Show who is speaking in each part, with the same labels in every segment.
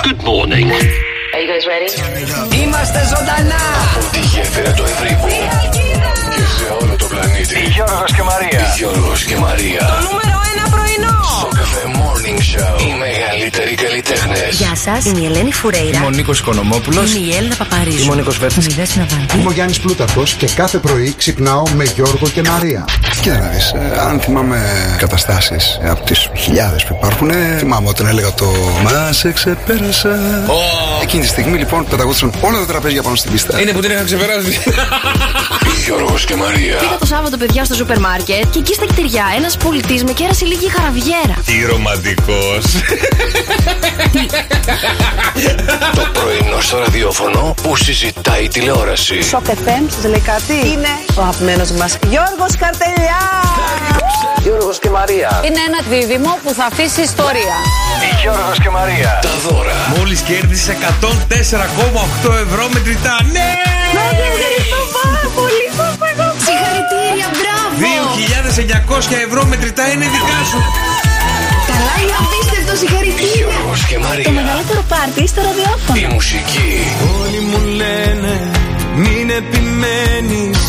Speaker 1: morning. Are you guys ready?
Speaker 2: Είμαστε ζωντανά!
Speaker 3: Η γέφυρα του Ευρύπου. Και σε όλο το πλανήτη.
Speaker 4: Γιώργος και Μαρία.
Speaker 3: Γιώργος και
Speaker 5: Το
Speaker 3: Μαρία.
Speaker 5: νούμερο ένα πρωινό.
Speaker 3: Στο καφέ Morning Show. Οι μεγαλύτεροι καλλιτέχνες.
Speaker 6: Γεια σας, είμαι η Ελένη Φουρέιρα.
Speaker 4: Είμαι ο Νίκος Οικονομόπουλος.
Speaker 6: Είμαι η Έλληνα Παπαρίζου.
Speaker 4: Είμαι ο Νίκος Βέρτης.
Speaker 6: Είμαι η Δέσποινα Βάντη.
Speaker 7: Είμαι ο Γιάννης Πλούταρχος και κάθε πρωί ξυπνάω με Γιώργο και Μαρία.
Speaker 8: Κοίτα να δεις, ε, αν θυμάμαι καταστάσεις ε, από τις χιλιάδες που υπάρχουν, ε, θυμάμαι όταν έλεγα το «Μα σε ξεπέρασα». Εκείνη τη στιγμή λοιπόν πεταγόντουσαν όλα τα τραπέζια πάνω στην πίστα.
Speaker 4: Είναι που την είχα ξεπεράσει.
Speaker 3: Γιώργος και
Speaker 6: Πήγα
Speaker 3: Μαρία.
Speaker 6: το Σάββατο, παιδιά, στο σούπερ μάρκετ και εκεί στα κτεριά ένας πολιτής με κέρασε λίγη χαραβιέρα.
Speaker 4: Τι ρομαντικός.
Speaker 3: Το πρωινό στο ραδιόφωνο που συζητάει η τηλεόραση.
Speaker 9: Σοκ FM, σας λέει κάτι. Είναι ο αγαπημένος μας Γιώργος Καρτελιά.
Speaker 1: Γιώργος και Μαρία.
Speaker 9: Είναι ένα δίδυμο που θα αφήσει ιστορία.
Speaker 4: Γιώργος και Μαρία.
Speaker 3: Τα δώρα.
Speaker 4: Μόλις κέρδισε 104,8 ευρώ μετρητά. Ναι!
Speaker 6: Συγχαρητήρια, μπράβο!
Speaker 4: 2.900 ευρώ μετρητά είναι δικά σου.
Speaker 6: Καλά, είναι απίστευτο, συγχαρητήρια!
Speaker 3: Γιώργος και Μαρία.
Speaker 6: μεγαλύτερο πάρτι στο ραδιόφωνο.
Speaker 3: Η μουσική.
Speaker 4: Όλοι μου λένε μην επιμένεις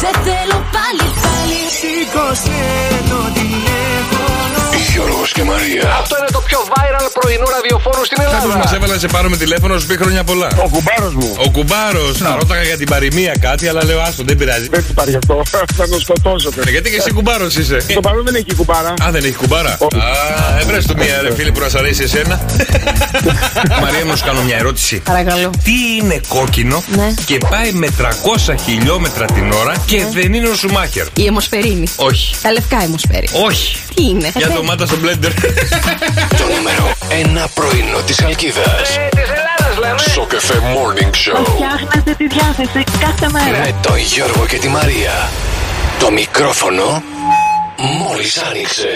Speaker 6: Σε θέλω πάλι, πάλι.
Speaker 3: Γιώργος και Μαρία.
Speaker 1: Αυτό είναι το πιο viral πρωινό ραδιοφόρο στην
Speaker 4: Κάποιος
Speaker 1: Ελλάδα.
Speaker 4: μας έβαλες να σε πάρουμε τηλέφωνο σου πει χρόνια πολλά
Speaker 10: Ο κουμπάρος μου.
Speaker 4: Ο κουμπάρος θα ρώταγα για την παροιμία κάτι αλλά λέω άστο δεν πειράζει
Speaker 10: Δεν υπάρχει αυτό. Θα τον σκοτώσετε.
Speaker 4: Γιατί και εσύ κουμπάρος είσαι
Speaker 10: Στο παρόν δεν έχει κουμπάρα.
Speaker 4: Α, δεν έχει κουμπάρα. Α, έβρες του μία ρε φίλη που να σ' αρέσει εσένα. Μαρία, να σου κάνω μια ερώτηση.
Speaker 6: Παρακαλώ.
Speaker 4: Τι είναι κόκκινο
Speaker 6: Ναι.
Speaker 4: και πάει με 300 χιλιόμετρα την ώρα και δεν είναι ο Σουμάχερ.
Speaker 6: Η αιμοσφαιρίνη.
Speaker 4: Όχι.
Speaker 6: Τα λευκά αιμοσφαίρι.
Speaker 4: Όχι.
Speaker 6: Τι είναι.
Speaker 4: Για
Speaker 6: Ε,
Speaker 4: ντομάτα στο μπλέντερ.
Speaker 3: Το νούμερο ένα πρωινό της Αλκίδας.
Speaker 1: Ε, της Ελλάδας λέμε.
Speaker 3: Στο καφέ Morning Show.
Speaker 9: Φτιάχνετε τη διάθεση κάθε μέρα.
Speaker 3: Με τον Γιώργο και τη Μαρία. Το μικρόφωνο μόλις άνοιξε.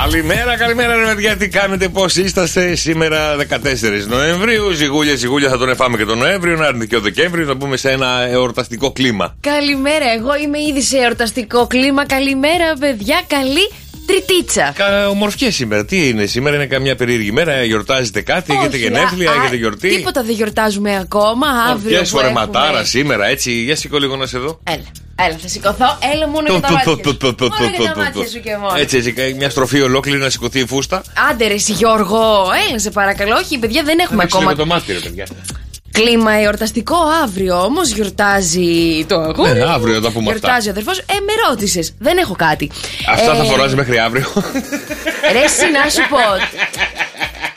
Speaker 4: καλημέρα, καλημέρα, ρε παιδιά. Τι κάνετε, πώς είσαστε σήμερα 14 Νοεμβρίου. Ζιγούλια, ζιγούλια θα τον εφάμε και τον Νοέμβριο. Να έρθει και ο Δεκέμβριο. Θα μπούμε σε ένα εορταστικό κλίμα.
Speaker 6: Καλημέρα, εγώ είμαι ήδη σε εορταστικό κλίμα. Καλημέρα, παιδιά, καλή τριτίτσα.
Speaker 4: Κα- Ομορφιές σήμερα. Τι είναι σήμερα, είναι καμιά περίεργη μέρα. Γιορτάζετε κάτι, έχετε
Speaker 6: Όχι,
Speaker 4: γενέθλια,
Speaker 6: α- α,
Speaker 4: έχετε γιορτή.
Speaker 6: Τίποτα δεν γιορτάζουμε ακόμα. Αύριο.
Speaker 4: Ποια
Speaker 6: που έχουμε-
Speaker 4: φορεματάρα σήμερα, έτσι. Για σηκώ λίγο να σε δω.
Speaker 6: Έλα, έλα, θα σηκωθώ. Έλα μόνο
Speaker 4: Το,
Speaker 6: για
Speaker 4: το,
Speaker 6: τα μάτια
Speaker 4: το,
Speaker 6: σου.
Speaker 4: το, το, το,
Speaker 6: Μόνο
Speaker 4: το,
Speaker 6: για τα
Speaker 4: το, το.
Speaker 6: μάτια σου και μόνο.
Speaker 4: Έτσι, έτσι, κα- μια στροφή ολόκληρη να σηκωθεί η φούστα.
Speaker 6: Άντε ρε, εσύ, Γιώργο, έλα σε παρακαλώ. Όχι, παιδιά, δεν έχουμε
Speaker 4: Ανοίξτε
Speaker 6: ακόμα
Speaker 4: λίγο το μάτι, ρε παιδιά.
Speaker 6: κλίμα εορταστικό. Αύριο όμως γιορτάζει το αγόρι.
Speaker 4: Ναι,
Speaker 6: μου.
Speaker 4: αύριο θα τα πούμε αυτά.
Speaker 6: Γιορτάζει ο αδερφός. Ε, με ρώτησες. Δεν έχω κάτι.
Speaker 4: Αυτά θα
Speaker 6: Ε,
Speaker 4: φοράζει μέχρι αύριο.
Speaker 6: Ρε, εσύ να σου πω.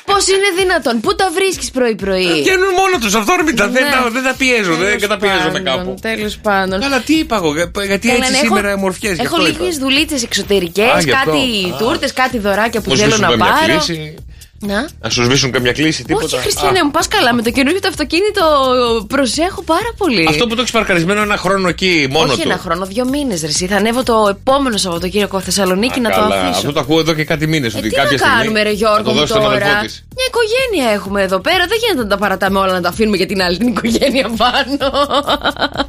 Speaker 6: Πώ είναι δυνατόν, πού τα βρίσκεις πρωί-πρωί.
Speaker 4: Βγαίνουν μόνο τους αυθόρμητα. Δεν,
Speaker 6: Ναι.
Speaker 4: τα- δεν τα πιέζω, Ε, δεν καταπιέζομαι κάπου.
Speaker 6: Τέλος πάντων.
Speaker 4: Αλλά τι είπα εγώ, για- γιατί
Speaker 6: Καλά,
Speaker 4: έτσι
Speaker 6: ναι,
Speaker 4: σήμερα
Speaker 6: έχω,
Speaker 4: μορφιέ.
Speaker 6: Έχω λίγε δουλίτσες εξωτερικές,
Speaker 4: Α, γι' αυτό.
Speaker 6: κάτι
Speaker 4: Α.
Speaker 6: τούρτες, κάτι δωράκια που
Speaker 4: Μου
Speaker 6: θέλω
Speaker 4: σβήσουν
Speaker 6: να
Speaker 4: καμιά
Speaker 6: πάρω.
Speaker 4: κλίση.
Speaker 6: Να.
Speaker 4: Να σου σβήσουν καμιά κλίση, τίποτα.
Speaker 6: Όχι,
Speaker 4: Α,
Speaker 6: Χριστιανέ μου, πας καλά. Με το καινούργιο το αυτοκίνητο προσέχω πάρα πολύ.
Speaker 4: Αυτό που το έχεις παρκαρισμένο ένα χρόνο εκεί μόνο
Speaker 6: Ε, Όχι
Speaker 4: του.
Speaker 6: ένα χρόνο, δύο μήνες ρε. εσύ. Θα ανέβω το επόμενο Σαββατοκύριακο Θεσσαλονίκη
Speaker 4: Α,
Speaker 6: να το
Speaker 4: καλά.
Speaker 6: αφήσω.
Speaker 4: Αυτό το ακούω εδώ και κάτι μήνες.
Speaker 6: Ε, τι να κάνουμε, ρε Γιώργο, μου τώρα. Μια οικογένεια έχουμε εδώ πέρα. Δεν γίνεται να τα παρατάμε όλα να τα αφήνουμε για την άλλη την οικογένεια πάνω.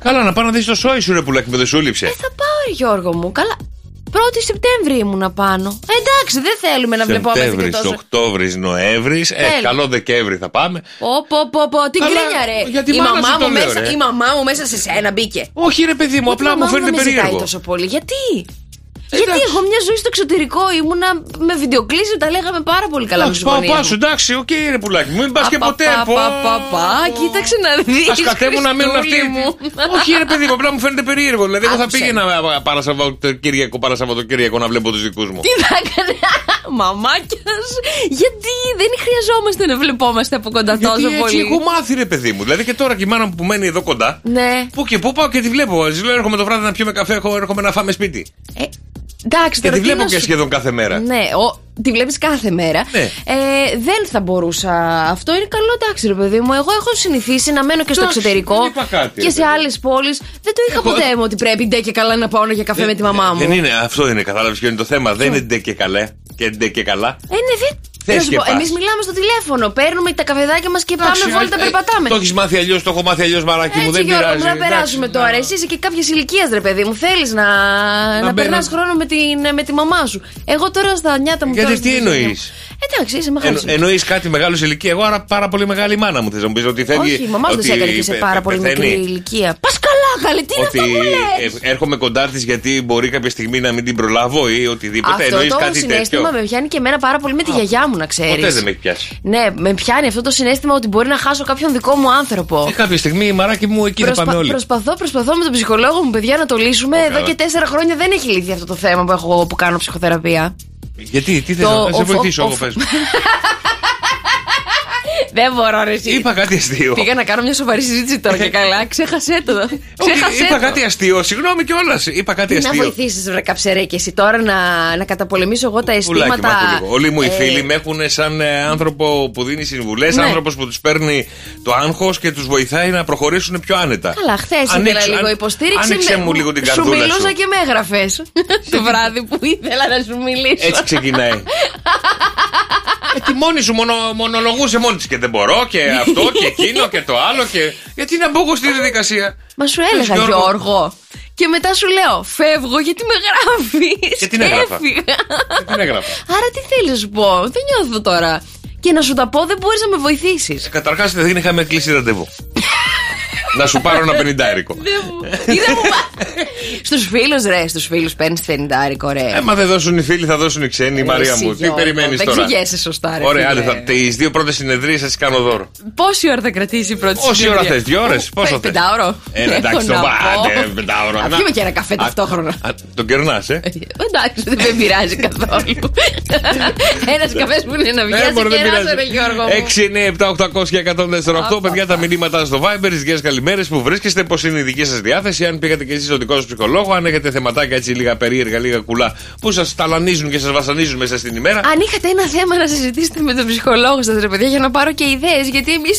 Speaker 4: Καλά, να πάω να δεις το σόι σου, ρε πουλάκι που δεν σου λείψε.
Speaker 6: Ε, θα πάω, ρε Γιώργο μου. Καλά. 1η Σεπτέμβρη ήμουνα πάνω. Ε, εντάξει, δεν θέλουμε να βλεπόμαστε και
Speaker 4: Σεπτέμβρη,
Speaker 6: τόσο.
Speaker 4: Οκτώβρης, Νοέμβρης. Ε,
Speaker 6: Τέλεια.
Speaker 4: καλό Δεκέμβρη θα πάμε.
Speaker 6: Πω, πω, πω, πω, την
Speaker 4: Καλά,
Speaker 6: κρίνια ρε.
Speaker 4: για τη
Speaker 6: η,
Speaker 4: μάνα
Speaker 6: μαμά
Speaker 4: σου το
Speaker 6: μου
Speaker 4: λέω,
Speaker 6: μέσα,
Speaker 4: ρε.
Speaker 6: η μαμά μου μέσα σε σένα μπήκε.
Speaker 4: Όχι, ρε παιδί μου,
Speaker 6: Ούτε η
Speaker 4: απλά
Speaker 6: μαμά
Speaker 4: μου φαίνεται
Speaker 6: δεν με ζητάει
Speaker 4: περίεργο.
Speaker 6: τόσο πολύ. Γιατί.
Speaker 4: Εντάξει.
Speaker 6: Γιατί εγώ μια ζωή στο εξωτερικό ήμουνα με βιντεοκλήση, τα λέγαμε πάρα πολύ καλά με
Speaker 4: Εντάξει,
Speaker 6: του
Speaker 4: πάω,
Speaker 6: γονεί.
Speaker 4: πάω, σου, εντάξει, οκ, ρε πουλάκι μου, μην πας και ποτέ. πω.
Speaker 6: κοίταξε να δεις.
Speaker 4: Ας κατέβουν να μείνουν αυτοί. Όχι, ρε παιδί μου, απλά μου φαίνεται περίεργο. Δηλαδή, εγώ θα
Speaker 6: Άκουσε.
Speaker 4: πήγαινα α, Παρασαββατοκύριακο, Παρασαββατοκύριακο να βλέπω τους δικούς μου.
Speaker 6: Τι θα έκανε, μαμάκιας. Γιατί δεν χρειαζόμαστε να βλεπόμαστε από κοντά
Speaker 4: Γιατί
Speaker 6: τόσο
Speaker 4: έτσι
Speaker 6: πολύ.
Speaker 4: έχω μάθει, ρε παιδί μου. Δηλαδή, και τώρα και η μάνα μου που μένει εδώ κοντά.
Speaker 6: Ναι.
Speaker 4: Πού και πού πάω και τη βλέπω. Τη λέω: Έρχομαι το βράδυ να πιούμε καφέ, έχω- έρχομαι να φάμε σπίτι.
Speaker 6: Ε, εντάξει,
Speaker 4: Και
Speaker 6: τώρα τι
Speaker 4: τη βλέπω
Speaker 6: να
Speaker 4: και
Speaker 6: σου-
Speaker 4: σχεδόν κάθε μέρα.
Speaker 6: Ναι, ο, τη βλέπεις κάθε μέρα.
Speaker 4: Ναι.
Speaker 6: Ε, δεν θα μπορούσα. Αυτό είναι καλό, εντάξει, ρε παιδί μου. Εγώ έχω συνηθίσει να μένω και στο
Speaker 4: Εντάξει,
Speaker 6: εξωτερικό
Speaker 4: δεν είπα κάτι,
Speaker 6: και
Speaker 4: ρε
Speaker 6: σε
Speaker 4: παιδί.
Speaker 6: άλλες πόλεις. Δεν το είχα
Speaker 4: Εγώ-
Speaker 6: ποτέ μου ότι πρέπει ντε και καλά να πάω για καφέ Ναι,
Speaker 4: Ε,
Speaker 6: με τη μαμά μου.
Speaker 4: Δεν είναι, αυτό είναι, κατάλαβες ποιο είναι το θέμα. Δεν είναι ντε και καλέ. Και ντε και καλά.
Speaker 6: Ε, ναι, δεν.
Speaker 4: Θες και πας.
Speaker 6: Εμείς μιλάμε στο τηλέφωνο. Παίρνουμε τα καφεδάκια μας και
Speaker 4: Εντάξει,
Speaker 6: πάμε βόλτα,
Speaker 4: ε,
Speaker 6: περπατάμε.
Speaker 4: Το έχεις μάθει αλλιώς, το έχω μάθει αλλιώς μαράκι μου.
Speaker 6: Έτσι,
Speaker 4: Δεν
Speaker 6: Γιώργο,
Speaker 4: πειράζει.
Speaker 6: μου, να
Speaker 4: εντάξει.
Speaker 6: περάσουμε τώρα. Εσύ είσαι και κάποια ηλικία, ρε παιδί μου. Θέλεις να, να,
Speaker 4: μπαίνω.
Speaker 6: περνάς χρόνο με, την, με τη μαμά σου. Εγώ τώρα στα νιάτα μου.
Speaker 4: Γιατί
Speaker 6: τώρα
Speaker 4: τι
Speaker 6: στην ηλικία
Speaker 4: εννοείς?
Speaker 6: μου. Εντάξει, είσαι μεγάλος.
Speaker 4: Εν, Εννοεί Ε, κάτι μεγάλος σε ηλικίας. Εγώ άρα πάρα πολύ μεγάλη μάνα μου θες να μου πεις ότι φεύγει.
Speaker 6: Όχι, η μαμά σου δεν σε
Speaker 4: ότι
Speaker 6: έκανε και σε
Speaker 4: πε-
Speaker 6: πάρα πολύ
Speaker 4: πεθαίνει.
Speaker 6: μικρή ηλικία. Πας καλά, καλή, τι είναι αυτό
Speaker 4: Ότι
Speaker 6: που λες?
Speaker 4: ε, έρχομαι κοντά της γιατί μπορεί κάποια στιγμή να μην την προλάβω ή οτιδήποτε.
Speaker 6: Αυτό
Speaker 4: Εννοείς
Speaker 6: το
Speaker 4: κάτι τέτοιο.
Speaker 6: συνέστημα με πιάνει και εμένα πάρα πολύ με τη γιαγιά μου, να ξέρεις.
Speaker 4: Ποτέ δεν με έχει πιάσει.
Speaker 6: Ναι, με πιάνει αυτό το συνέστημα ότι μπορεί να χάσω κάποιον δικό μου
Speaker 4: Και
Speaker 6: άνθρωπο.
Speaker 4: κάποια στιγμή η μαράκι μου εκεί Ε, θα
Speaker 6: Προσπα-
Speaker 4: πάμε όλοι.
Speaker 6: Προσπαθώ, προσπαθώ με τον ψυχολόγο μου, παιδιά, να το λύσουμε. Εδώ
Speaker 4: καλά.
Speaker 6: και τέσσερα χρόνια δεν έχει λυθεί αυτό το θέμα που, έχω, που κάνω ψυχοθεραπεία.
Speaker 4: Γιατί, τι θες
Speaker 6: Το
Speaker 4: να να σε
Speaker 6: οφ-
Speaker 4: βοηθήσω,
Speaker 6: οφ-
Speaker 4: εγώ πες. μου.
Speaker 6: Δεν μπορώ, ρε, εσύ.
Speaker 4: Είπα Ε, κάτι αστείο.
Speaker 6: Πήγα να κάνω μια σοβαρή συζήτηση τώρα και καλά. Ξέχασέ το.
Speaker 4: Όχι,
Speaker 6: Ξέχασέ
Speaker 4: ε, Είπα
Speaker 6: το.
Speaker 4: κάτι αστείο, συγγνώμη κιόλας. Είπα κάτι
Speaker 6: Να
Speaker 4: αστείο.
Speaker 6: βοηθήσεις, βρε καψερέ και εσύ τώρα να, να καταπολεμήσω εγώ τα
Speaker 4: Πουλάκι,
Speaker 6: αισθήματα.
Speaker 4: μ' άκου λίγο. Όλοι μου οι
Speaker 6: ε,
Speaker 4: φίλοι με έχουν σαν ε, άνθρωπο που δίνει συμβουλές,
Speaker 6: Ναι.
Speaker 4: άνθρωπος που τους παίρνει το άγχος και τους βοηθάει να προχωρήσουν πιο άνετα.
Speaker 6: Καλά, χθες ήθελα
Speaker 4: Ανοίξου-
Speaker 6: λίγο
Speaker 4: αν-
Speaker 6: υποστήριξη.
Speaker 4: Άνοιξε
Speaker 6: με-
Speaker 4: μου λίγο την
Speaker 6: Σου
Speaker 4: καρδούλα
Speaker 6: μιλούσα
Speaker 4: σου.
Speaker 6: και με έγραφες το βράδυ που ήθελα να σου μιλήσω.
Speaker 4: Έτσι ξεκινάει. Ε, τη μόνη σου μονο, μονολογούσε μόνη της και δεν μπορώ και
Speaker 6: Ναι.
Speaker 4: αυτό και εκείνο και το άλλο και. Γιατί να μπω εγώ στη διαδικασία.
Speaker 6: Μα σου έλεγα,
Speaker 4: Λες,
Speaker 6: Γιώργο. Και μετά σου λέω, φεύγω γιατί με γράφεις.
Speaker 4: Και την έγραφα.
Speaker 6: Έφυγα.
Speaker 4: Και την έγραφα.
Speaker 6: Άρα τι θέλεις να σου πω, δεν νιώθω τώρα. Και να σου τα πω, δεν μπορείς να με βοηθήσεις.
Speaker 4: Καταρχάς δεν είχαμε κλείσει ραντεβού. να σου πάρω ένα πενιντάρικο.
Speaker 6: Στους φίλους, ρε, στους φίλους παίρνεις φενιντάρικο, ρε.
Speaker 4: Ε, μα δεν δώσουν οι φίλοι, θα δώσουν οι ξένοι, η Μαρία
Speaker 6: Ε, εσύ,
Speaker 4: μου. Τι
Speaker 6: Γιώργο,
Speaker 4: περιμένεις
Speaker 6: δεν
Speaker 4: τώρα.
Speaker 6: ξηγιέσαι σωστά, ρε,
Speaker 4: Ωραία,
Speaker 6: φίλε.
Speaker 4: άντε, τις δύο πρώτες συνεδρίες σας κάνω δώρο.
Speaker 6: Πόση ώρα θα κρατήσει η πρώτη
Speaker 4: Όση
Speaker 6: συνεδρία?
Speaker 4: ώρα θες, δύο ώρες.
Speaker 6: Ω,
Speaker 4: Πόσο
Speaker 6: πε-
Speaker 4: θες.
Speaker 6: Πεντάωρο.
Speaker 4: Ε,
Speaker 6: Έχω
Speaker 4: εντάξει, το
Speaker 6: να πω.
Speaker 4: πάτε. Πεντάωρο.
Speaker 6: Α
Speaker 4: Να-
Speaker 6: πιούμε και ένα καφέ
Speaker 4: Α,
Speaker 6: ταυτόχρονα.
Speaker 4: α, Τον κερνάς, ε.
Speaker 6: Ε, Εντάξει, δεν με πειράζει καθόλου. Ένας καφές που είναι να
Speaker 4: Ε,
Speaker 6: βγει
Speaker 4: μπορεί,
Speaker 6: και
Speaker 4: δεν
Speaker 6: ένα ρε
Speaker 4: πειράζει.
Speaker 6: Γιώργο. μου.
Speaker 4: 6, 9, 7, 800 1048. Παιδιά, τα μηνύματά στο Viber, τις γεια καλημέρε που βρίσκεστε, πώς είναι η δική σας διάθεση, αν πήγατε και εσείς στον δικό σας ψυχολόγο, αν έχετε θεματάκια έτσι λίγα περίεργα, λίγα κουλά που σας ταλανίζουν και σας βασανίζουν μέσα στην ημέρα.
Speaker 6: Αν είχατε ένα θέμα να συζητήσετε με τον ψυχολόγο σας, ρε παιδιά, για να πάρω και ιδέες, γιατί εμείς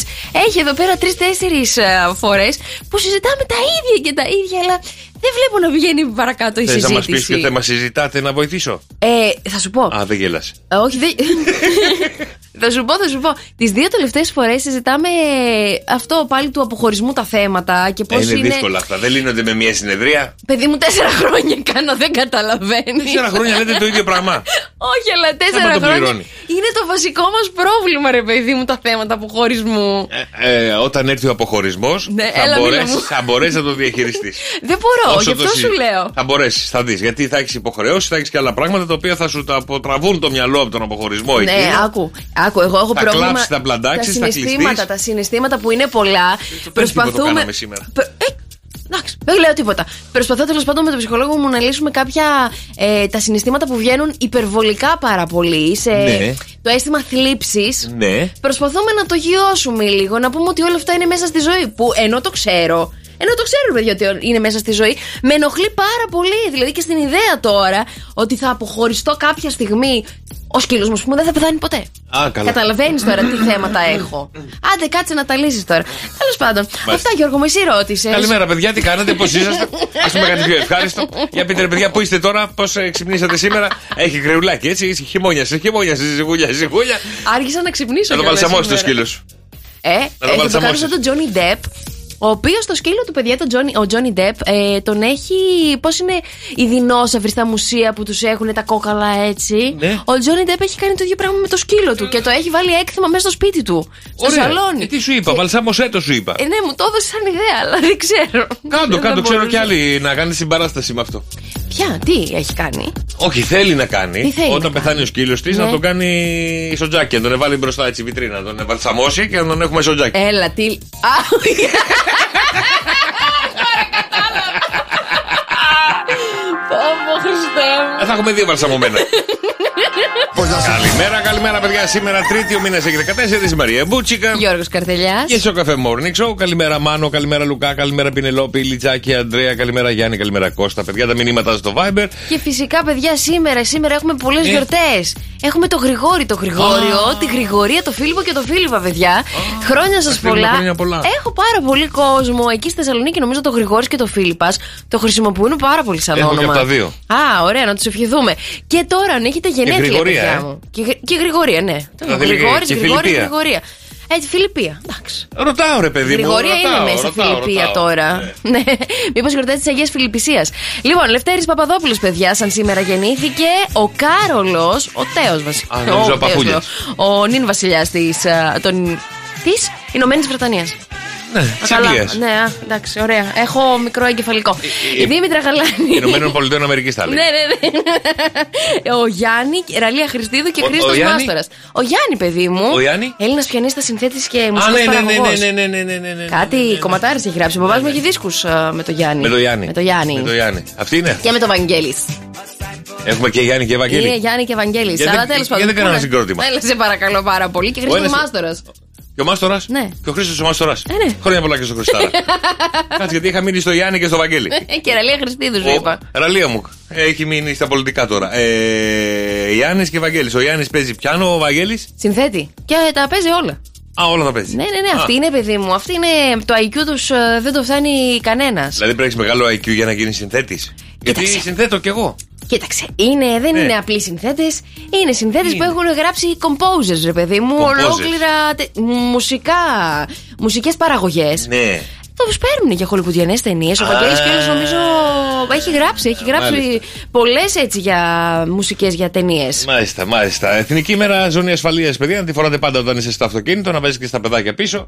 Speaker 6: έχει εδώ πέρα τρει-τέσσερι φορές που συζητάμε τα ίδια και τα ίδια, αλλά δεν βλέπω να βγαίνει παρακάτω η
Speaker 4: Θες να μας πει
Speaker 6: συζήτηση.
Speaker 4: ποιο θέμα συζητάτε να βοηθήσω.
Speaker 6: Ε, θα σου πω.
Speaker 4: Α, δεν γέλασε.
Speaker 6: Ε, Όχι, δεν. θα σου πω, θα σου πω. Τις δύο τελευταίες φορές συζητάμε ε, αυτό πάλι του αποχωρισμού τα θέματα και πώς
Speaker 4: Ε,
Speaker 6: είναι.
Speaker 4: είναι δύσκολα αυτά. Δεν λύνονται με μία συνεδρία.
Speaker 6: Παιδί μου, τέσσερα χρόνια κάνω, δεν καταλαβαίνεις.
Speaker 4: Τέσσερα χρόνια λέτε το ίδιο πράγμα.
Speaker 6: Όχι, αλλά
Speaker 4: Θέμα
Speaker 6: τέσσερα
Speaker 4: το
Speaker 6: χρόνια.
Speaker 4: πληρώνει.
Speaker 6: Είναι το βασικό μας πρόβλημα, ρε παιδί μου, τα θέματα αποχωρισμού.
Speaker 4: Ε, ε, όταν έρθει ο αποχωρισμός,
Speaker 6: Ναι, έλα,
Speaker 4: θα,
Speaker 6: μίλα
Speaker 4: μπορέσεις-
Speaker 6: μου.
Speaker 4: θα μπορέσεις να το διαχειριστείς.
Speaker 6: Δεν μπορώ, γι' αυτό σου λέω.
Speaker 4: Θα μπορέσεις, θα δεις. Γιατί θα έχεις υποχρεώσεις, θα έχεις και άλλα πράγματα τα οποία θα σου τα αποτραβούν το μυαλό από τον αποχωρισμό εκεί.
Speaker 6: Ναι, άκου, άκου. Εγώ έχω
Speaker 4: Θα
Speaker 6: πρόβλημα.
Speaker 4: κλάψεις, θα μπλαντάξεις, θα
Speaker 6: συναισθήματα,
Speaker 4: κλειστείς.
Speaker 6: τα συναισθήματα που είναι πολλά.
Speaker 4: τίποτα το
Speaker 6: Προσπαθούμε.
Speaker 4: κάναμε σήμερα.
Speaker 6: Πε- ε, Εντάξει, δεν λέω τίποτα. Προσπαθώ τέλος πάντων με τον ψυχολόγο μου να λύσουμε κάποια. ε, τα συναισθήματα που βγαίνουν υπερβολικά πάρα πολύ. Σε
Speaker 4: Ναι.
Speaker 6: το αίσθημα θλίψης.
Speaker 4: Ναι.
Speaker 6: Προσπαθούμε να το γιώσουμε λίγο, να πούμε ότι όλα αυτά είναι μέσα στη ζωή. Που ενώ το ξέρω. Ενώ το ξέρω, παιδιά, ότι είναι μέσα στη ζωή. Με ενοχλεί πάρα πολύ. Δηλαδή και στην ιδέα τώρα ότι θα αποχωριστώ κάποια στιγμή. Ο σκύλος μου, ας πούμε, δεν θα πεθάνει ποτέ.
Speaker 4: Α, καλά.
Speaker 6: Καταλαβαίνεις τώρα τι θέματα έχω. Άντε, κάτσε να τα λύσεις τώρα. Τέλος πάντων. Αυτά, Γιώργο, μου εσύ ρώτησες.
Speaker 4: Καλημέρα, παιδιά, τι κάνετε, πώς είσαστε. Ας πούμε κάτι πιο ευχάριστο. Για πείτε, ρε παιδιά, πού είστε τώρα, πώς ξυπνήσατε σήμερα. Έχει κρεουλάκι, έτσι. Είσαι χειμώνια, σε χειμώνια, σε ζυγούλια, ζυγούλια.
Speaker 6: Άρχισα να ξυπνήσω.
Speaker 4: Θα το
Speaker 6: καλά
Speaker 4: βαλσαμώσει το
Speaker 6: σήμερα.
Speaker 4: σκύλο σου.
Speaker 6: Ε, ε, θα το κάνω
Speaker 4: βαλσαμώσεις.
Speaker 6: σαν τον Johnny Depp. Ο οποίος το σκύλο του παιδιά, τον Johnny, ο Johnny Depp, ε, τον έχει. Πώς είναι οι δεινόσαυροι στα μουσεία που τους έχουν τα κόκαλα έτσι.
Speaker 4: Ναι.
Speaker 6: Ο Johnny Depp έχει κάνει το ίδιο πράγμα με το σκύλο του και το έχει βάλει έκθεμα μέσα στο σπίτι του. Στο σαλόνι.
Speaker 4: Ε, τι σου είπα, βαλσάμωσέ το σου είπα.
Speaker 6: Ε, ναι, μου το έδωσε σαν ιδέα, αλλά δεν ξέρω.
Speaker 4: Κάντο,
Speaker 6: Δεν
Speaker 4: κάντο,
Speaker 6: θα
Speaker 4: ξέρω
Speaker 6: μπορούσα.
Speaker 4: κι άλλοι να κάνεις συμπαράσταση με αυτό.
Speaker 6: Ποια, τι έχει κάνει.
Speaker 4: Όχι, θέλει να κάνει.
Speaker 6: Τι θέλει να
Speaker 4: Όταν
Speaker 6: κάνει.
Speaker 4: πεθάνει ο σκύλος της,
Speaker 6: Ναι.
Speaker 4: να τον κάνει στο τζάκι. Να τον βάλει μπροστά έτσι βιτρίνα. Να τον βαλσαμώσει και να τον έχουμε στο τζάκι.
Speaker 6: Έλα, τι. Α, Ω, Χριστέ μου.
Speaker 4: Ε, θα έχουμε δύο βαλσαμωμένα. καλημέρα, καλημέρα, παιδιά. Σήμερα Τρίτη, ο μήνα έχει 14. η Μαρία Μπούτσικα.
Speaker 6: Γιώργος Καρτελιάς
Speaker 4: Και στο καφέ Morning Show. Καλημέρα Μάνο, καλημέρα Λουκά, καλημέρα Πινελόπη, Λιτζάκη, Αντρέα, καλημέρα Γιάννη, καλημέρα Κώστα. Παιδιά, τα μηνύματα στο Viber.
Speaker 6: Και φυσικά, παιδιά, σήμερα, σήμερα έχουμε πολλές
Speaker 4: Ε.
Speaker 6: γιορτές. Έχουμε το Γρηγόρη, το Γρηγόριο, τη Γρηγορία, το Φίλιππο και το Φίλιππα, παιδιά. Χρόνια σας
Speaker 4: στείλουμε
Speaker 6: πολλά.
Speaker 4: χρόνια πολλά.
Speaker 6: Έχω πάρα πολύ κόσμο εκεί στη Θεσσαλονίκη, νομίζω το Γρηγόρης και το Φίλιππας. Το χρησιμοποιούν πάρα πολύ σαν
Speaker 4: Έχω και
Speaker 6: όνομα.
Speaker 4: απ' τα δύο.
Speaker 6: Α, ωραία, να τους ευχηθούμε. Και τώρα, αν έχετε γενέθλια.
Speaker 4: Γρηγορία,
Speaker 6: παιδιά
Speaker 4: ε.
Speaker 6: μου. Και, γρη- και Γρηγορία, ναι.
Speaker 4: Θα θέλει
Speaker 6: Γρηγόρης,
Speaker 4: και
Speaker 6: Γρηγόρη,
Speaker 4: Φιλιππία.
Speaker 6: Γρηγορία. Έτσι, Φιλιππία. Εντάξει.
Speaker 4: Ρωτάω ρε παιδί μου.
Speaker 6: Γρηγορία
Speaker 4: ρωτάω,
Speaker 6: είναι μέσα
Speaker 4: ρωτάω,
Speaker 6: Φιλιππία
Speaker 4: ρωτάω.
Speaker 6: τώρα. Ναι. Μήπως γιορτάζει τη Αγία Φιλιππισίας. Λοιπόν, Λευτέρης Παπαδόπουλος, παιδιά, σαν σήμερα γεννήθηκε ο Κάρολος, ο Τέος βασικά.
Speaker 4: Α, νόμιζα ο Παπούλιας.
Speaker 6: Ο νυν βασιλιάς της. Της Ηνωμένης Βρετανίας.
Speaker 4: Ναι, της
Speaker 6: Καλά.
Speaker 4: Αγγλίας.
Speaker 6: Ναι, α, εντάξει, ωραία. Έχω μικρό εγκεφαλικό.
Speaker 4: ε,
Speaker 6: Η Δήμητρα Γαλάνη.
Speaker 4: Ηνωμένων Πολιτών Αμερικής θα
Speaker 6: Ναι,
Speaker 4: λέει.
Speaker 6: ναι, ναι. Ο Γιάννη, Ραλία Χριστίδου και
Speaker 4: Ο- ο
Speaker 6: Χρήστο
Speaker 4: Γιάννη.
Speaker 6: Μάστορας. Ο Γιάννη, παιδί μου.
Speaker 4: Ο Γιάννη.
Speaker 6: Έλληνας πιανίστας, συνθέτης και
Speaker 4: Α,
Speaker 6: μουσικός
Speaker 4: ναι, ναι, ναι,
Speaker 6: παραγωγός.
Speaker 4: ναι, ναι, ναι, ναι, ναι, ναι.
Speaker 6: Κάτι ναι, έχει γράψει. Ο παπάς μου έχει δίσκους α, με το Γιάννη.
Speaker 4: Με το Γιάννη.
Speaker 6: Με το Γιάννη.
Speaker 4: Με το Γιάννη. Αυτή είναι.
Speaker 6: Και Ε, με το Βαγγέλης.
Speaker 4: Έχουμε και Γιάννη και Ευαγγέλη.
Speaker 6: Είναι Γιάννη και Βαγγέλη.
Speaker 4: Γιατί-
Speaker 6: Αλλά τέλος
Speaker 4: γιατί
Speaker 6: πάντων.
Speaker 4: ε, δεν κάναμε
Speaker 6: πού να-
Speaker 4: συγκρότημα.
Speaker 6: Έλα, σε παρακαλώ πάρα πολύ. Και Χρήστος
Speaker 4: ένας-
Speaker 6: Μάστορας.
Speaker 4: Και ο Μάστορας.
Speaker 6: Ναι.
Speaker 4: Και ο Χρήστος ο Μάστορας.
Speaker 6: Ε, ναι.
Speaker 4: Χρόνια πολλά και στο Χριστάρα. Κάτσε γιατί είχα μείνει στο Γιάννη και στο Βαγγέλη.
Speaker 6: Και ραλία Χριστίδου, σου
Speaker 4: Ο-
Speaker 6: Ε, είπα.
Speaker 4: Ραλία μου. Έχει μείνει στα πολιτικά τώρα. Ε, Γιάννης και Βαγγέλης. Ο Γιάννης παίζει πιάνο, ο Βαγγέλης.
Speaker 6: Συνθέτη. Και τα παίζει όλα.
Speaker 4: Α, όλα τα παίζει.
Speaker 6: Ναι, ναι, ναι.
Speaker 4: Α,
Speaker 6: Αυτή είναι, παιδί μου. Αυτή είναι. Το IQ τους ε, δεν το φτάνει κανένας.
Speaker 4: Δηλαδή πρέπει να έχεις μεγάλο IQ για να γίνεις συνθέτης. Γιατί
Speaker 6: Κοίταξε.
Speaker 4: συνθέτω κι εγώ.
Speaker 6: Κοίταξε, είναι, δεν
Speaker 4: Ναι.
Speaker 6: είναι απλοί συνθέτες. Είναι συνθέτες που
Speaker 4: Είναι.
Speaker 6: έχουν γράψει composers, ρε παιδί μου,
Speaker 4: Composers.
Speaker 6: ολόκληρα τε- μουσικά, μουσικές παραγωγές.
Speaker 4: Ναι.
Speaker 6: Το του παίρνουν για χολικουδιανέ ταινίες. Ο
Speaker 4: Α.
Speaker 6: Βαγγέλης Κέλλος νομίζω έχει γράψει. Έχει γράψει
Speaker 4: Μάλιστα.
Speaker 6: πολλές έτσι για μουσικές για ταινίες.
Speaker 4: Μάλιστα, μάλιστα. Εθνική ημέρα ζώνη ασφαλείας, παιδιά. Να τη φοράτε πάντα όταν είστε στο αυτοκίνητο, να βάζει και στα παιδάκια πίσω.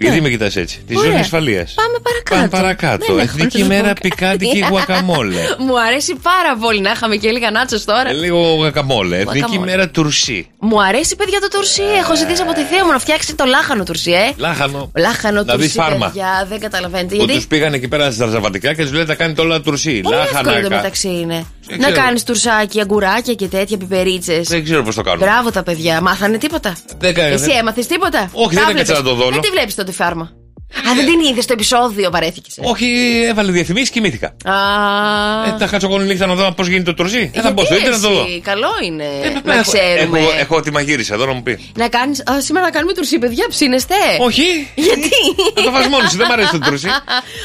Speaker 4: Γιατί με κοιτάς έτσι. Τη
Speaker 6: Ναι. Ωραία.
Speaker 4: ζώνη ασφαλείας.
Speaker 6: Πάμε παρακάτω.
Speaker 4: Πάμε παρακάτω.
Speaker 6: Δεν έχω
Speaker 4: Εθνική
Speaker 6: να πω
Speaker 4: ημέρα
Speaker 6: κάτι.
Speaker 4: πικάντικη γουακαμόλε.
Speaker 6: Μου αρέσει πάρα πολύ να είχαμε και λίγα νάτσος τώρα.
Speaker 4: Ε, Λίγο γουακαμόλε. Εθνική
Speaker 6: Γουακαμόλε.
Speaker 4: ημέρα τουρσί.
Speaker 6: Μου αρέσει, παιδιά, το τουρσί.
Speaker 4: Ε.
Speaker 6: Έχω ζητήσει από τη θεία μου να φτιάξει το λάχανο τουρσί, ε.
Speaker 4: Λάχανο.
Speaker 6: Λάχανο
Speaker 4: Να δεις
Speaker 6: τουρσί,
Speaker 4: φάρμα.
Speaker 6: παιδιά, δεν καταλαβαίνετε.
Speaker 4: Που
Speaker 6: Γιατί
Speaker 4: τους πήγαν εκεί πέρα στα ζαρζαβατικά και τους λένε τα κάνετε όλα τουρσί.
Speaker 6: πολύ εύκολο
Speaker 4: Λάχανα.
Speaker 6: εδώ
Speaker 4: κα-
Speaker 6: μεταξύ είναι.
Speaker 4: Δεν
Speaker 6: Να
Speaker 4: ξέρω.
Speaker 6: κάνεις τουρσάκι, αγκουράκια και τέτοια, πιπερίτσες
Speaker 4: Δεν ξέρω πώς το κάνουν.
Speaker 6: Μπράβο τα παιδιά, μάθανε τίποτα.
Speaker 4: Ε, Δεν κα-
Speaker 6: Εσύ έμαθες τίποτα.
Speaker 4: Όχι, δεν
Speaker 6: Τα
Speaker 4: έκατσα
Speaker 6: βλέπεις.
Speaker 4: να το δω Ε, όλο.
Speaker 6: Δεν τη βλέπει τότε φάρμα. Α, δεν την είδες στο επεισόδιο, παρέθηκε.
Speaker 4: Όχι, έβαλε διαφημίσεις, κοιμήθηκα.
Speaker 6: Α,
Speaker 4: Ε, τα χάτσω εγώ νύχτα να δω πώς γίνεται το τουρσί. Δεν θα
Speaker 6: γιατί
Speaker 4: μπω στο ίντερνετ να το δω. Ε,
Speaker 6: εσύ, Καλό είναι να
Speaker 4: Έχω-
Speaker 6: ξέρουμε.
Speaker 4: Έχω, έχω τη μαγείρισα εδώ να μου πει.
Speaker 6: Να κάνεις, α, σήμερα να κάνουμε τουρσί, παιδιά, ψήνεστε.
Speaker 4: Όχι.
Speaker 6: Ε, Γιατί.
Speaker 4: Θα το φας μόνος σου, δεν μ' αρέσει το τουρσί.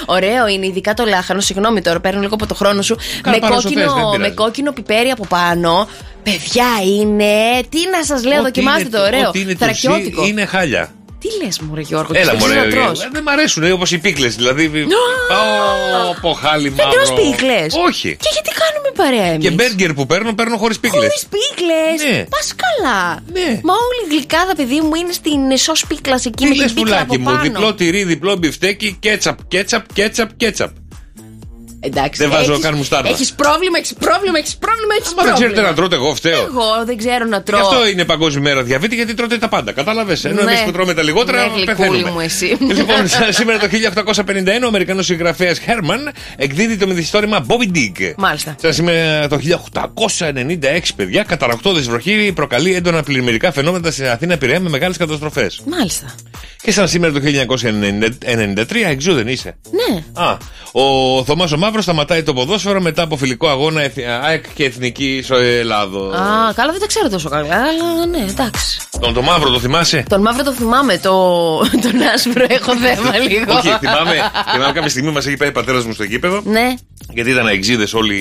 Speaker 6: Ωραίο είναι, ειδικά το λάχανο. Συγγνώμη τώρα, παίρνω λίγο από το χρόνο σου.
Speaker 4: Καλά,
Speaker 6: με,
Speaker 4: πάρε όσο θες, δεν
Speaker 6: κόκκινο,
Speaker 4: πειράζει.
Speaker 6: με κόκκινο πιπέρι από πάνω. Παιδιά είναι. Τι να σας λέω,
Speaker 4: Ό,τι
Speaker 6: δοκιμάστε
Speaker 4: είναι-
Speaker 6: το ωραίο.
Speaker 4: Ό,τι είναι
Speaker 6: Θρακιώτικο.
Speaker 4: τουρσί είναι χάλια.
Speaker 6: Τι λες, Μωρέ Γιώργο,
Speaker 4: Έλα
Speaker 6: τι
Speaker 4: μωρέ.
Speaker 6: να τρως.
Speaker 4: ε, Δεν μ' αρέσουν όπως οι πίκλε. Δηλαδή. Πάω από χάλι
Speaker 6: Δεν
Speaker 4: μαύρο.
Speaker 6: τρως πίκλε.
Speaker 4: Όχι.
Speaker 6: Και γιατί κάνουμε παρέα εμείς.
Speaker 4: Και μπέργκερ που παίρνω, παίρνω χωρίς πίκλε.
Speaker 6: Χωρίς πίκλες
Speaker 4: Ναι.
Speaker 6: Πας καλά
Speaker 4: Ναι.
Speaker 6: Μα όλη η γλυκάδα παιδί μου είναι στην σως πίκλας εκεί
Speaker 4: Τι
Speaker 6: με
Speaker 4: λε
Speaker 6: την πίκλα από
Speaker 4: πουλάκι μου,
Speaker 6: πάνω
Speaker 4: διπλό τυρί, διπλό μπιφτέκι, κέτσαπ, κέτσαπ, κέτσαπ, κέτσαπ.
Speaker 6: Εντάξει,
Speaker 4: Δεν βάζω
Speaker 6: έχεις-
Speaker 4: καν μουστάρδα.
Speaker 6: Έχεις πρόβλημα, έχεις πρόβλημα, έχεις πρόβλημα, έχεις
Speaker 4: Μα δεν
Speaker 6: πρόβλημα
Speaker 4: ξέρετε να τρώτε, εγώ φταίω.
Speaker 6: Εγώ δεν ξέρω να
Speaker 4: Γι'
Speaker 6: τρώω
Speaker 4: αυτό είναι Παγκόσμια ημέρα διαβήτη, γιατί τρώτε τα πάντα. Κατάλαβες. Ενώ
Speaker 6: Ναι.
Speaker 4: εμείς που τρώμε τα λιγότερα,
Speaker 6: Ναι, γλυκούλη
Speaker 4: πεθαίνουμε.
Speaker 6: μου εσύ.
Speaker 4: Λοιπόν, σήμερα το 1851 ο Αμερικανός συγγραφέας Χέρμαν εκδίδει το μυθιστόρημα Bobby Dick.
Speaker 6: Μάλιστα.
Speaker 4: Σαν σήμερα το 1896, παιδιά, καταρακτώδη βροχή προκαλεί έντονα πλημμυρικά φαινόμενα στην Αθήνα Πειραιά με μεγάλες καταστροφές.
Speaker 6: Μάλιστα
Speaker 4: Και σαν σήμερα το 1993, εξού δεν είσαι.
Speaker 6: Ναι
Speaker 4: Α, ο Θωμάς ο Μαύρο σταματάει το ποδόσφαιρο μετά από φιλικό αγώνα Εθ- ΑΕΚ και Εθνική Ελλάδο.
Speaker 6: Α, καλά δεν τα ξέρω τόσο καλά Αλλά ναι, εντάξει
Speaker 4: Τον το μαύρο το θυμάσαι.
Speaker 6: Τον μαύρο το θυμάμαι, το... τον άσπρο έχω θέμα λίγο
Speaker 4: Όχι, θυμάμαι, θυμάμαι κάποια στιγμή μας έχει πάει ο πατέρας μου στο γήπεδο.
Speaker 6: Ναι,
Speaker 4: Γιατί ήταν αεξίδε όλοι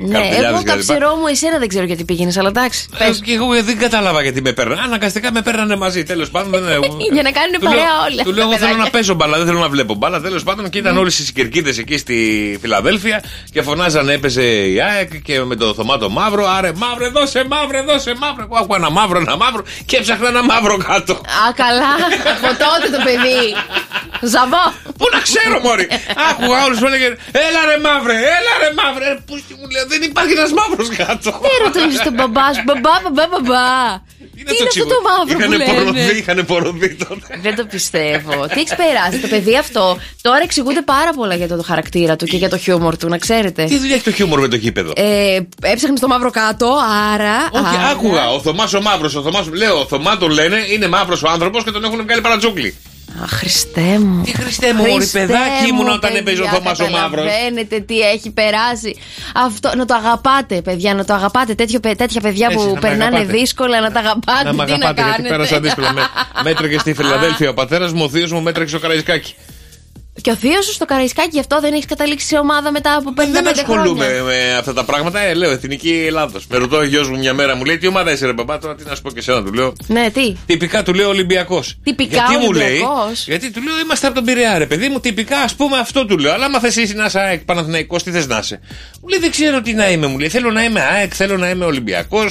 Speaker 4: οι
Speaker 6: ναι.
Speaker 4: καρδιλιάδες
Speaker 6: εγώ τα ψερό μου, εσένα δεν ξέρω γιατί πήγαινες, αλλά εντάξει. Πες.
Speaker 4: Ε, Και εγώ δεν κατάλαβα γιατί με παίρνανε. Αναγκαστικά με παίρνανε μαζί. Τέλος πάντων. Δεν...
Speaker 6: Για να κάνουν
Speaker 4: Του λέω-
Speaker 6: παρέα όλα
Speaker 4: Του λέω:
Speaker 6: τα
Speaker 4: Εγώ θέλω
Speaker 6: παιδάκια». Ναι.
Speaker 4: να παίζω μπάλα, δεν θέλω να βλέπω μπάλα. Τέλος πάντων, και ήταν όλες οι κερκίδε εκεί στη Φιλαδέλφια και φωνάζανε, έπαιζε η ΑΕΚ και με το θωμάτο μαύρο. Άρε, μαύρο, δώσε μαύρο, δώσε μαύρο. Εγώ άκουγα ένα μαύρο, ένα μαύρο και έψαχνα ένα μαύρο κάτω.
Speaker 6: Α, καλά. Από τότε το παιδί. Ζαβό.
Speaker 4: Πού να ξέρω, Μωρή! Άκουγα όλους που έλεγαν Έλα ρε μαύρε, έλα ρε μαύρε. Πού στη μου λέει, δεν υπάρχει ένας μαύρος κάτω.
Speaker 6: Τι ρωτούσε τον μπαμπά σου, μπαμπά, μπαμπά, μπαμπά. Τι είναι αυτό το μαύρο που
Speaker 4: Είχαν πορωθεί,
Speaker 6: λένε.
Speaker 4: είχαν πορωθεί τότε.
Speaker 6: Δεν το πιστεύω. Τι έχεις περάσει, το παιδί αυτό. Τώρα εξηγούνται πάρα πολλά για το χαρακτήρα του και για το χιούμορ του, να ξέρετε.
Speaker 4: Τι δουλειά έχει το χιούμορ με το γήπεδο.
Speaker 6: Ε, έψαχνε το μαύρο κάτω, άρα.
Speaker 4: Όχι,
Speaker 6: άρα-
Speaker 4: άκουγα. Ο Θωμάς ο μαύρος. Ο Θωμάς λέω, ο Θωμά τον λένε, είναι μαύρος ο άνθρωπος και τον έχουν βγάλει παρατζούκλι.
Speaker 6: Α, Χριστέ μου.
Speaker 4: Τι Χριστέ μου, όρη παιδάκι ήμουν όταν έπαιζε ο Θωμάς ο μαύρο.
Speaker 6: Καταλαβαίνετε τι έχει περάσει. Αυτό, να το αγαπάτε, παιδιά, να το αγαπάτε. Τέτοιο, παι- τέτοια παιδιά
Speaker 4: Έτσι, να
Speaker 6: που
Speaker 4: μ'
Speaker 6: περνάνε
Speaker 4: αγαπάτε.
Speaker 6: δύσκολα, να τα αγαπάτε.
Speaker 4: Να μ'
Speaker 6: τι να
Speaker 4: αγαπάτε γιατί
Speaker 6: κάνετε.
Speaker 4: πέρασα δύσκολα. Με- Μέτρεγε στη Φιλαδέλφια ο πατέρας μου, ο θείος μου μέτρεξε ο Καραϊσκάκη.
Speaker 6: Και ο θείος σου στο Καραϊσκάκι, γι' αυτό δεν έχεις καταλήξει σε ομάδα μετά από 55
Speaker 4: Ε, Δεν ασχολούμαι
Speaker 6: χρόνια.
Speaker 4: με αυτά τα πράγματα. Ε, λέω Εθνική Ελλάδος. Με ρωτώ ο γιος μου μια μέρα, μου λέει Τι ομάδα είσαι, ρε μπαμπά, τώρα τι να σου πω και εσένα. Του λέω
Speaker 6: Ναι, τι.
Speaker 4: Τυπικά του λέω Ολυμπιακός.
Speaker 6: Τυπικά
Speaker 4: γιατί Μου λέει,
Speaker 6: Ολυμπιακός.
Speaker 4: γιατί του λέω είμαστε από τον Πειραιά, ρε παιδί μου. Τυπικά ας πούμε αυτό του λέω. Αλλά άμα θες να είσαι ΑΕΚ Παναθηναϊκός, τι θες να είσαι. Μου λέει δεν ξέρω τι να είμαι. Μου λέει θέλω να είμαι ΑΕΚ, θέλω να είμαι Ολυμπιακός.
Speaker 6: Α.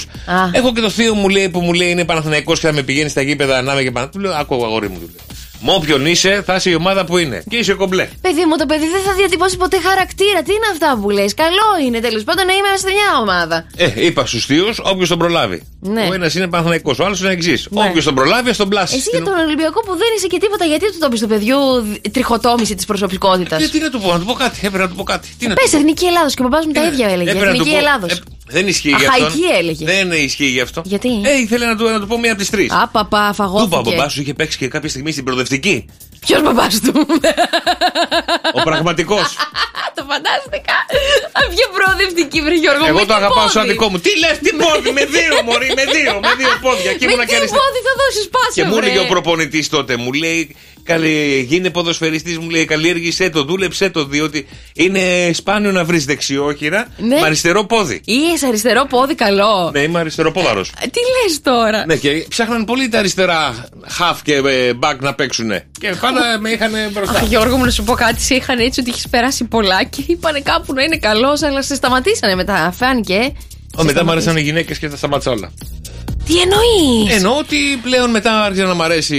Speaker 4: Έχω και το θείο μου λέει που μου λέει είναι Παναθηναϊκός και θα με πηγαίνει στα γήπεδα να είμαι και πάνω. Του λέω άκου αγόρι μου του λέω. Με όποιον είσαι, θα είσαι η ομάδα που είναι. Και είσαι κομπλέ.
Speaker 6: Παιδί μου, το παιδί δεν θα διατυπώσει ποτέ χαρακτήρα. Τι είναι αυτά που λες. Καλό είναι τέλος πάντων να είμαι μέσα σε μια ομάδα.
Speaker 4: Ε, είπα στους θείους, όποιος τον προλάβει.
Speaker 6: Ναι.
Speaker 4: Ο ένας είναι Παναθηναϊκός, ο άλλος είναι εξή.
Speaker 6: Ναι.
Speaker 4: Όποιος τον προλάβει, ας τον πλάσει.
Speaker 6: Εσύ για τον Ολυμπιακό που δεν είσαι και τίποτα, γιατί του το πεις του παιδιού δι- τριχοτόμηση της προσωπικότητας.
Speaker 4: Ε, Τι να του πω, να του πω κάτι, έπρεπε να του πω κάτι. Τι να του πω.
Speaker 6: Πε Εθνική Ελλάδος και ο παπάς μου τα ίδια έλεγε.
Speaker 4: Έπρεπε να Ε, του
Speaker 6: Εθνική
Speaker 4: πω-
Speaker 6: Ελλάδος.
Speaker 4: ε, δεν ισχύει για
Speaker 6: Αχαϊκή
Speaker 4: αυτό.
Speaker 6: έλεγε.
Speaker 4: Δεν ισχύει για αυτό.
Speaker 6: Γιατί?
Speaker 4: Ε, ήθελε να του, να του πω μία από τις τρεις.
Speaker 6: Α, παπά,
Speaker 4: Του είπα, ο
Speaker 6: φαγώθηκε.
Speaker 4: μπαμπά σου είχε παίξει και κάποια στιγμή στην προοδευτική.
Speaker 6: Ποιος παπά του.
Speaker 4: ο πραγματικός.
Speaker 6: Α, το φαντάστηκα. Α, Ποια προοδευτική βρε Γιώργο. με
Speaker 4: Εγώ
Speaker 6: τι
Speaker 4: το αγαπάω σαν
Speaker 6: πόδι.
Speaker 4: δικό μου. Τι λες, τι πόδι, με δύο μωρή, με δύο, με δύο πόδια. Και ήμουν
Speaker 6: Ναι. Με
Speaker 4: και
Speaker 6: τι
Speaker 4: αριστερά.
Speaker 6: πόδι θα δώσεις πάσα.
Speaker 4: Και μου
Speaker 6: βρε.
Speaker 4: έλεγε ο προπονητής τότε, μου λέει, καλέ, γίνε ποδοσφαιριστής, μου λέει, καλλιέργησέ το, δούλεψέ το, διότι είναι σπάνιο να βρεις δεξιόχειρα
Speaker 6: Ναι.
Speaker 4: με αριστερό πόδι.
Speaker 6: Είσαι αριστερό πόδι καλό.
Speaker 4: Ναι, είμαι αριστεροπόδαρο.
Speaker 6: Ε, Τι λες τώρα.
Speaker 4: Ναι, και ψάχναν πολύ τα αριστερά half και ε, back να παίξουν. Και πάντα με είχαν
Speaker 6: Αχ,
Speaker 4: μπροστά.
Speaker 6: Γιώργο μου, να σου πω κάτι. Σε είχαν έτσι ότι έχεις περάσει πολλά και είπανε κάπου να είναι καλός, αλλά σε σταματήσανε μετά. Φάνηκε. ε.
Speaker 4: Ω, μετά μου άρεσαν οι γυναίκες και τα σταμάτησα όλα.
Speaker 6: Τι εννοείς.
Speaker 4: Εννοώ ότι πλέον μετά άρχισε να μ' αρέσει.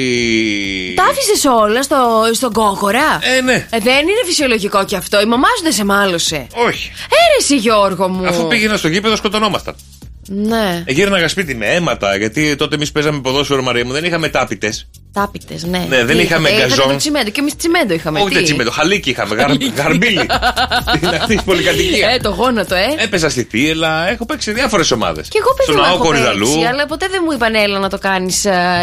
Speaker 6: Τα άφησες όλα στο, στον κόκορα.
Speaker 4: Ε, ναι.
Speaker 6: Ε, δεν είναι φυσιολογικό κι αυτό. Η μαμά σου δεν σε μάλωσε.
Speaker 4: Όχι.
Speaker 6: Έρεση, Γιώργο μου.
Speaker 4: Αφού πήγαινα στο γήπεδο, σκοτωνόμασταν.
Speaker 6: Ναι.
Speaker 4: Ε, Γύρναγα σπίτι με αίματα, γιατί τότε εμείς παίζαμε ποδόσφαιρο Μαρία μου, δεν είχαμε τάπητες.
Speaker 6: Τάπητες, ναι.
Speaker 4: Ναι, δεν
Speaker 6: Τι
Speaker 4: είχαμε
Speaker 6: είχατε,
Speaker 4: γκαζόν.
Speaker 6: Είχατε το τσιμέντο και εμείς τσιμέντο είχαμε.
Speaker 4: Όχι
Speaker 6: τι?
Speaker 4: έτσι με το χαλίκι είχαμε, γαρ, γαρμπίλι. Την αυτή τη πολυκατοικία.
Speaker 6: Ε, το γόνατο, ε.
Speaker 4: Έπεσα στη Θήελα, έχω παίξει διάφορες ομάδες.
Speaker 6: Και εγώ
Speaker 4: Στον
Speaker 6: παιδί μου
Speaker 4: Αό
Speaker 6: έχω
Speaker 4: Κορυδαλού.
Speaker 6: παίξει, αλλά ποτέ δεν μου είπαν έλα να το κάνεις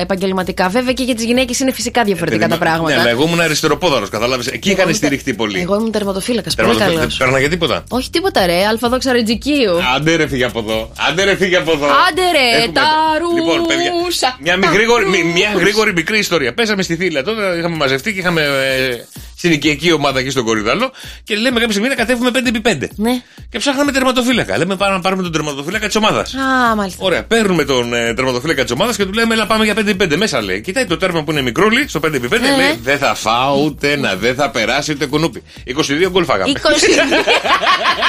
Speaker 6: επαγγελματικά. Βέβαια και για τις γυναίκες είναι φυσικά διαφορετικά τα
Speaker 4: Περίμενε.
Speaker 6: πράγματα.
Speaker 4: Ναι, αλλά εγώ ήμουν αριστεροπόδαρος, κατάλαβες. Εκεί
Speaker 6: Εγώ
Speaker 4: είχαν
Speaker 6: ήμουν τε-
Speaker 4: στηριχτεί πολύ.
Speaker 6: Εγώ ήμουν τερματοφύλακας. Πολύ
Speaker 4: Τερματοφύλακα,
Speaker 6: καλό.
Speaker 4: Δεν παίρναγε για τίποτα.
Speaker 6: Όχι τίποτα ρε, αλφαδόξα ρετζικίου.
Speaker 4: Άντε ρε φύγε από εδώ. Άντε ρε φύγε από εδώ.
Speaker 6: Άντε, ρε,
Speaker 4: Έχουμε-
Speaker 6: τα ρούσα,
Speaker 4: Λοιπόν, παιδιά,
Speaker 6: τα
Speaker 4: μια, μη- γρήγορη, μη- μια
Speaker 6: ρούσα.
Speaker 4: γρήγορη μικρή ιστορία. Πέσαμε στη θύλα τότε, είχαμε μαζευτεί και είχαμε ε, στην οικιακή ομάδα εκεί στον Κορυδαλό και λέμε κάποια στιγμή να κατέβουμε 5x5.
Speaker 6: Ναι.
Speaker 4: Και ψάχναμε τερματοφύλακα. Λέμε πάμε να πάρουμε τον τερματοφύλακα της ομάδας.
Speaker 6: Α, μάλιστα.
Speaker 4: Ωραία, παίρνουμε τον ε, τερματοφύλακα της ομάδας και του λέμε: Ελά, πάμε για 5x5. Μέσα λέει: Κοιτάει το τέρμα που είναι μικρούλι, στο 5x5.
Speaker 6: Ναι.
Speaker 4: Λέει: Δεν θα φάω ούτε ένα, δεν θα περάσει ούτε κουνούπι. 22 γκολ φάγαμε.
Speaker 6: 20.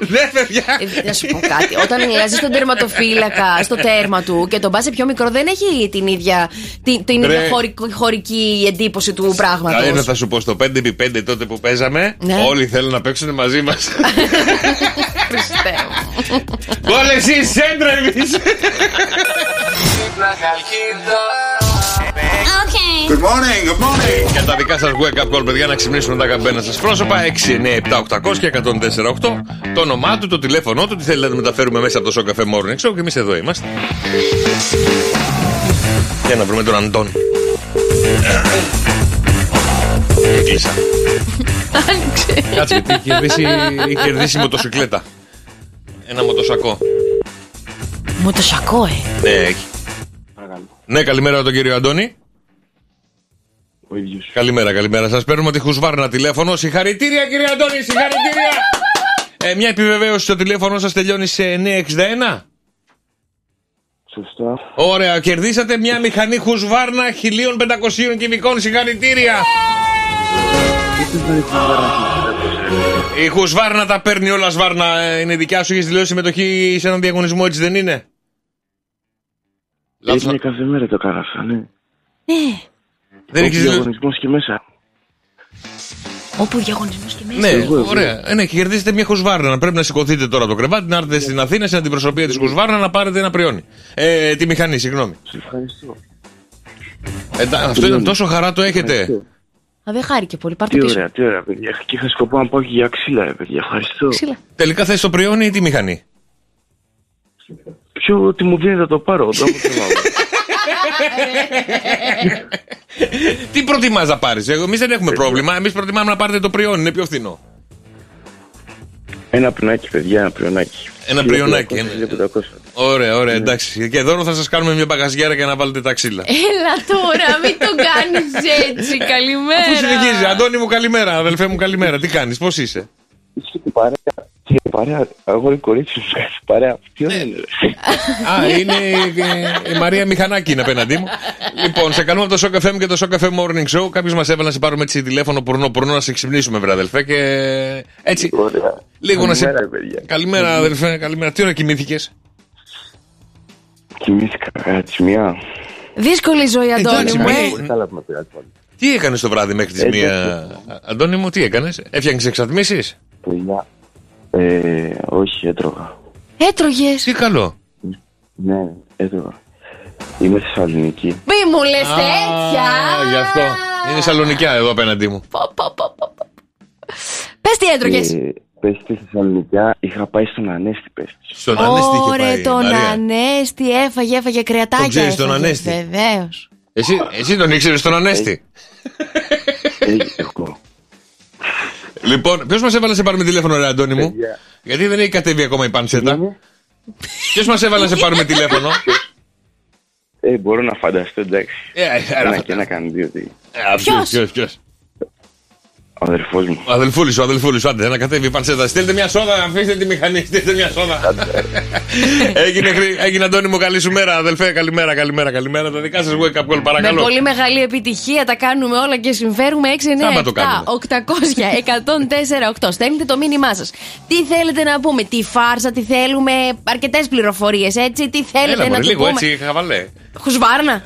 Speaker 4: Δεν παιδιά.
Speaker 6: Ε, Να σου πω κάτι. Όταν αλλάζει τον τερματοφύλακα στο τέρμα του και τον πας σε πιο μικρό, δεν έχει την ίδια, την, την
Speaker 4: Ρε.
Speaker 6: ίδια χωρικ- χωρική εντύπωση του
Speaker 4: Καλά, να
Speaker 6: πράγματο.
Speaker 4: θα σου πω στο 5x5 τότε που παίζαμε,
Speaker 6: Ναι.
Speaker 4: όλοι θέλουν να παίξουν μαζί μας. Γκολ εσύ, σέντρα εμείς.
Speaker 8: Good morning, good morning.
Speaker 4: Για τα δικά σας wake up call, παιδιά, να ξυπνήσουν τα καμπένα σας πρόσωπα. 6, 9, 7, 800 και 104, 8. Το όνομά του, το τηλέφωνό του, τι θέλετε να μεταφέρουμε μέσα από το Σοκαφέ Morning Show και εμείς εδώ είμαστε. Για να βρούμε τον Αντών. Έκλεισα.
Speaker 6: Άνοιξε.
Speaker 4: Κάτσε γιατί είχε κερδίσει, είχε κερδίσει μοτοσυκλέτα. Ένα μοτοσακό.
Speaker 6: Μου το σακώ, ε.
Speaker 4: Ναι, έχει. Ναι, καλημέρα τον κύριο Αντώνη.
Speaker 10: Ο ίδιος.
Speaker 4: Καλημέρα, καλημέρα. Σας παίρνουμε τη Χουσβάρνα τηλέφωνο. Συγχαρητήρια, κύριε Αντώνη, συγχαρητήρια. Ε, μια επιβεβαίωση, το τηλέφωνο σας τελειώνει σε 961.
Speaker 10: Σωστά.
Speaker 4: Ωραία, κερδίσατε μια μηχανή Χουσβάρνα 1500 κυβικών. Συγχαρητήρια. Η Χουσβάρνα τα παίρνει όλα σβάρνα. Ε, Είναι δικιά σου, έχεις δηλώσει συμμετοχή σε έναν διαγωνισμό, έτσι δεν είναι. Λάθος.
Speaker 10: Είναι κάθε μέρα το κάγασα, ναι.
Speaker 4: Ε, Δεν
Speaker 10: Έχεις
Speaker 4: έχεις δηλώσει.
Speaker 10: διαγωνισμός και μέσα.
Speaker 6: Όπου διαγωνισμός και μέσα.
Speaker 4: Ναι,
Speaker 10: Εγώ, εγώ.
Speaker 4: ωραία. Ε, ναι, και κερδίζετε μια χουσβάρνα. Πρέπει να σηκωθείτε τώρα από το κρεβάτι, να έρθετε στην Αθήνα, στην αντιπροσωπεία της χουσβάρνα, να πάρετε ένα πριόνι. Ε, τη μηχανή, συγγνώμη.
Speaker 10: Σε ευχαριστώ.
Speaker 4: Ε, τα- αυτό είναι τόσο χαρά το έχετε.
Speaker 10: Ευχαριστώ.
Speaker 6: Α, δεν χάρηκε πολύ. Πάρ' το
Speaker 10: Τι
Speaker 6: πίσω.
Speaker 10: ωραία, τι ωραία, παιδιά. Και είχα σκοπό να πάω και για ξύλα, ρε παιδιά. Ευχαριστώ.
Speaker 6: Ξύλα.
Speaker 4: Τελικά θες το πριόνι ή τη μηχανή.
Speaker 10: Ποιο ότι μου δίνει θα το πάρω. το έχω θυμάμαι.
Speaker 4: Τι προτιμάς να πάρεις, Εμείς δεν έχουμε πρόβλημα. Εμείς προτιμάμε να πάρετε το πριόνι, είναι πιο φθηνό.
Speaker 10: Ένα πινάκι, παιδιά, ένα πινάκι.
Speaker 4: Ένα πριονάκι. ένα- Ωραία, ωραία, εντάξει. Και εδώ θα σας κάνουμε μια παγαζιέρα για να βάλετε τα ξύλα.
Speaker 6: Έλα τώρα, μην το κάνεις έτσι. Καλημέρα.
Speaker 4: Πού συνεχίζει, Αντώνη μου, καλημέρα. Αδελφέ μου, καλημέρα. Τι κάνεις, πώς είσαι.
Speaker 10: Είσαι και παρέα. Τι παρέα, αγόρι κορίτσι μου, κάτι παρέα. Τι ώρα είναι, ρε.
Speaker 4: Α, είναι η- η- η Μαρία Μηχανάκη είναι απέναντί μου. Λοιπόν, σε καλούμε από το Shock FM και το Shock FM Morning Show. Κάποιος μας έβαλε να σε πάρουμε έτσι τηλέφωνο πουρνό-πουρνό να σε ξυπνήσουμε, βρε αδελφέ. Και έτσι.
Speaker 10: Ωραία.
Speaker 4: Λίγο να σε.
Speaker 10: Καλημέρα, παιδιά.
Speaker 4: Καλημέρα, αδελφέ. Καλημέρα. Τι ώρα κοιμήθηκες.
Speaker 10: Κοιμήθηκα κάτι της μία.
Speaker 6: Δύσκολη ζωή, Αντώνη μου. ε.
Speaker 10: Δεν κατάλαβα να πειράζει πάλι.
Speaker 4: Τι έκανες το βράδυ μέχρι τις
Speaker 10: Ε,
Speaker 4: μία. Αντώνη μου, τι έκανες. Έφτιαχνε εξατμίσει.
Speaker 10: Παιδιά. Ε, όχι, έτρωγα.
Speaker 6: Έτρωγες.
Speaker 4: Τι καλό.
Speaker 10: Ναι, έτρωγα. Είμαι στη Θεσσαλονίκη.
Speaker 6: Μη μου λες
Speaker 4: Α,
Speaker 6: τέτοια.
Speaker 4: Γι' αυτό. Είναι σαλονικιά εδώ απέναντί μου.
Speaker 6: Πες τι έτρωγες.
Speaker 10: Ε, πες στη Θεσσαλονίκη, είχα πάει στον Ανέστη, πες.
Speaker 4: Στον Ανέστη είχε πάει
Speaker 6: Ωρε
Speaker 4: η
Speaker 6: τον
Speaker 4: Μαρία.
Speaker 6: Ανέστη, έφαγε, έφαγε κρεατάκια.
Speaker 4: Τον ξέρεις τον Ανέστη?
Speaker 6: Βεβαίως.
Speaker 4: Εσύ, εσύ τον ήξερες τον Ανέστη.
Speaker 10: Ε, εγώ.
Speaker 4: Λοιπόν, ποιος μας έβαλε να σε πάρουμε τηλέφωνο, ρε Αντώνη μου. Γιατί δεν έχει κατέβει ακόμα η πανσέτα. Ποιος μας έβαλε να σε πάρουμε τηλέφωνο.
Speaker 10: Ε, μπορώ να φανταστώ, εντάξει. Ένα και ένα κάνει δύο, τι.
Speaker 6: Ποιος?
Speaker 4: Ποιος.
Speaker 10: Ο αδερφός μου.
Speaker 4: Ο αδελφούλης, ο αδελφούλης, άντε να κατέβει η πανσέτα. Στείλτε μια σόδα, αφήστε τη μηχανή, στείλτε μια σόδα. έγινε, χρή- έγινε, Αντώνη μου, καλή σου μέρα, αδελφέ. Καλημέρα, καλημέρα, καλημέρα. Τα δικά σας wake up call,
Speaker 6: Με
Speaker 4: παρακαλώ.
Speaker 6: πολύ μεγάλη επιτυχία τα κάνουμε όλα και συμφέρουμε 6, 9,
Speaker 4: Άμα
Speaker 6: 7, 800,
Speaker 4: το κάνουμε.
Speaker 6: 104, 8. Στέλνετε το μήνυμά σας. Τι θέλετε να πούμε, τι φάρσα, τι θέλουμε, αρκετές πληροφορίες, έτσι. Τι θέλετε
Speaker 4: Έλα,
Speaker 6: να
Speaker 4: μωρέ,
Speaker 6: του
Speaker 4: λίγο
Speaker 6: πούμε.
Speaker 4: έτσι, χαβαλέ.
Speaker 6: Χουσβάρνα.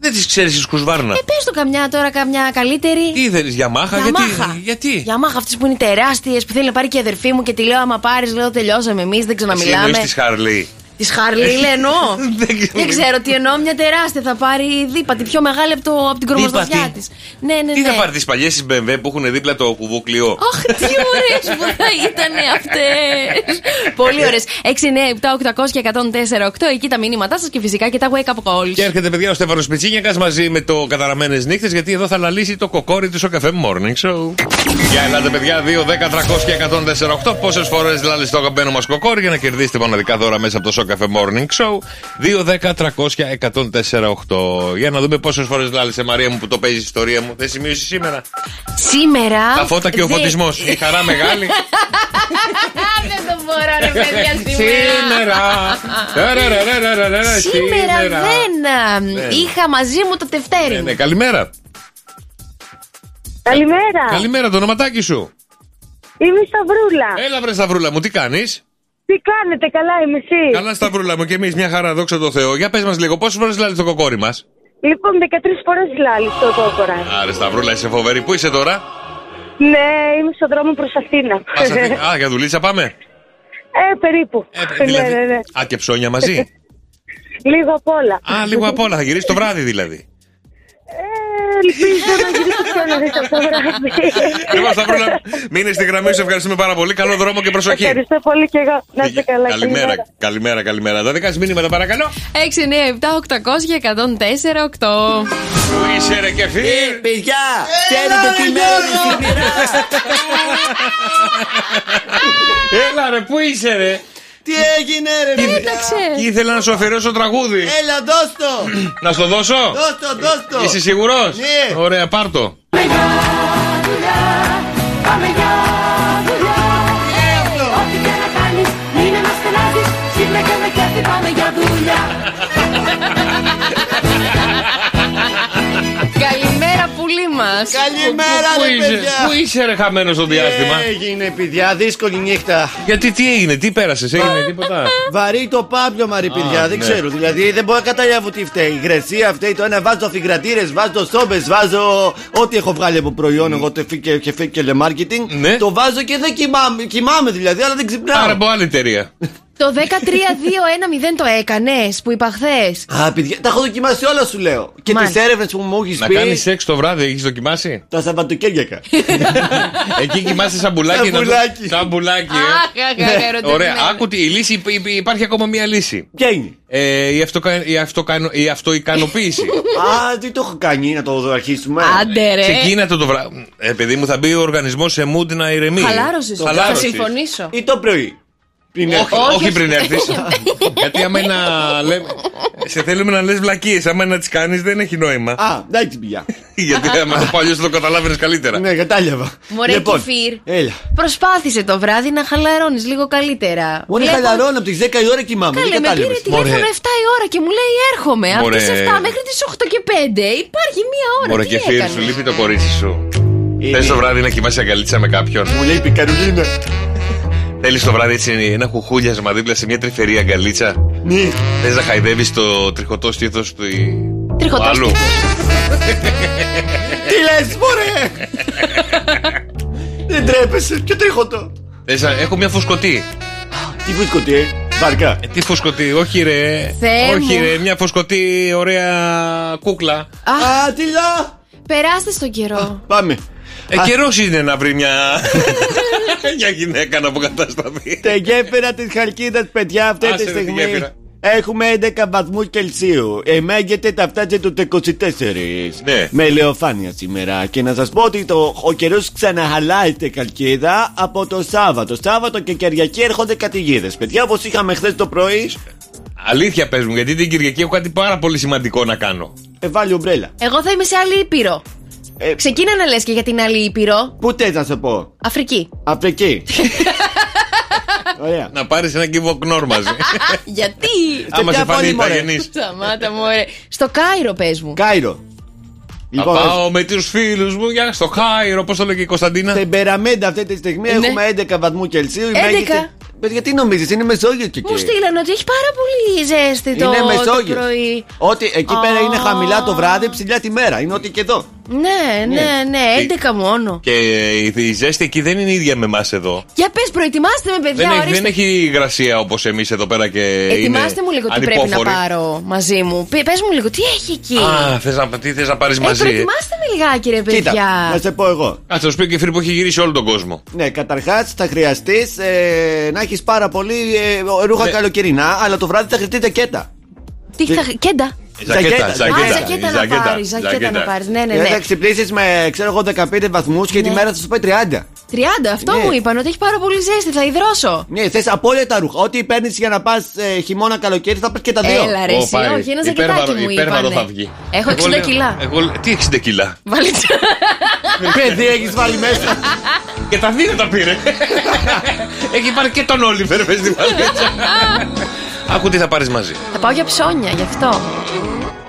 Speaker 4: Δεν τις ξέρεις τη κουσβάρνα.
Speaker 6: Ε, πες το καμιά τώρα, καμιά καλύτερη.
Speaker 4: Τι ήθελε, για μάχα, γιατί.
Speaker 6: Γιαμάχα.
Speaker 4: γιατί?
Speaker 6: Γιαμάχα, αυτές που είναι τεράστιες, που θέλει να πάρει και η αδερφή μου και τη λέω: Άμα πάρεις, λέω τελειώσαμε εμείς, δεν ξαναμιλάμε.
Speaker 4: τη Χάρλι.
Speaker 6: Της Χάρλι, λέει εννοώ.
Speaker 4: Δεν ξέρω.
Speaker 6: Δεν ξέρω τι εννοώ, μια τεράστια θα πάρει δίπα, τη πιο μεγάλη από, το, από την κορμοστασιά
Speaker 4: Δίπατη.
Speaker 6: της. Ναι, ναι, ναι.
Speaker 4: Τι θα πάρει τις παλιές της BMW που έχουν δίπλα το κουβούκλιο.
Speaker 6: Αχ, τι ωραίες που θα ήταν αυτές. Πολύ ωραίες. 6, 9, 7, 800 και 104, 8. Εκεί τα μηνύματά σας και φυσικά και τα wake up calls.
Speaker 4: Και έρχεται, παιδιά, ο Στέφανος Πιτσίνιακας μαζί με το Καταραμένες Νύχτες, γιατί εδώ θα λαλήσει το κοκόρι του στο καφέ Morning Show. Για ελάτε, παιδιά, 2, 10, 300 και 148. Πόσες φορές λάλησε το καπένο μας κοκόρι για να κερδίσετε μοναδικά δώρα μέσα από το Σοκαφέ Morning Show. 2, 10, 300 και 148. Για να δούμε πόσες φορές λάλησε Μαρία μου που το παίζει η ιστορία μου. Δεν σημείωσε σήμερα.
Speaker 6: Σήμερα.
Speaker 4: Τα φώτα και ο
Speaker 6: δεν-
Speaker 4: φωτισμός. Η χαρά μεγάλη.
Speaker 6: Δεν το μπορώ, ρε παιδιά, σήμερα.
Speaker 4: Σήμερα. Ραραραραραραρα,
Speaker 6: Σήμερα δεν α, είχα μαζί μου το
Speaker 4: Ναι,
Speaker 6: τευτέρι.
Speaker 4: ναι,
Speaker 6: μου.
Speaker 4: καλημέρα.
Speaker 5: Καλημέρα.
Speaker 4: Καλημέρα, το ονοματάκι σου.
Speaker 5: Είμαι η Σταυρούλα.
Speaker 4: Έλα, βρε Σταυρούλα μου, τι κάνει.
Speaker 5: Τι κάνετε, καλά είμαι εσύ.
Speaker 4: Καλά, Σταυρούλα μου, και εμείς μια χαρά, δόξα τω Θεώ. Για πες μας λίγο, πόσες φορές λάλησε το κοκόρι μας.
Speaker 5: Λοιπόν, 13 φορές λάλη στο κόκορα.
Speaker 4: Άρε, Σταυρούλα, είσαι φοβερή. Πού είσαι τώρα,
Speaker 5: Ναι, είμαι στον δρόμο προς Αθήνα.
Speaker 4: Ας, σε αφή- Α, για δουλίτσα πάμε.
Speaker 5: ε, περίπου.
Speaker 4: Ε, δηλαδή-
Speaker 5: ναι, ναι, ναι.
Speaker 4: Α, και ψώνια μαζί.
Speaker 5: Λίγο απ' όλα.
Speaker 4: Α, λίγο απ' όλα, θα γυρίσει το βράδυ δηλαδή.
Speaker 5: Ε, ελπίζω να γυρίσω πιο νωρίς αυτό το βράδυ.
Speaker 4: Λοιπόν, Σταυρούλα, μείνε στη γραμμή σου, ευχαριστούμε πάρα πολύ. Καλό δρόμο και προσοχή.
Speaker 5: Ευχαριστώ πολύ και εγώ. Να είστε καλά.
Speaker 4: Καλημέρα, καλημέρα, καλημέρα. Τα δικά σου μηνύματα, παρακαλώ.
Speaker 6: 6, 9, 7, 800 και 104, 8.
Speaker 4: Πού είσαι, ρε και φύ.
Speaker 2: Ε, Παιδιά, ξέρετε τι μέρα είναι σήμερα.
Speaker 4: Έλα, ρε, πού είσαι, ρε.
Speaker 2: Τι έγινε ρε παιδιά.
Speaker 6: Κοίταξε.
Speaker 4: Ήθελα να σου αφιερώσω τραγούδι.
Speaker 2: Έλα δώσ' το.
Speaker 4: Να στο δώσω.
Speaker 2: Δώσ' το, δώσ' το.
Speaker 4: Είσαι σίγουρος
Speaker 2: Ναι.
Speaker 4: Ωραία, πάρτο.
Speaker 6: Καλημέρα, πουλή μας.
Speaker 2: Καλημέρα
Speaker 4: Πού
Speaker 2: ρε
Speaker 4: είσαι,
Speaker 2: παιδιά. Ε.
Speaker 4: πού είσαι ρε χαμένος στο διάστημα.
Speaker 2: Τι Έγινε παιδιά, δύσκολη νύχτα.
Speaker 4: Γιατί τι έγινε, τι πέρασες, έγινε τίποτα.
Speaker 2: Βαρύ το πάπλωμα ρε παιδιά, δεν
Speaker 4: ναι.
Speaker 2: ξέρω. Δηλαδή δεν μπορώ να καταλάβω τι φταίει. Η γκρεσία φταίει το ένα. Βάζω φιγρατήρες, βάζω σόμπες, βάζω ό,τι έχω βγάλει από προϊόν. Εγώ το φι- και- και φι- και le marketing.
Speaker 4: Ναι.
Speaker 2: Το βάζω και δεν κοιμάμαι, κοιμάμαι δηλαδή, αλλά δεν
Speaker 4: Άρα
Speaker 2: ξυπνάω.
Speaker 4: από άλλη εταιρεία.
Speaker 6: Το 13210 το έκανες που είπα χθες.
Speaker 2: Α, παιδιά, τα έχω δοκιμάσει όλα σου λέω. Και τις
Speaker 6: Μάλιστα.
Speaker 2: έρευνες που μου έχεις
Speaker 4: Να
Speaker 2: πει.
Speaker 4: κάνεις σεξ το βράδυ, έχεις δοκιμάσει.
Speaker 2: Τα Σαββατοκύριακα.
Speaker 4: Εκεί κοιμάσαι σαν μπουλάκι. να-
Speaker 2: Σαμπουλάκι.
Speaker 4: Σαν μπουλάκι, ε.
Speaker 6: Αχ,
Speaker 4: Ωραία, άκου τη η λύση, υπ- υπ- υπάρχει ακόμα μία λύση.
Speaker 2: Ποια είναι.
Speaker 4: Ε, η, αυτοκα- η, αυτοκανο- η αυτοικανοποίηση.
Speaker 2: Α, τι το έχω κάνει, να το αρχίσουμε.
Speaker 6: Άντε ρε.
Speaker 4: Ξεκίνατε το ε, βράδυ. Επειδή μου θα μπει ο οργανισμός σε mood να ηρεμεί.
Speaker 6: Χαλάρωσες. Θα
Speaker 4: Χαλάρωσες.
Speaker 6: συμφωνήσω.
Speaker 2: Ή το πρωί. Πριν
Speaker 4: όχι,
Speaker 2: έρθω.
Speaker 4: όχι πριν έρθεις. Γιατί άμα είναι να λέμε. Σε θέλουμε να λες βλακίες. Άμα είναι να τις κάνεις, δεν έχει νόημα.
Speaker 2: Α, δεν την πια.
Speaker 4: Γιατί άμα το πω αλλιώς το καταλάβαινες καλύτερα.
Speaker 2: Ναι, κατάλαβα.
Speaker 6: Μωρέ,
Speaker 2: Λοιπόν,
Speaker 6: κεφίρ.
Speaker 2: Έλα.
Speaker 6: Προσπάθησε το βράδυ να χαλαρώνεις λίγο καλύτερα.
Speaker 2: Μωρέ,
Speaker 6: Βλέπω-
Speaker 2: χαλαρώνω από τις 10 η ώρα κοιμάμαι.
Speaker 6: Καλέ,
Speaker 2: Δεν
Speaker 6: με πήρε
Speaker 2: κατάλαβε.
Speaker 6: τηλέφωνο 7
Speaker 4: Μωρέ.
Speaker 6: η ώρα και μου λέει έρχομαι. Από τις
Speaker 4: Μωρέ.
Speaker 6: 7 μέχρι τις 8 και 5 υπάρχει μία ώρα.
Speaker 4: Μωρέ
Speaker 6: Τι
Speaker 4: και φίλε
Speaker 6: έκανες?
Speaker 4: σου, λείπει το κορίτσι σου. Θε το βράδυ να κοιμάσαι αγκαλίτσα με κάποιον.
Speaker 2: Μου
Speaker 6: Ναι.
Speaker 2: λέει η Καρολίνα.
Speaker 4: Θέλεις το βράδυ έτσι ένα κουχούλιασμα δίπλα σε μια τρυφερή αγκαλίτσα.
Speaker 2: Ναι.
Speaker 4: Θες να χαϊδεύεις το τριχωτό στήθος του.
Speaker 6: Τριχωτό
Speaker 4: άλλου.
Speaker 2: Τι λες, μωρέ! Δεν τρέπεσαι, ποιο τρίχωτο.
Speaker 4: Θες να- Έχω μια φουσκωτή.
Speaker 2: Τι βρίσκονται, ε, βαρκά.
Speaker 4: Ε, Τι φουσκωτή, όχι ρε.
Speaker 6: Θεέ
Speaker 4: όχι
Speaker 6: μου.
Speaker 4: ρε, μια φουσκωτή ωραία κούκλα.
Speaker 6: Αχ,
Speaker 2: Α, τι λα!
Speaker 6: περάστε στον καιρό.
Speaker 2: Πάμε.
Speaker 4: Ε, καιρός είναι να βρει μια. μια γυναίκα να αποκατασταθεί.
Speaker 2: Τε γέφυρα της Χαλκίδας, παιδιά, αυτή
Speaker 4: Άσε
Speaker 2: τη
Speaker 4: ρε τη
Speaker 2: στιγμή.
Speaker 4: γέφυρα.
Speaker 2: Έχουμε 11 βαθμούς Κελσίου. Εμέγεται τα φτάτια του 24.
Speaker 4: Ναι.
Speaker 2: Με ηλεοφάνεια σήμερα. Και να σας πω ότι το, ο καιρός ξαναχαλάει τη Χαλκίδα από το Σάββατο. Σάββατο και Κυριακή έρχονται καταιγίδε. Παιδιά, όπως είχαμε χθες το πρωί,
Speaker 4: Αλήθεια πες μου, γιατί την Κυριακή έχω κάτι πάρα πολύ σημαντικό να κάνω.
Speaker 2: ε, βάλει ομπρέλα.
Speaker 6: Εγώ θα είμαι σε άλλη ήπειρο.
Speaker 2: Ε,
Speaker 6: Ξεκίνα να λες και για την άλλη ήπειρο.
Speaker 2: Πού θες να σε πω,
Speaker 6: Αφρική.
Speaker 2: Αφρική. Ωραία.
Speaker 4: Να πάρεις ένα κύβο knor μαζί.
Speaker 6: Γιατί.
Speaker 4: Άμα
Speaker 2: ποια
Speaker 4: σε φανεί
Speaker 2: πόλη, μωρέ?
Speaker 4: Ιταγενή.
Speaker 6: Σταμάτα μου, ωραία. Στο Κάιρο, πες μου.
Speaker 2: Κάιρο. Λοιπόν,
Speaker 4: Θα
Speaker 6: Λοιπόν, ε,
Speaker 4: πάω με τους φίλους μου για στο Κάιρο, πώς το λέει και η Κωνσταντίνα.
Speaker 2: Τεμπεραμέντα αυτή τη στιγμή
Speaker 6: Ναι.
Speaker 2: έχουμε 11 βαθμού Κελσίου. η
Speaker 6: 11.
Speaker 2: μέγιστη- Παιδιά, τι νομίζεις, είναι Μεσόγειο και εκεί.
Speaker 6: Μου στείλανε ότι έχει πάρα πολύ ζέστη το,
Speaker 2: Είναι
Speaker 6: το
Speaker 2: Μεσόγειο.
Speaker 6: πρωί.
Speaker 2: Ότι εκεί πέρα
Speaker 6: Α.
Speaker 2: είναι χαμηλά το βράδυ, ψηλά τη μέρα. Είναι ότι και εδώ.
Speaker 6: Ναι, ναι, ναι, 11 μόνο.
Speaker 4: Και η- η ζέστη εκεί δεν είναι ίδια με εμάς εδώ.
Speaker 6: Για πες, προετοιμάστε με, παιδιά.
Speaker 4: Δεν έχει,
Speaker 6: ορίστε.
Speaker 4: δεν έχει υγρασία όπως εμείς εδώ πέρα και.
Speaker 6: Ετοιμάστε
Speaker 4: είναι
Speaker 6: μου λίγο τι πρέπει να
Speaker 4: ανυπόφορη. πάρω.
Speaker 6: πάρω μαζί μου. Πε πες μου λίγο, τι έχει εκεί.
Speaker 4: Α, θες να, τι θες να πάρεις
Speaker 6: ε,
Speaker 4: μαζί. ε?
Speaker 6: προετοιμάστε με λιγάκι, ρε παιδιά.
Speaker 2: Κοίτα, να σε πω εγώ.
Speaker 4: Κάτσε να σου πει και φίλοι που έχει γυρίσει όλο τον κόσμο.
Speaker 2: Ναι, καταρχάς θα χρειαστείς ε, να έχεις πάρα πολύ ε, ρούχα
Speaker 4: Ναι.
Speaker 2: καλοκαιρινά, αλλά το βράδυ θα χρειαστεί τακέτα.
Speaker 6: Τι θα. Κέντα.
Speaker 2: Ζακέτα,
Speaker 4: Ζακέτα, ζακέτα.
Speaker 6: Α, ζακέτα να πάρει. Ζακέτα να πάρεις. Ναι, ναι,
Speaker 2: Δηλαδή
Speaker 6: ναι.
Speaker 2: θα ξυπνήσει με ξέρω εγώ 15 βαθμούς και τη μέρα θα σου πάει 30.
Speaker 6: 30, αυτό
Speaker 2: Ναι.
Speaker 6: μου είπαν ότι έχει πάρα πολύ ζέστη, θα υδρώσω.
Speaker 2: Ναι, θες απόλυτα ρούχα. Ό,τι παίρνεις για να πας ε, χειμώνα καλοκαίρι θα πας και τα δύο.
Speaker 6: Έλα ρε,
Speaker 4: Ω,
Speaker 6: εσύ,
Speaker 4: πάει.
Speaker 6: όχι, ένα ζακετάκι
Speaker 4: Υπέρβαρο-
Speaker 6: μου
Speaker 4: υπέρβαρο
Speaker 6: είπανε.
Speaker 4: θα βγει.
Speaker 6: Έχω 60
Speaker 4: Εγώ λέω- Ε.
Speaker 6: κιλά.
Speaker 4: Εγώ, τι 60 κιλά.
Speaker 6: Βαλίτσα.
Speaker 2: Παιδί έχεις βάλει μέσα.
Speaker 4: Και τα δύο τα πήρε. Έχει πάρει και τον Όλιβερ, πες τη μαλίτσα. Άκου τι θα πάρεις μαζί.
Speaker 6: Θα πάω για ψώνια, γι' αυτό.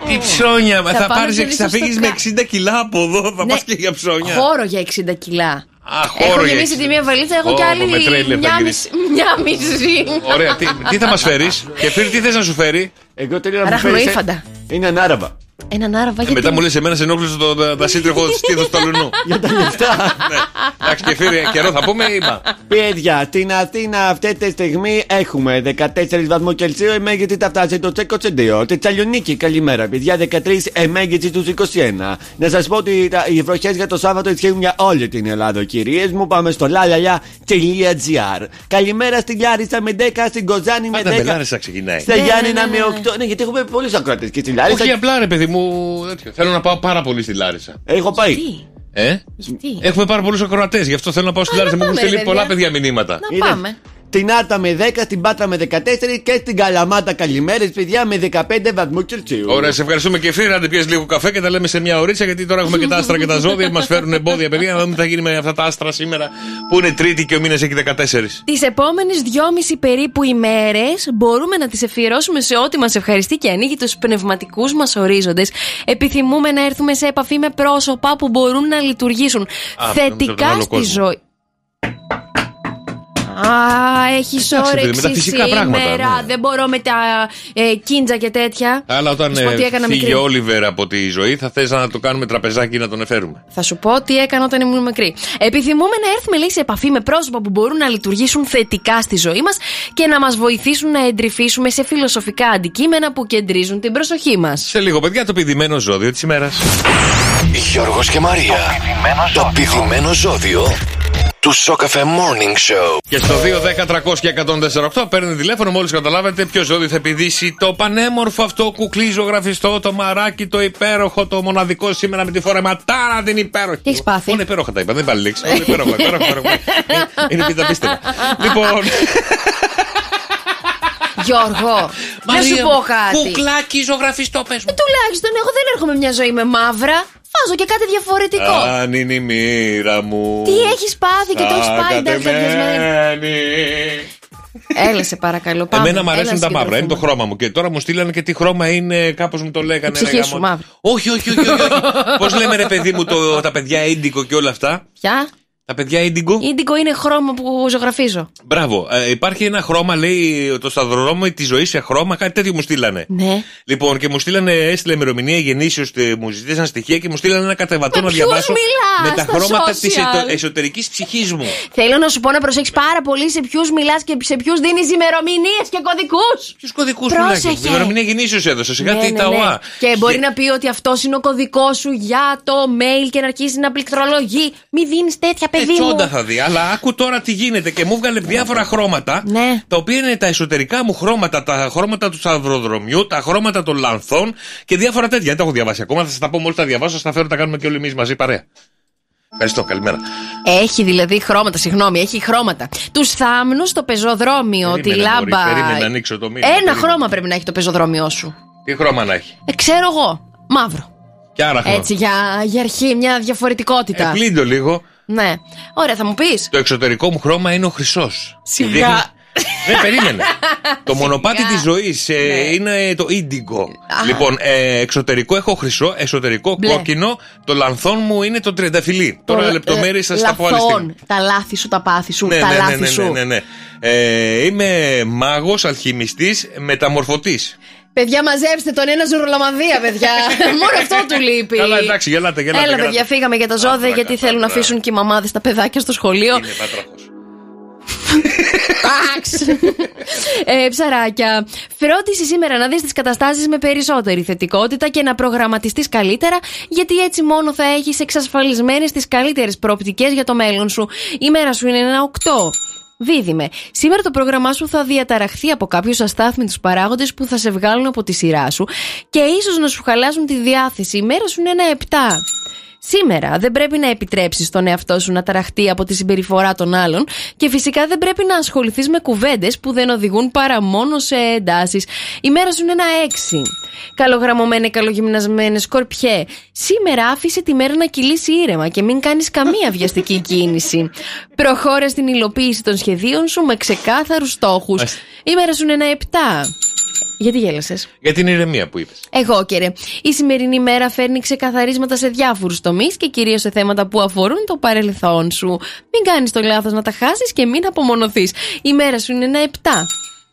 Speaker 4: Τι ψώνια, μα
Speaker 6: Θα
Speaker 4: θα,
Speaker 6: πάμε
Speaker 4: πάρεις,
Speaker 6: σε
Speaker 4: εξ- θα
Speaker 6: ριζοστοκα-
Speaker 4: φύγει με 60 κιλά από εδώ, θα
Speaker 6: Ναι.
Speaker 4: πας και για ψώνια.
Speaker 6: Χώρο για 60 κιλά.
Speaker 4: Α, χώρο
Speaker 6: Έχω
Speaker 4: για
Speaker 6: γεμίσει
Speaker 4: 60.
Speaker 6: τη μία βαλίτσα, έχω
Speaker 4: Ω,
Speaker 6: κι άλλη
Speaker 4: με τρέλια θα
Speaker 6: μια,
Speaker 4: γυρίσεις.
Speaker 6: μισή- μια μισή.
Speaker 4: Ωραία, τι, τι θα μας φέρεις και φίλοι τι θες να σου φέρει.
Speaker 2: Εγώ τελείω να μου φέρεις, ε,
Speaker 6: Ραχνοήφαντα.
Speaker 2: Είναι ανάραβα.
Speaker 6: Έναν άραβα
Speaker 4: Και
Speaker 6: γιατί.
Speaker 4: Ε, μετά μου λες εμένα σε ενόχλησε το τα- δασίτριχο στήθος του λουνού.
Speaker 2: Για τα λεφτά.
Speaker 4: Ναι. Εντάξει και φίλοι, καιρό θα πούμε, είπα.
Speaker 2: Παιδιά, στην Αθήνα αυτή τη στιγμή έχουμε 14 βαθμού Κελσίου, η μέγιστη θα φτάσει το 22. Τη Θεσσαλονίκη, καλημέρα. Παιδιά, 13, η μέγιστη του 21. Να σας πω ότι τα, οι βροχές για το Σάββατο ισχύουν για όλη την Ελλάδα, κυρίες μου. Πάμε στο lalala.gr. Καλημέρα στην Λάρισα με 10, στην Κοζάνη με
Speaker 4: Πάντα
Speaker 2: 10.
Speaker 4: μπελάρισα ξεκινάει.
Speaker 2: Στα
Speaker 6: Ναι, ναι,
Speaker 2: Γιάννηνα
Speaker 6: ναι,
Speaker 2: με
Speaker 6: ναι.
Speaker 2: 8. Ναι, γιατί έχουμε πολλούς ακροατές και Ε, στη Λάρισα.
Speaker 4: Ε. Όχι απλά ρε παιδί μου, τέτοιο. θέλω να πάω πάρα πολύ στη Λάρισα.
Speaker 2: Έχω πάει.
Speaker 6: Τι,
Speaker 4: Ε?
Speaker 6: γιατί.
Speaker 4: Έχουμε πάρα πολλούς ακροατές, γι' αυτό θέλω να πάω στη
Speaker 6: Α,
Speaker 4: Λάρισα.
Speaker 6: να
Speaker 4: Μου έχουν
Speaker 6: πάμε,
Speaker 4: στείλει
Speaker 6: παιδιά.
Speaker 4: πολλά παιδιά μηνύματα.
Speaker 6: Να
Speaker 2: Είδες.
Speaker 6: πάμε.
Speaker 2: Την Άρτα με 10, την Πάτρα με 14 και στην Καλαμάτα καλημέρες, παιδιά, με 15 βαθμού Κελσίου.
Speaker 4: Ωραία, σε ευχαριστούμε και φίλοι. Να πιες λίγο καφέ και τα λέμε σε μια ωρίτσα. Γιατί τώρα έχουμε και τα άστρα και τα ζώδια που μας φέρουν εμπόδια, παιδιά. Να δούμε τι θα γίνει με αυτά τα άστρα σήμερα που είναι Τρίτη και ο μήνας έχει 14.
Speaker 6: Τις επόμενες δυόμιση περίπου ημέρες μπορούμε να τις αφιερώσουμε σε ό,τι μας ευχαριστεί και ανοίγει τους πνευματικούς μας ορίζοντες. Επιθυμούμε να έρθουμε σε επαφή με πρόσωπα που μπορούν να λειτουργήσουν
Speaker 4: Α, νόμιζα από τον
Speaker 6: θετικά
Speaker 4: άλλο
Speaker 6: στη
Speaker 4: κόσμο.
Speaker 6: ζωή. Α, έχει
Speaker 4: Εντάξει, παιδί, με τα
Speaker 6: όρεξη
Speaker 4: φυσικά
Speaker 6: σήμερα.
Speaker 4: πράγματα, ναι.
Speaker 6: Δεν μπορώ με τα ε, κίντζα και τέτοια.
Speaker 4: Αλλά όταν ε,
Speaker 6: Θα σου πω τι έκανα
Speaker 4: φύγει
Speaker 6: μικρή.
Speaker 4: ο Όλιβερ από τη ζωή, θα θες να το κάνουμε τραπεζάκι να τον εφέρουμε.
Speaker 6: Θα σου πω τι έκανα όταν ήμουν μικρή. Επιθυμούμε να έρθουμε λέει, σε επαφή με πρόσωπα που μπορούν να λειτουργήσουν θετικά στη ζωή μας και να μας βοηθήσουν να εντρυφήσουμε σε φιλοσοφικά αντικείμενα που κεντρίζουν την προσοχή μας.
Speaker 4: Σε λίγο, παιδιά, το πηδημένο ζώδιο της ημέρας.
Speaker 3: Γιώργος και Μαρία. Το πηδημένο ζώδιο του Σοκαφέ Morning Show.
Speaker 4: Και στο 2, 10, 300 και 148 παίρνει τηλέφωνο μόλις καταλάβετε ποιος ζώδιο θα επιδίσει το πανέμορφο αυτό κουκλί ζωγραφιστό, το μαράκι, το υπέροχο, το μοναδικό σήμερα με τη φορεματάρα την υπέροχη.
Speaker 6: Τι έχεις πάθει?
Speaker 4: Όλα υπέροχα Ε, τα είπα, δεν είπα λέξη. Όλα υπέροχα, υπέροχα, υπέροχα. Είναι- Είναι πίτα πίστευα. Λοιπόν.
Speaker 6: Γιώργο, να σου
Speaker 11: Μαρία
Speaker 6: πω
Speaker 11: μου,
Speaker 6: κάτι.
Speaker 11: κουκλάκι ζωγραφιστό, πες μου.
Speaker 6: Τουλάχιστον εγώ δεν έρχομαι μια ζωή με μαύρα. Βάζω και κάτι διαφορετικό.
Speaker 4: Αν είναι η μοίρα μου.
Speaker 6: Τι έχεις πάθει και το έχεις πάει, εντάξει,
Speaker 4: κατεμένη.
Speaker 6: Έλα σε παρακαλώ. Πάμε.
Speaker 4: Εμένα μου αρέσουν
Speaker 6: Έλα,
Speaker 4: τα μαύρα, είναι το
Speaker 6: συγκεντρωθούμε.
Speaker 4: χρώμα μου. Και τώρα μου στείλανε και τι χρώμα είναι, κάπως μου το λέγανε.
Speaker 6: ψυχή
Speaker 4: ρε
Speaker 6: σου,
Speaker 4: γαμώ.
Speaker 6: μαύρη.
Speaker 4: Όχι, όχι, όχι. όχι, όχι. Πώς λέμε ρε παιδί μου το, τα παιδιά ίντικο και όλα αυτά.
Speaker 6: Ποια?
Speaker 4: Τα παιδιά ίντικο.
Speaker 6: Ίντικο είναι χρώμα που ζωγραφίζω.
Speaker 4: Μπράβο. Ε, υπάρχει ένα χρώμα, λέει το σταυροδρόμο τη ζωή σε χρώμα, κάτι τέτοιο μου στείλανε.
Speaker 6: Ναι.
Speaker 4: Λοιπόν, και μου στείλανε, έστειλε ημερομηνία γεννήσεως, μου ζητήσαν στοιχεία και μου στείλανε ένα κατεβατό
Speaker 6: Με
Speaker 4: να
Speaker 6: ποιους
Speaker 4: διαβάσω
Speaker 6: μιλάς
Speaker 4: με τα
Speaker 6: στα
Speaker 4: χρώματα
Speaker 6: social?
Speaker 4: της εσωτερικής ψυχής μου.
Speaker 6: Θέλω να σου πω να προσέξεις πάρα πολύ σε ποιους μιλάς και σε ποιους δίνεις ημερομηνίες και κωδικούς.
Speaker 11: Ποιους κωδικούς
Speaker 6: Πρόσεχε. Ναι,
Speaker 4: Τουλάχιστον. Ημερομηνία γεννήσεως έδωσα, σιγά τι τα Ε, ΟΑ.
Speaker 6: Και μπορεί να πει ότι αυτός είναι ο κωδικός σου για το mail και να αρχίσεις να πληκτρολογεί. Μη δίνεις τέτοια
Speaker 4: Ε,
Speaker 6: παιδί μου.
Speaker 4: τσόντα θα δει, αλλά άκου τώρα τι γίνεται και μου βγάλε διάφορα χρώματα
Speaker 6: Ναι.
Speaker 4: τα οποία είναι τα εσωτερικά μου χρώματα, τα χρώματα του σταυροδρομιού, τα χρώματα των λανθών και διάφορα τέτοια. Δεν τα έχω διαβάσει ακόμα, θα σα τα πω μόλις τα διαβάσω, θα τα φέρω, τα κάνουμε και όλοι εμείς μαζί παρέα. Ευχαριστώ, καλημέρα.
Speaker 6: Έχει δηλαδή χρώματα, συγγνώμη, έχει χρώματα. Τους θάμνους, το πεζοδρόμιο, τη
Speaker 4: Περίμενε, μωρή,
Speaker 6: λάμπα.
Speaker 4: περίμενε να ανοίξω το μήνυμα,
Speaker 6: Ένα
Speaker 4: περίμενε.
Speaker 6: χρώμα πρέπει να έχει το πεζοδρόμιό σου.
Speaker 4: Τι χρώμα να έχει.
Speaker 6: Ε, ξέρω εγώ. Μαύρο.
Speaker 4: Και άρα χρώμα.
Speaker 6: Έτσι, για, για αρχή, μια διαφορετικότητα.
Speaker 4: Ε, πλύντω λίγο.
Speaker 6: ναι. Ωραία, θα μου πεις.
Speaker 4: Το εξωτερικό μου χρώμα είναι ο χρυσός.
Speaker 6: Σιγά.
Speaker 4: Δεν Ναι, περίμενε. το μονοπάτι της ζωής
Speaker 6: Ναι.
Speaker 4: είναι το ίντιγκο. Λοιπόν, ε, εξωτερικό έχω χρυσό, εσωτερικό
Speaker 6: Μπλε.
Speaker 4: κόκκινο. Το λανθόν μου είναι το τριανταφυλλί. Τώρα λεπτομέρειε σας τα πω άλλη στιγμή.
Speaker 6: Λαθών, τα λάθη σου, τα πάθη σου,
Speaker 4: Ναι,
Speaker 6: τα
Speaker 4: ναι, ναι,
Speaker 6: λάθη
Speaker 4: ναι,
Speaker 6: σου.
Speaker 4: ναι, ναι, ναι. Ε, είμαι μάγος, αλχημιστής, μεταμορφωτής.
Speaker 6: Παιδιά, μαζέψτε τον ένα ζουρολαμαδία, παιδιά. Μόνο αυτό του λείπει.
Speaker 4: Καλά, εντάξει, γελάτε, γελάτε.
Speaker 6: Έλα,
Speaker 4: γελάτε.
Speaker 6: παιδιά, φύγαμε για τα ζώδια γιατί θέλουν να αφήσουν και οι μαμάδες τα παιδάκια στο σχολείο.
Speaker 4: Είναι πατράχος.
Speaker 6: Τάξ! ε, ψαράκια. Φρόντισε σήμερα να δεις τις καταστάσεις με περισσότερη θετικότητα και να προγραμματιστείς καλύτερα, γιατί έτσι μόνο θα έχεις εξασφαλισμένες τις καλύτερες προοπτικές για το μέλλον σου. Η μέρα σου είναι ένα 8. Δίδυμε. Σήμερα το πρόγραμμά σου θα διαταραχθεί από κάποιους αστάθμητου παράγοντες που θα σε βγάλουν από τη σειρά σου και ίσως να σου χαλάσουν τη διάθεση. Η μέρα σου είναι ένα 7. Σήμερα δεν πρέπει να επιτρέψεις τον εαυτό σου να ταραχτεί από τη συμπεριφορά των άλλων και φυσικά δεν πρέπει να ασχοληθείς με κουβέντες που δεν οδηγούν παρά μόνο σε εντάσεις. Η μέρα σου είναι ένα έξι. Καλογραμμωμένε, καλογυμνασμένε, σκορπιέ. Σήμερα άφησε τη μέρα να κυλήσει ήρεμα και μην κάνεις καμία βιαστική κίνηση. Προχώρα στην υλοποίηση των σχεδίων σου με ξεκάθαρους στόχους. Η μέρα σου είναι ένα επτά. Γιατί γέλασες?
Speaker 4: Για την ηρεμία που είπες.
Speaker 6: Εγώ και ρε. Η σημερινή μέρα φέρνει ξεκαθαρίσματα σε διάφορους τομείς και κυρίως σε θέματα που αφορούν το παρελθόν σου. Μην κάνεις το λάθος να τα χάσεις και μην απομονωθείς. Η μέρα σου είναι ένα 7.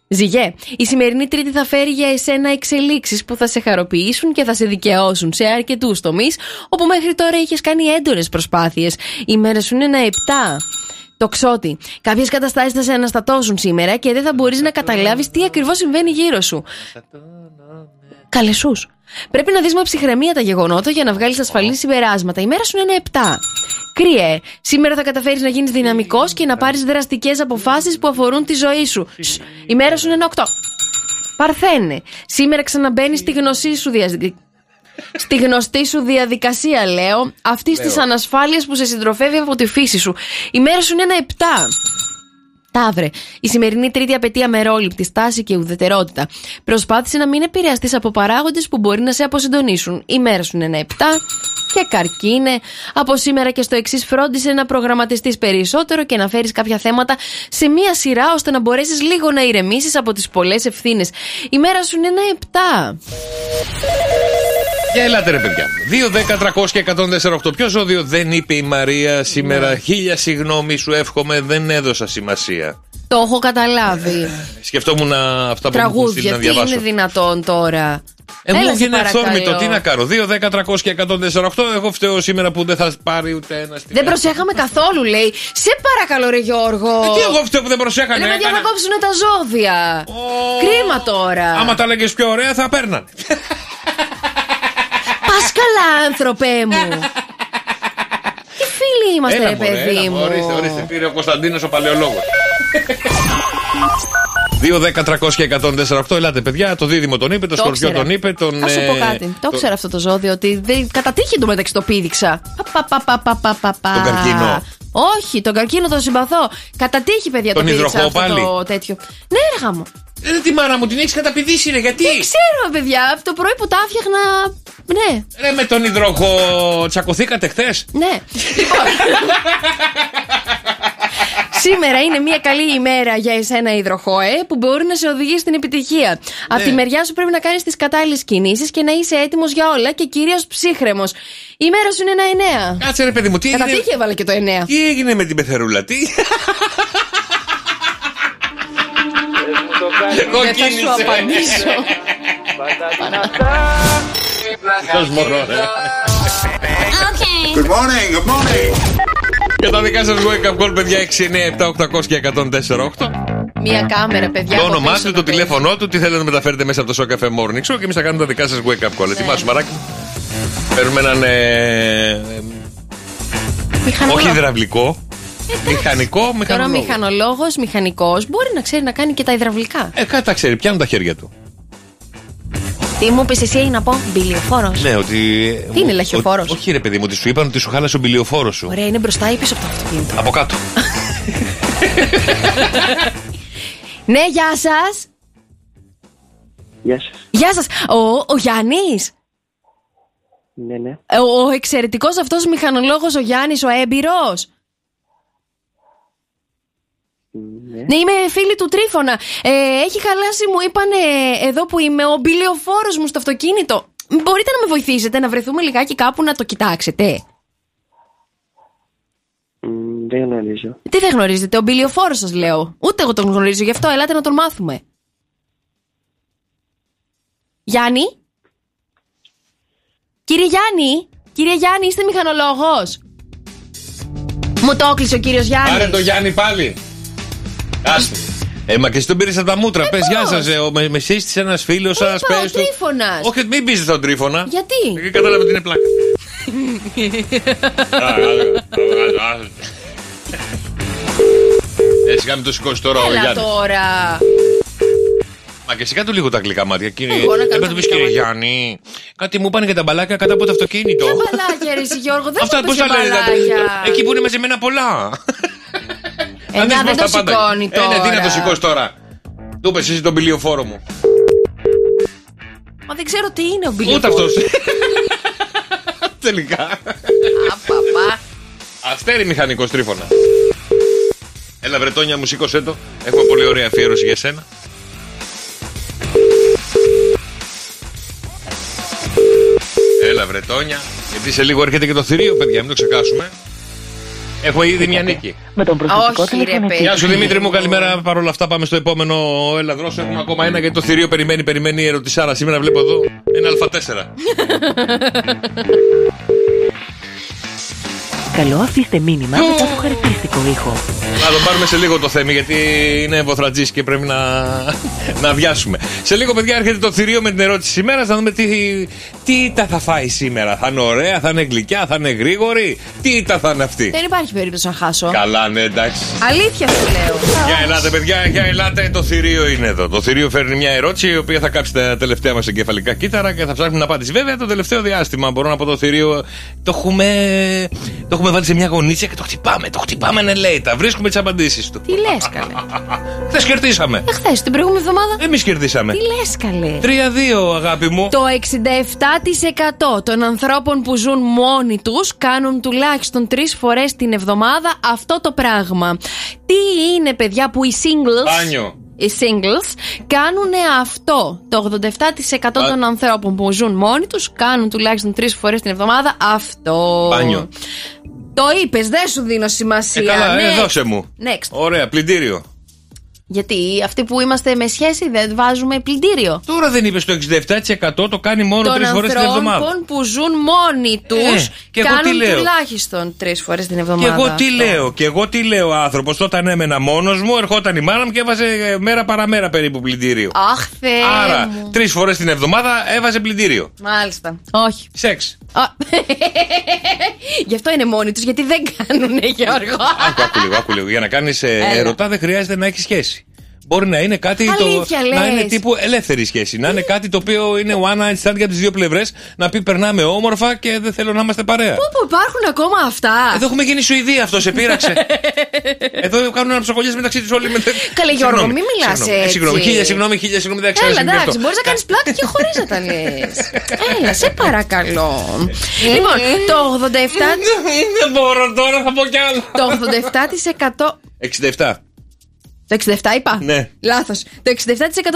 Speaker 6: Ζυγέ, η σημερινή Τρίτη θα φέρει για εσένα εξελίξεις που θα σε χαροποιήσουν και θα σε δικαιώσουν σε αρκετούς τομείς, όπου μέχρι τώρα είχες κάνει έντονες προσπάθειες. Η μέρα σου είναι ένα 7. Τοξότη. Κάποιες καταστάσεις θα σε αναστατώσουν σήμερα και δεν θα μπορείς να καταλάβεις τι ακριβώς συμβαίνει γύρω σου. Καλεσούς. Πρέπει να δεις με ψυχραιμία τα γεγονότα για να βγάλεις ασφαλή συμπεράσματα. Η μέρα σου είναι ένα 7. Κρύε. Σήμερα θα καταφέρεις να γίνεις δυναμικός και να πάρεις δραστικές αποφάσεις που αφορούν τη ζωή σου. Σ. Η μέρα σου είναι ένα 8. Παρθένε. Σήμερα ξαναμπαίνεις στη γνωσή σου διαδικασία. Στη γνωστή σου διαδικασία, λέω, αυτή τη ανασφάλεια που σε συντροφεύει από τη φύση σου. Η μέρα σου είναι ένα 7. Ταύρε. Η σημερινή τρίτη απαιτεί αμερόληπτη στάση και ουδετερότητα. Προσπάθησε να μην επηρεαστείς από παράγοντες που μπορεί να σε αποσυντονίσουν. Η μέρα σου είναι ένα 7. Και καρκίνε. Από σήμερα και στο εξής, φρόντισε να προγραμματιστείς περισσότερο και να φέρεις κάποια θέματα σε μία σειρά ώστε να μπορέσεις λίγο να ηρεμήσεις από τις πολλές ευθύνες. Η μέρα σου είναι ένα 7.
Speaker 4: Για ελάτε ρε παιδιά. 2, 10, 300 και 148. Ποιο ζώδιο δεν είπε η Μαρία
Speaker 6: Ναι.
Speaker 4: σήμερα. Χίλια συγγνώμη σου εύχομαι, δεν έδωσα σημασία.
Speaker 6: Το έχω καταλάβει.
Speaker 4: Σκεφτόμουν να- αυτά που μου έχουν στείλει
Speaker 6: τραγούδια.
Speaker 4: να
Speaker 6: Τι είναι
Speaker 4: διαβάσω.
Speaker 6: δυνατόν τώρα.
Speaker 4: Ε, μου
Speaker 6: Έλα, σε
Speaker 4: έγινε
Speaker 6: παρακαλώ.
Speaker 4: αυθόρμητο, τι να κάνω. 2, 10, 300 και 148. Εγώ φταίω σήμερα που δεν θα πάρει ούτε ένα στην.
Speaker 6: Δεν προσέχαμε καθόλου, λέει. Σε παρακαλώ, ρε Γιώργο.
Speaker 4: Ε, Τι εγώ φταίω που δεν προσέχανε.
Speaker 6: Ρε παιδιά,
Speaker 4: έκανα.
Speaker 6: θα κόψουν τα ζώδια. Κρίμα τώρα.
Speaker 4: Άμα τα λέγες πιο ωραία θα παίρνανε.
Speaker 6: Πας καλά, άνθρωπέ μου. Τι φίλοι είμαστε,
Speaker 4: Έλα,
Speaker 6: ρε
Speaker 4: μωρέ,
Speaker 6: παιδί
Speaker 4: έλα,
Speaker 6: μου.
Speaker 4: Ορίστε, ορίστε, πήρε ο Κωνσταντίνος ο παλαιολόγος. 2, 10, 300 και 148. Ελάτε, παιδιά. Το δίδυμο τον είπε, το,
Speaker 6: Το
Speaker 4: σκορπιό
Speaker 6: ήξερα.
Speaker 4: τον είπε. Τον,
Speaker 6: Θα σου πω
Speaker 4: ε,
Speaker 6: κάτι. Το
Speaker 4: το-
Speaker 6: ήξερα αυτό το ζώδιο ότι δεν- κατά τύχη του μεταξύ το πήδηξα. Πα, πα, πα, πα, πα, πα, πα.
Speaker 4: Τον καρκίνο.
Speaker 6: Όχι, τον καρκίνο τον συμπαθώ. Κατά τύχη, παιδιά,
Speaker 4: Τον
Speaker 6: το πήδηξα
Speaker 4: υδροχό
Speaker 6: αυτό
Speaker 4: πάλι.
Speaker 6: το τέτοιο. Ναι, έργα μου.
Speaker 4: Δεν Ε, τη μάνα μου, την έχεις καταπηδήσει, ρε, γιατί.
Speaker 6: Δεν ξέρω, παιδιά. Από το πρωί που τα έφτιαχνα. Ναι,
Speaker 4: Ρε με τον υδροχό τσακωθήκατε χθες.
Speaker 6: ναι. Λοιπόν. Σήμερα είναι μια καλή ημέρα για εσένα υδροχόε που μπορεί να σε οδηγήσει στην επιτυχία.
Speaker 4: Ναι.
Speaker 6: Από τη μεριά σου πρέπει να κάνεις τις κατάλληλες κινήσεις και να είσαι έτοιμος για όλα και κυρίως ψύχρεμος. Η μέρα σου είναι ένα εννέα.
Speaker 4: Κάτσε ρε παιδί μου, τι
Speaker 6: Κατά
Speaker 4: έγινε.
Speaker 6: τύχη έβαλε και το εννέα.
Speaker 4: Τι έγινε με την πεθερούλα, τι.
Speaker 6: Δεν θα σου
Speaker 4: κίνησε.
Speaker 6: απαντήσω.
Speaker 4: Αυτός μωρό, ρε.
Speaker 8: Good morning, good morning.
Speaker 4: Και τα δικά σας wake up call, παιδιά 6, 9, 7, 800 και 104, 8.
Speaker 6: Μια κάμερα, παιδιά.
Speaker 4: Το
Speaker 6: από
Speaker 4: όνομά
Speaker 6: πίσω
Speaker 4: του,
Speaker 6: να
Speaker 4: το
Speaker 6: παίζει.
Speaker 4: τηλέφωνό του, τι θέλετε να μεταφέρετε μέσα από το Show Cafe Morning Show και εμείς θα κάνουμε τα δικά σας wake up call. Ετοιμάσου,
Speaker 6: Ναι.
Speaker 4: μαράκι. Παίρνουμε έναν. ε, ε,
Speaker 6: Μηχανολόγο.
Speaker 4: όχι υδραυλικό. Μηχανικό,
Speaker 6: Ε, Τώρα
Speaker 4: μηχανολόγος.
Speaker 6: μηχανολόγος, μηχανικός μπορεί να ξέρει να κάνει και τα υδραυλικά.
Speaker 4: Ε, κάτι τα ξέρει, πιάνουν τα χέρια του.
Speaker 6: Τι μου πεις εσύ να πω, μπιλιοφόρος.
Speaker 4: Ναι, ότι.
Speaker 6: Τι είναι, λαχιοφόρος?
Speaker 4: Ό- Όχι, ρε παιδί μου, ότι σου είπαν ότι σου χάλασε ο μπιλιοφόρος σου.
Speaker 6: Ωραία, είναι μπροστά ή πίσω από το αυτοκίνητο.
Speaker 4: Από κάτω.
Speaker 6: Ναι, γεια σας.
Speaker 10: Γεια σας.
Speaker 6: Γεια σας. Ο, ο Γιάννης.
Speaker 10: Ναι, ναι.
Speaker 6: Ο, ο εξαιρετικός αυτός μηχανολόγος, ο Γιάννης, ο έμπειρος. Ναι, είμαι φίλη του Τρίφωνα. Ε, έχει χαλάσει, μου είπαν ε, εδώ που είμαι, ο μπιλιοφόρο μου στο αυτοκίνητο. Μπορείτε να με βοηθήσετε να βρεθούμε λιγάκι κάπου να το κοιτάξετε.
Speaker 10: Μ, Δεν γνωρίζω.
Speaker 6: Τι δεν γνωρίζετε, ο μπιλιοφόρο σας λέω. Ούτε εγώ τον γνωρίζω, γι' αυτό ελάτε να τον μάθουμε. Γιάννη. Κύριε Γιάννη, κύριε Γιάννη, είστε μηχανολόγος. Μου το έκλεισε ο κύριος Γιάννης.
Speaker 4: Πάρε το Γιάννη πάλι. Άσπρη. Ε, μα και εσύ τον πήρες από τα μούτρα. Πες, γεια σας. Ε, ο- με με σύστησε ένας φίλος σα.
Speaker 6: Πού είπα, ο Τρίφωνας.
Speaker 4: Όχι, μην πεις στον τρίφωνα.
Speaker 6: Γιατί.
Speaker 4: Ε, Κατάλαβε ότι είναι πλάκα. Έτσι, κάμε Ε, το σηκώσει τώρα ο
Speaker 6: Έλα
Speaker 4: Γιάννης.
Speaker 6: τώρα.
Speaker 4: Μα και εσύ κάτω λίγο τα γλυκά μάτια, Ε, κύριε.
Speaker 6: Εγώ να κάνω
Speaker 4: Δεν
Speaker 6: τα
Speaker 4: πρέπει να πει, κύριε
Speaker 6: γλυκά
Speaker 4: Γιάννη. Κάτι μου είπαν για τα μπαλάκια κάτω από το αυτοκίνητο.
Speaker 6: Μπαλάκια, ρε εσύ, Γιώργο, δεν
Speaker 4: Αυτά
Speaker 6: μου
Speaker 4: πώ
Speaker 6: πεις για
Speaker 4: τα λένε. τα-
Speaker 6: μπαλάκια.
Speaker 4: δηλαδή, Εκεί που είναι μαζεμένα πολλά.
Speaker 6: Ε,
Speaker 4: Αν
Speaker 6: να,
Speaker 4: θυμάσαι
Speaker 6: δεν
Speaker 4: τα
Speaker 6: το
Speaker 4: πάντα.
Speaker 6: σηκώνει τώρα.
Speaker 4: Ε, ναι, τι να το σηκώσει τώρα. Του είπες εσύ τον πηλιοφόρο μου.
Speaker 6: Μα δεν ξέρω τι είναι ο μπιλιοφόρο.
Speaker 4: Ούτε αυτός. Τελικά.
Speaker 6: Παπά.
Speaker 4: Αστέρι μηχανικός τρίφωνα. Έλα, Βρετόνια, μου σήκωσέ το. Έχουμε πολύ ωραία αφιέρωση για σένα. Έλα, Βρετόνια. Γιατί σε λίγο έρχεται και το θηρίο, παιδιά, μην το ξεχάσουμε. Έχουμε ήδη μια νίκη.
Speaker 5: Με τον προσωπικό
Speaker 6: Όχι, ρε,
Speaker 5: τηλεφωνικό.
Speaker 6: παιδί.
Speaker 4: Γεια σου Δημήτρη μου, καλημέρα. Παρ' όλα αυτά πάμε στο επόμενο Ελλαδρό. Έχουμε ακόμα ένα γιατί το θηρίο περιμένει, περιμένει η ερωτησάρα. Σήμερα βλέπω εδώ ένα Α4.
Speaker 12: Καλό αφήστε μήνυμα μετά το χαρακτηριστικό ήχο.
Speaker 4: Να τον πάρουμε σε λίγο το θέμα γιατί είναι βοθρατζής και πρέπει να, να βιάσουμε. Σε λίγο, παιδιά, έρχεται το θηρίο με την ερώτηση σήμερα. Θα δούμε τι, τι τα θα φάει σήμερα. Θα είναι ωραία, θα είναι γλυκιά, θα είναι γρήγορη. Τι τα θα είναι αυτή.
Speaker 6: Δεν υπάρχει περίπτωση να χάσω.
Speaker 4: Καλά, ναι, εντάξει.
Speaker 6: Αλήθεια σου λέω.
Speaker 4: Για ελάτε, παιδιά, για ελάτε. Το θηρίο είναι εδώ. Το θηρίο φέρνει μια ερώτηση η οποία θα κάψει τα τελευταία μας εγκεφαλικά κύτταρα και θα ψάχνουμε να απάντηση. Βέβαια, το τελευταίο διάστημα μπορώ να πω το θηρίο το έχουμε, το έχουμε βάλει σε μια γωνίτσια και το χτυπάμε. Το χτυπάμε, ναι, λέει. Τα βρίσκουμε τις απαντήσεις του.
Speaker 6: Τι λες, καλέ.
Speaker 4: Χθες κερδίσαμε.
Speaker 6: Εχθές, την προηγούμενη εβδομάδα.
Speaker 4: Εμείς κερδίσαμε.
Speaker 6: Τι λες, καλέ.
Speaker 4: 3-2, αγάπη μου.
Speaker 6: Το 67% των ανθρώπων που ζουν μόνοι τους κάνουν τουλάχιστον τρεις φορές την εβδομάδα αυτό το πράγμα. Τι είναι παιδιά που οι singles...
Speaker 4: Πάνιο.
Speaker 6: Οι singles κάνουν αυτό. Το 87%
Speaker 4: Πα-
Speaker 6: των ανθρώπων που ζουν μόνοι τους κάνουν τουλάχιστον τρεις φορές την εβδομάδα αυτό.
Speaker 4: Πάνιο.
Speaker 6: Το είπες, δεν σου δίνω σημασία.
Speaker 4: Ε, καλά, ε,
Speaker 6: Next.
Speaker 4: δώσε μου.
Speaker 6: Next.
Speaker 4: Ωραία, πλυντήριο.
Speaker 6: Γιατί αυτοί που είμαστε με σχέση δεν βάζουμε πλυντήριο.
Speaker 4: Τώρα δεν είπες το 67% το κάνει μόνο
Speaker 6: των
Speaker 4: τρεις φορές την εβδομάδα.
Speaker 6: ανθρώπων που ζουν μόνοι τους
Speaker 4: Ε, και εγώ
Speaker 6: κάνουν
Speaker 4: τι λέω.
Speaker 6: τουλάχιστον τρεις φορές την
Speaker 4: Και
Speaker 6: εβδομάδα.
Speaker 4: εγώ τι
Speaker 6: αυτό.
Speaker 4: λέω, και εγώ τι λέω άνθρωπος. Όταν έμενα μόνος μου, ερχόταν η μάνα μου και έβαζε ε, μέρα παραμέρα περίπου πλυντήριο.
Speaker 6: Αχ, Θεέ ε, μου.
Speaker 4: Άρα, τρεις φορές την εβδομάδα έβαζε πλυντήριο.
Speaker 6: Μάλιστα. Όχι.
Speaker 4: Σεξ.
Speaker 6: Α, Γι' αυτό είναι μόνοι τους, γιατί δεν κάνουν, ε, Γιώργο.
Speaker 4: Άκου, άκου λίγο, άκου λίγο. Για να ε, κάνει
Speaker 6: Έλα.
Speaker 4: ερωτά δεν χρειάζεται να έχεις σχέση. Μπορεί να είναι κάτι.
Speaker 6: Αλήθεια,
Speaker 4: το, να
Speaker 6: λες.
Speaker 4: είναι τύπου ελεύθερη σχέση. Να είναι κάτι το οποίο είναι one night stand και από τις δύο πλευρές. Να πει περνάμε όμορφα και δεν θέλω να είμαστε παρέα.
Speaker 6: Πού υπάρχουν ακόμα αυτά.
Speaker 4: Εδώ έχουμε γίνει Σουηδία αυτό, σε πείραξε. Εδώ κάνουν αναψοκολλιέ μεταξύ τους όλοι. μετα-
Speaker 6: Καλέ Γιώργο,
Speaker 4: Συγγνώμη,
Speaker 6: μην μιλάς
Speaker 4: συγγνώμη, Ε,
Speaker 6: έτσι.
Speaker 4: Συγγνώμη, χίλια συγγνώμη, χίλια συγγνώμη, δεν ξέρω.
Speaker 6: Έλα, εντάξει, μπορείς να κάνεις πλάτη και χωρί να τα λες. Έλα, σε παρακαλώ.
Speaker 4: Ε.
Speaker 6: λοιπόν, το 87.
Speaker 4: Δεν μπορώ τώρα, θα πω κι άλλο.
Speaker 6: Το 87%.
Speaker 4: 67.
Speaker 6: Το 67 είπα.
Speaker 4: Ναι.
Speaker 6: Λάθος. Το 67%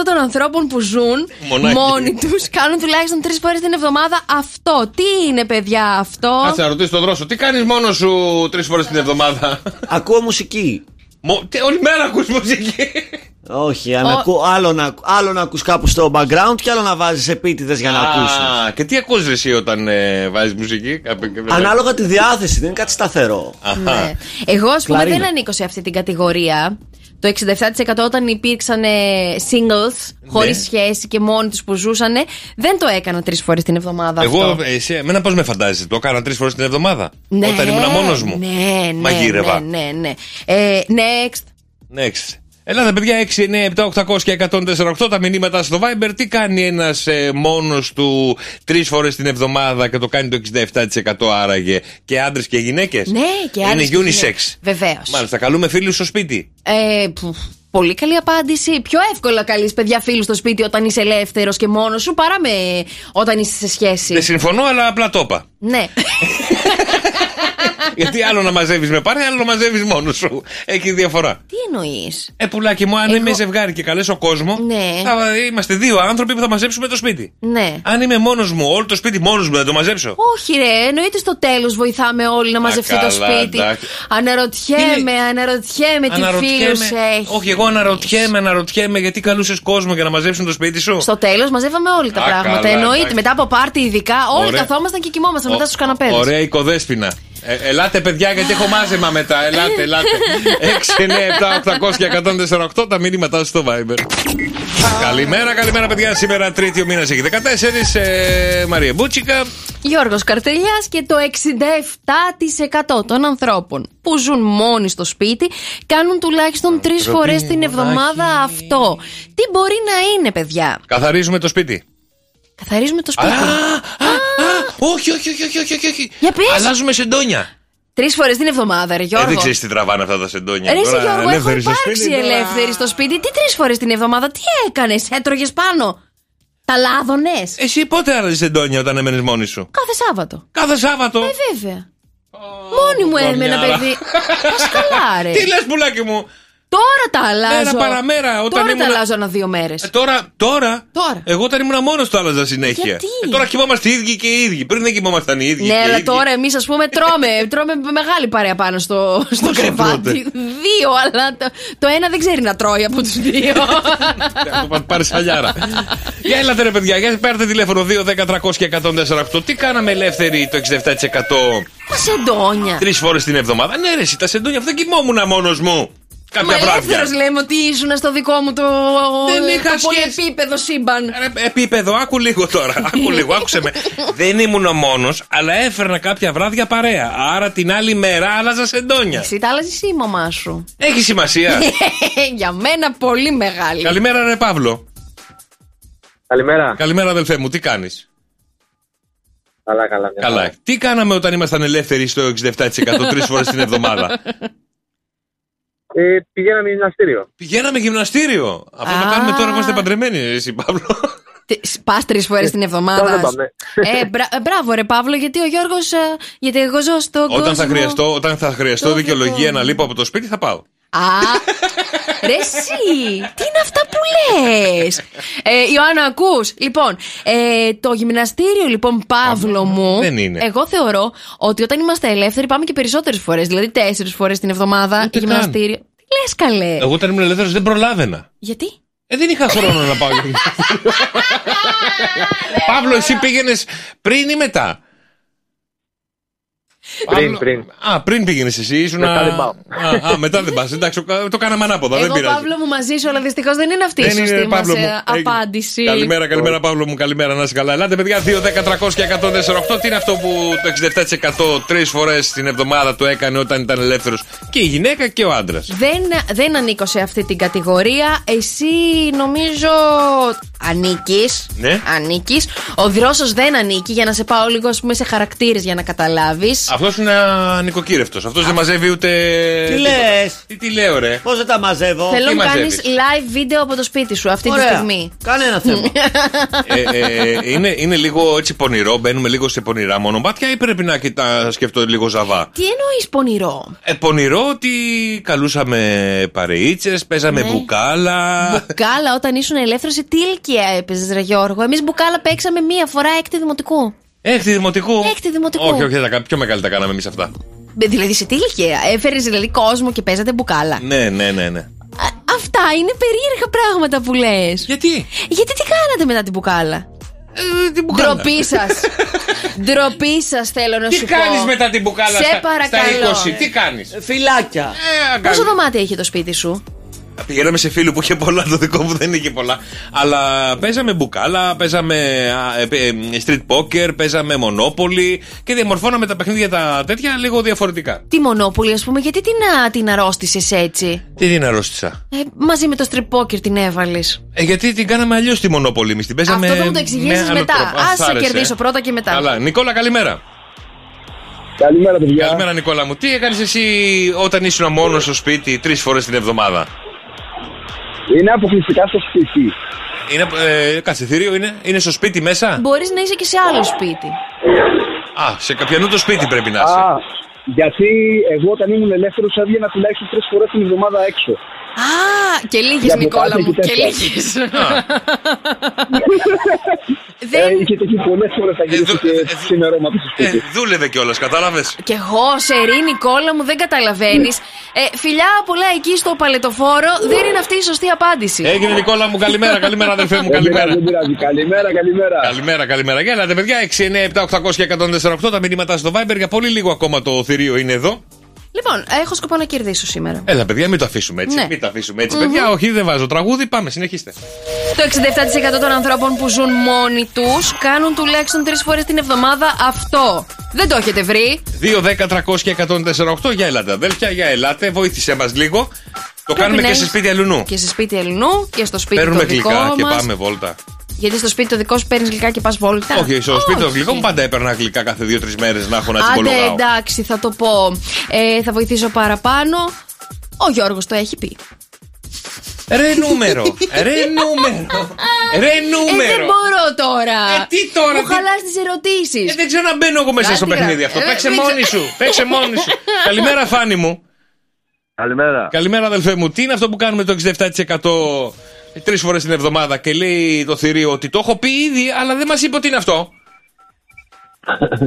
Speaker 6: των ανθρώπων που ζουν
Speaker 4: Μονάχοι.
Speaker 6: μόνοι τους κάνουν τουλάχιστον τρεις φορές την εβδομάδα αυτό. Τι είναι, παιδιά, αυτό.
Speaker 4: Κάτσε να ρωτήσει τον δρόσο, τι κάνεις μόνος σου τρεις φορές την εβδομάδα.
Speaker 2: Ακούω μουσική.
Speaker 4: Όλη μέρα ακούς μουσική.
Speaker 2: Όχι, αν
Speaker 6: Ο-
Speaker 2: ακού, άλλο, να, άλλο να ακούς κάπου στο background και άλλο να βάζεις επίτηδες για να ακούσεις.
Speaker 4: Α, και τι ακούς ρε εσύ όταν ε, βάζεις μουσική. Κάποιο- κάποιο-
Speaker 2: Ανάλογα τη διάθεση, δεν είναι κάτι σταθερό.
Speaker 4: Αχα.
Speaker 6: Ναι. Εγώ, ας πούμε,
Speaker 2: Κλαρίνα.
Speaker 6: δεν ανήκω σε αυτή την κατηγορία. Το 67% όταν υπήρξαν ε, singles,
Speaker 4: Ναι.
Speaker 6: χωρί σχέση και μόνοι τους που ζούσαν, δεν το έκανα τρεις φορές την εβδομάδα.
Speaker 4: Εγώ,
Speaker 6: αυτό.
Speaker 4: ε, εσύ, εμένα πώς με φαντάζεσαι, το έκανα τρεις φορές την εβδομάδα.
Speaker 6: Ναι,
Speaker 4: όταν ήμουν μόνος μου.
Speaker 6: Ναι, ναι.
Speaker 4: Μαγείρευα.
Speaker 6: Ναι, ναι. ναι. Ε, next.
Speaker 4: Next. Ελάτε, παιδιά, 6, 9, 7, 800 και 148 τα μηνύματα στο Viber. Τι κάνει ένας ε, μόνος του τρεις φορές την εβδομάδα και το κάνει το 67% άραγε και άντρες και γυναίκες.
Speaker 6: Ναι, και Ναι,
Speaker 4: Είναι
Speaker 6: άλλες και
Speaker 4: unisex.
Speaker 6: Βεβαίως.
Speaker 4: Μάλιστα, καλούμε φίλους στο σπίτι.
Speaker 6: Ε, που- πολύ καλή απάντηση. Πιο εύκολα καλείς παιδιά φίλους στο σπίτι όταν είσαι ελεύθερος και μόνος σου παρά με όταν είσαι σε σχέση.
Speaker 4: Δεν συμφωνώ, αλλά απλά το είπα.
Speaker 6: Ναι.
Speaker 4: Γιατί άλλο να μαζεύεις με παρέα, άλλο να μαζεύεις μόνος σου. Έχει διαφορά.
Speaker 6: Τι εννοείς.
Speaker 4: Ε, πουλάκι μου, αν είμαι ζευγάρι και καλέσω κόσμο,
Speaker 6: Ναι.
Speaker 4: θα είμαστε δύο άνθρωποι που θα μαζέψουμε το σπίτι.
Speaker 6: Ναι.
Speaker 4: Αν είμαι μόνος μου, όλο το σπίτι μόνος μου, θα το μαζέψω.
Speaker 6: Όχι ρε, εννοείται στο τέλος βοηθάμε όλοι να μαζευτεί το
Speaker 4: καλά,
Speaker 6: σπίτι
Speaker 4: εντάξει.
Speaker 6: Αναρωτιέμαι, αναρωτιέμαι τι φίλους έχεις
Speaker 4: Όχι, εγώ αναρωτιέμαι, αναρωτιέμαι γιατί καλούσες κόσμο για να μαζέψουν το σπίτι σου.
Speaker 6: Στο τέλος μαζεύαμε όλοι τα
Speaker 4: Α,
Speaker 6: πράγματα
Speaker 4: καλά,
Speaker 6: Εννοείται,
Speaker 4: εντάξει.
Speaker 6: μετά από πάρτι ειδικά όλοι
Speaker 4: Ωραία.
Speaker 6: καθόμασταν και κοιμόμασταν
Speaker 4: Ο-
Speaker 6: μετά στους καναπέδες
Speaker 4: Ωραία οικοδέσποινα. Ε, ελάτε, παιδιά, γιατί έχω μάζεμα μετά. Ελάτε, ελάτε. 6, 9, 7, 800 και 148 τα μήνυματά στο Viber. καλημέρα, καλημέρα, παιδιά. Σήμερα τρίτη ο μήνα έχει 14. Ε, Μαρία Μπούτσικα.
Speaker 6: Γιώργος Καρτελιάς και το 67% των ανθρώπων που ζουν μόνοι στο σπίτι κάνουν τουλάχιστον τρεις
Speaker 4: Ανθρωπή,
Speaker 6: φορές την εβδομάδα αυτό Τι μπορεί να είναι παιδιά
Speaker 4: Καθαρίζουμε το σπίτι.
Speaker 6: Καθαρίζουμε το σπίτι
Speaker 4: Όχι, όχι, όχι, όχι, όχι, όχι, όχι.
Speaker 6: Για πες.
Speaker 4: Αλλάζουμε σεντόνια.
Speaker 6: Τρεις φορές την εβδομάδα ρε
Speaker 4: Ε, δεν
Speaker 6: Γιώργο
Speaker 4: ξέρεις τι τραβάνε αυτά τα σεντόνια.
Speaker 6: Ρε εσύ,
Speaker 4: Τώρα,
Speaker 6: Γιώργο, έχω
Speaker 4: ελεύθερη στο
Speaker 6: υπάρξει
Speaker 4: σπίτι, τώρα.
Speaker 6: ελεύθερη στο σπίτι. Τι τρεις φορές την εβδομάδα, τι έκανες, έτρωγες πάνω. Τα λάδωνες.
Speaker 4: Εσύ πότε άλλαζες σεντόνια όταν έμενες μόνη σου.
Speaker 6: Κάθε Σάββατο.
Speaker 4: Κάθε Σάββατο.
Speaker 6: Ε, βέβαια. Μόνη μου έμενα,
Speaker 4: γαμιάρα.
Speaker 6: παιδί. Πας καλά, ρε.
Speaker 4: Τι λες, πουλάκι μου.
Speaker 6: Τώρα τα αλλάζω.
Speaker 4: Ναι, παραμέρα, όταν
Speaker 6: Τώρα τα
Speaker 4: ήμουν-
Speaker 6: αλλάζω ένα-δύο μέρες.
Speaker 4: Ε, τώρα, τώρα,
Speaker 6: Τώρα.
Speaker 4: Εγώ όταν ήμουν μόνος το άλλαζα συνέχεια.
Speaker 6: Γιατί?
Speaker 4: Ε, τώρα κοιμόμαστε οι ίδιοι και οι ίδιοι. Πριν δεν κοιμόμασταν οι ίδιοι.
Speaker 6: Ναι,
Speaker 4: και οι
Speaker 6: αλλά
Speaker 4: ίδιοι.
Speaker 6: τώρα εμείς, ας πούμε, τρώμε, τρώμε με μεγάλη παρέα πάνω στο, στο
Speaker 4: Πόσο τρώτε?
Speaker 6: κρεβάτι. Δύο, αλλά το, το ένα δεν ξέρει να τρώει από τους δύο.
Speaker 4: Θα το πάρει σαλιάρα. για έλατε ρε παιδιά, για πάρτε τηλέφωνο 2, 10, 300 και 148. Τι κάναμε ελεύθεροι το 67%.
Speaker 6: Τα σεντόνια.
Speaker 4: Τρεις φορές την εβδομάδα. Ναι, ρε, εσύ, τα σεντόνια αυτά δεν κοιμόμουν μόνος μου.
Speaker 6: Μα
Speaker 4: Κάποια
Speaker 6: ελεύθερο
Speaker 4: βράδια.
Speaker 6: λέμε ότι ήσουν στο δικό μου το,
Speaker 4: Δεν είχα
Speaker 6: το
Speaker 4: σχέση. Ε.
Speaker 6: πολυεπίπεδο σύμπαν.
Speaker 4: Ρε, Επίπεδο, άκου λίγο τώρα. Άκου λίγο, άκουσε με. δεν ήμουν μόνος, αλλά έφερνα κάποια βράδια παρέα. Άρα την άλλη μέρα άλλαζα σεντόνια.
Speaker 6: Εσύ τα άλλαζες η μαμά σου.
Speaker 4: Έχει σημασία.
Speaker 6: Για μένα πολύ μεγάλη.
Speaker 4: Καλημέρα, ρε Παύλο.
Speaker 13: Καλημέρα.
Speaker 4: Καλημέρα, αδελφέ μου, τι κάνεις.
Speaker 13: Καλά, καλά. μια
Speaker 4: Καλά.
Speaker 13: χαρά.
Speaker 4: Τι κάναμε όταν ήμασταν ελεύθεροι στο 67% τρεις φορές την εβδομάδα.
Speaker 13: Ε, πηγαίναμε γυμναστήριο.
Speaker 4: Πηγαίναμε γυμναστήριο. Αυτό
Speaker 6: Α.
Speaker 4: το κάνουμε τώρα που είμαστε παντρεμένοι, εσύ Παύλο.
Speaker 6: Πας τρεις φορές την
Speaker 4: Τώρα
Speaker 6: εβδομάδα.
Speaker 4: δεν πάμε.
Speaker 6: ε, μπρα- ε, μπράβο, ρε Παύλο, γιατί ο Γιώργος. Γιατί εγώ ζω στον κόσμο.
Speaker 4: Όταν θα χρειαστώ, όταν θα χρειαστώ
Speaker 6: Το
Speaker 4: δικαιολογία
Speaker 6: δικό
Speaker 4: να
Speaker 6: μου.
Speaker 4: λείπω από το σπίτι, θα πάω.
Speaker 6: Α, ρε εσύ, τι είναι αυτά που λες Ε, Ιωάννα, ακούς Λοιπόν, ε, το γυμναστήριο, λοιπόν, Παύλο μου.
Speaker 4: δεν είναι.
Speaker 6: Εγώ θεωρώ ότι όταν είμαστε ελεύθεροι πάμε και περισσότερες φορές. Δηλαδή, τέσσερις φορές την εβδομάδα
Speaker 4: Ούτε καν.
Speaker 6: γυμναστήριο. Τι λες, καλέ.
Speaker 4: Εγώ όταν ήμουν ελεύθερος δεν προλάβαινα.
Speaker 6: Γιατί?
Speaker 4: Ε, δεν είχα χρόνο να πάω. Παύλο, εσύ πήγαινες πριν ή μετά.
Speaker 13: Πριν, πριν.
Speaker 4: Α, πριν πήγαινες εσύ, ήσουν.
Speaker 13: Μετά
Speaker 4: α-
Speaker 13: δεν πάω.
Speaker 4: Α, α, μετά δεν πας. Εντάξει, το- το κάναμε ανάποδα, δεν
Speaker 6: Εγώ,
Speaker 4: πειράζει.
Speaker 6: Παύλο μου, μαζί σου, αλλά δυστυχώς δεν είναι αυτή η
Speaker 4: Δεν είναι,
Speaker 6: σωστή μας
Speaker 4: Παύλο μου.
Speaker 6: ε,
Speaker 4: Έγινε.
Speaker 6: απάντηση.
Speaker 4: Καλημέρα, καλημέρα, Παύλο μου. Καλημέρα, να είσαι καλά. Ελάτε, παιδιά, 2, 10, 300 και 148. Τι είναι αυτό που το 67% τρεις φορές την εβδομάδα το έκανε όταν ήταν ελεύθερος και η γυναίκα και ο άντρας.
Speaker 6: Δεν, δεν ανήκω σε αυτή την κατηγορία. Εσύ νομίζω ανήκεις.
Speaker 4: Ναι.
Speaker 6: Ανήκεις. Ο Δρόσος δεν ανήκει για να σε πάω λίγο ας πούμε, σε χαρακτήρες για να καταλάβεις.
Speaker 4: Αυτός είναι νοικοκύρευτο. Αυτός δεν μαζεύει ούτε.
Speaker 6: Τι
Speaker 4: τίποτα.
Speaker 6: λες?
Speaker 4: Τι, τι λέω, ρε.
Speaker 2: Πώς θα τα μαζεύω.
Speaker 6: Θέλω
Speaker 4: τι
Speaker 6: να κάνεις
Speaker 4: μαζεύεις?
Speaker 6: live βίντεο από το σπίτι σου αυτή τη
Speaker 2: Ωραία.
Speaker 6: στιγμή.
Speaker 2: Κανένα θέμα.
Speaker 4: ε, ε, είναι, είναι λίγο έτσι πονηρό, μπαίνουμε λίγο σε πονηρά μονοπάτια ή πρέπει να κοιτά, σκεφτώ λίγο ζαβά.
Speaker 6: Τι εννοείς πονηρό.
Speaker 4: Ε, πονηρό ότι καλούσαμε παρείτσε, παίζαμε
Speaker 6: Ναι.
Speaker 4: μπουκάλα.
Speaker 6: Μπουκάλα όταν ήσουν ελεύθερος, σε τι ηλικία έπαιζες, Ρε Γιώργο. Εμείς μπουκάλα παίξαμε μία φορά έκτη δημοτικού.
Speaker 4: Έκτη δημοτικού.
Speaker 6: Έκτη δημοτικού.
Speaker 4: Όχι, όχι, τα, κα- πιο μεγάλη τα κάναμε εμείς αυτά.
Speaker 6: Ε, Δηλαδή σε τι ηλικία. Έφερες δηλαδή κόσμο και παίζατε μπουκάλα.
Speaker 4: Ναι, ναι, ναι, ναι.
Speaker 6: Αυτά είναι περίεργα πράγματα που λες.
Speaker 4: Γιατί?
Speaker 6: Γιατί τι κάνατε μετά την μπουκάλα.
Speaker 4: Ε, την
Speaker 6: μπουκάλα. Ντροπή σας. Ντροπή σας θέλω να
Speaker 4: Τι
Speaker 6: σου πω.
Speaker 4: κάνεις μετά την μπουκάλα
Speaker 6: Σε
Speaker 4: στα- στα
Speaker 6: παρακαλώ.
Speaker 4: 20, τι κάνεις? Ε,
Speaker 2: Φυλάκια.
Speaker 6: Πόσο δωμάτια έχει το σπίτι σου.
Speaker 4: Πηγαίναμε σε φίλο που είχε πολλά, το δικό μου δεν είχε πολλά. Αλλά παίζαμε μπουκάλα, παίζαμε α, ε, ε, street poker, παίζαμε μονόπολη και διαμορφώναμε τα παιχνίδια τα τέτοια λίγο διαφορετικά.
Speaker 6: Τη μονόπολη, ας πούμε, γιατί την, α, την αρρώστησες έτσι.
Speaker 4: Τι την αρρώστησα.
Speaker 6: Ε, μαζί με το στριπόκερ την έβαλες.
Speaker 4: Ε, γιατί την κάναμε αλλιώς τη μονόπολη εμείς. Την παίζαμε.
Speaker 6: Αυτό θα μου το
Speaker 4: με
Speaker 6: εξηγήσεις
Speaker 4: άλλο
Speaker 6: μετά.
Speaker 4: τρόπο. Α,
Speaker 6: Α
Speaker 4: σ'
Speaker 6: σε
Speaker 4: άρεσε,
Speaker 6: κερδίσω
Speaker 4: ε.
Speaker 6: πρώτα και μετά.
Speaker 4: Καλά. Νικόλα, καλημέρα.
Speaker 13: Καλημέρα, παιδιά.
Speaker 4: Καλημέρα, Νικόλα μου. Τι έκανες εσύ όταν ήσουν μόνος στο σπίτι τρεις φορές την εβδομάδα.
Speaker 13: Είναι αποκλειστικά στο σπίτι.
Speaker 4: Είναι, ε, καθηθήριο είναι, είναι στο σπίτι μέσα.
Speaker 6: Μπορείς να είσαι και σε άλλο σπίτι.
Speaker 4: Α, σε καπιανού το σπίτι πρέπει να είσαι.
Speaker 13: Α, γιατί εγώ όταν ήμουν ελεύθερος έβγαινα τουλάχιστον τρεις φορές την εβδομάδα έξω.
Speaker 6: Α, και λίγες,
Speaker 13: Για
Speaker 6: Νικόλα
Speaker 13: μπουκάλα
Speaker 6: μου.
Speaker 13: και
Speaker 6: Και
Speaker 13: τέτοια.
Speaker 6: λίγες.
Speaker 4: Α.
Speaker 13: Ε, είχε εκεί πολλές φορές
Speaker 3: Ε,
Speaker 13: θα γυρίσει και ξημερώματα στο
Speaker 4: Ε,
Speaker 13: σπίτι.
Speaker 4: δούλευε κιόλας, κατάλαβες.
Speaker 6: Κι εγώ, Σερή, Νικόλα μου, δεν καταλαβαίνεις. Ε, φιλιά πολλά εκεί στο παλετοφόρο δεν είναι αυτή η σωστή απάντηση.
Speaker 4: Έγινε Νικόλα μου, καλημέρα, καλημέρα αδερφέ μου,
Speaker 13: Δεν πειράζει,
Speaker 4: καλημέρα.
Speaker 13: Δεν πειράζει, καλημέρα, καλημέρα.
Speaker 4: Καλημέρα, καλημέρα. Για έλατε, παιδιά. 6, 9, 7, 800 και 148 τα μηνύματα στο Viber. Για πολύ λίγο ακόμα το θηρίο είναι εδώ.
Speaker 6: Λοιπόν, έχω σκοπό να κερδίσω σήμερα.
Speaker 4: Έλα, παιδιά, μην το αφήσουμε έτσι.
Speaker 6: Ναι.
Speaker 4: Μην το αφήσουμε έτσι,
Speaker 6: Μμμ.
Speaker 4: παιδιά. Όχι, δεν βάζω τραγούδι. Πάμε, συνεχίστε.
Speaker 6: Το 67% των ανθρώπων που ζουν μόνοι τους κάνουν τουλάχιστον τρεις φορές την εβδομάδα αυτό. Δεν το έχετε βρει.
Speaker 4: 2, 10, 300 και 148. Για έλατε, αδέλφια, για ελάτε. Βοήθησέ μας λίγο. Το
Speaker 6: Πρέπει
Speaker 4: κάνουμε
Speaker 6: να
Speaker 4: και
Speaker 6: είσαι
Speaker 4: σε σπίτι αλλουνού.
Speaker 6: Και σε σπίτι Ελληνού και στο σπίτι
Speaker 4: Παίρνουμε
Speaker 6: το δικό
Speaker 4: γλυκά και
Speaker 6: μας.
Speaker 4: πάμε βόλτα.
Speaker 6: Γιατί στο σπίτι το δικό σου παίρνεις γλυκά και πας βόλτα.
Speaker 4: Όχι, στο σπίτι το γλυκό μου πάντα έπαιρνα γλυκά κάθε 2-3 μέρες να έχω να
Speaker 6: Άντε,
Speaker 4: τσιμπολογάω.
Speaker 6: εντάξει, θα το πω. Ε, θα βοηθήσω παραπάνω. Ο Γιώργος το έχει πει.
Speaker 4: Ρε νούμερο! Ρε νούμερο! Ρε
Speaker 6: Ε, δεν
Speaker 4: νούμερο!
Speaker 6: μπορώ τώρα.
Speaker 4: Ε, τι τώρα,
Speaker 6: Μου
Speaker 4: τι-
Speaker 6: χαλάς τις ερωτήσεις.
Speaker 4: Ε, Δεν ξέρω να μπαίνω εγώ μέσα
Speaker 6: Κάτι
Speaker 4: στο παιχνίδι
Speaker 6: γράφει.
Speaker 4: αυτό.
Speaker 6: Ε,
Speaker 4: Παίξε
Speaker 6: δεν ξέρω.
Speaker 4: μόνη σου. Παίξε μόνη σου. Καλημέρα, Φάνη μου.
Speaker 13: Καλημέρα.
Speaker 4: Καλημέρα, αδελφέ μου. Τι είναι αυτό που κάνουμε το 67% τρεις φορές την εβδομάδα και λέει το θηρίο ότι το έχω πει ήδη, αλλά δεν μας είπε ότι είναι αυτό.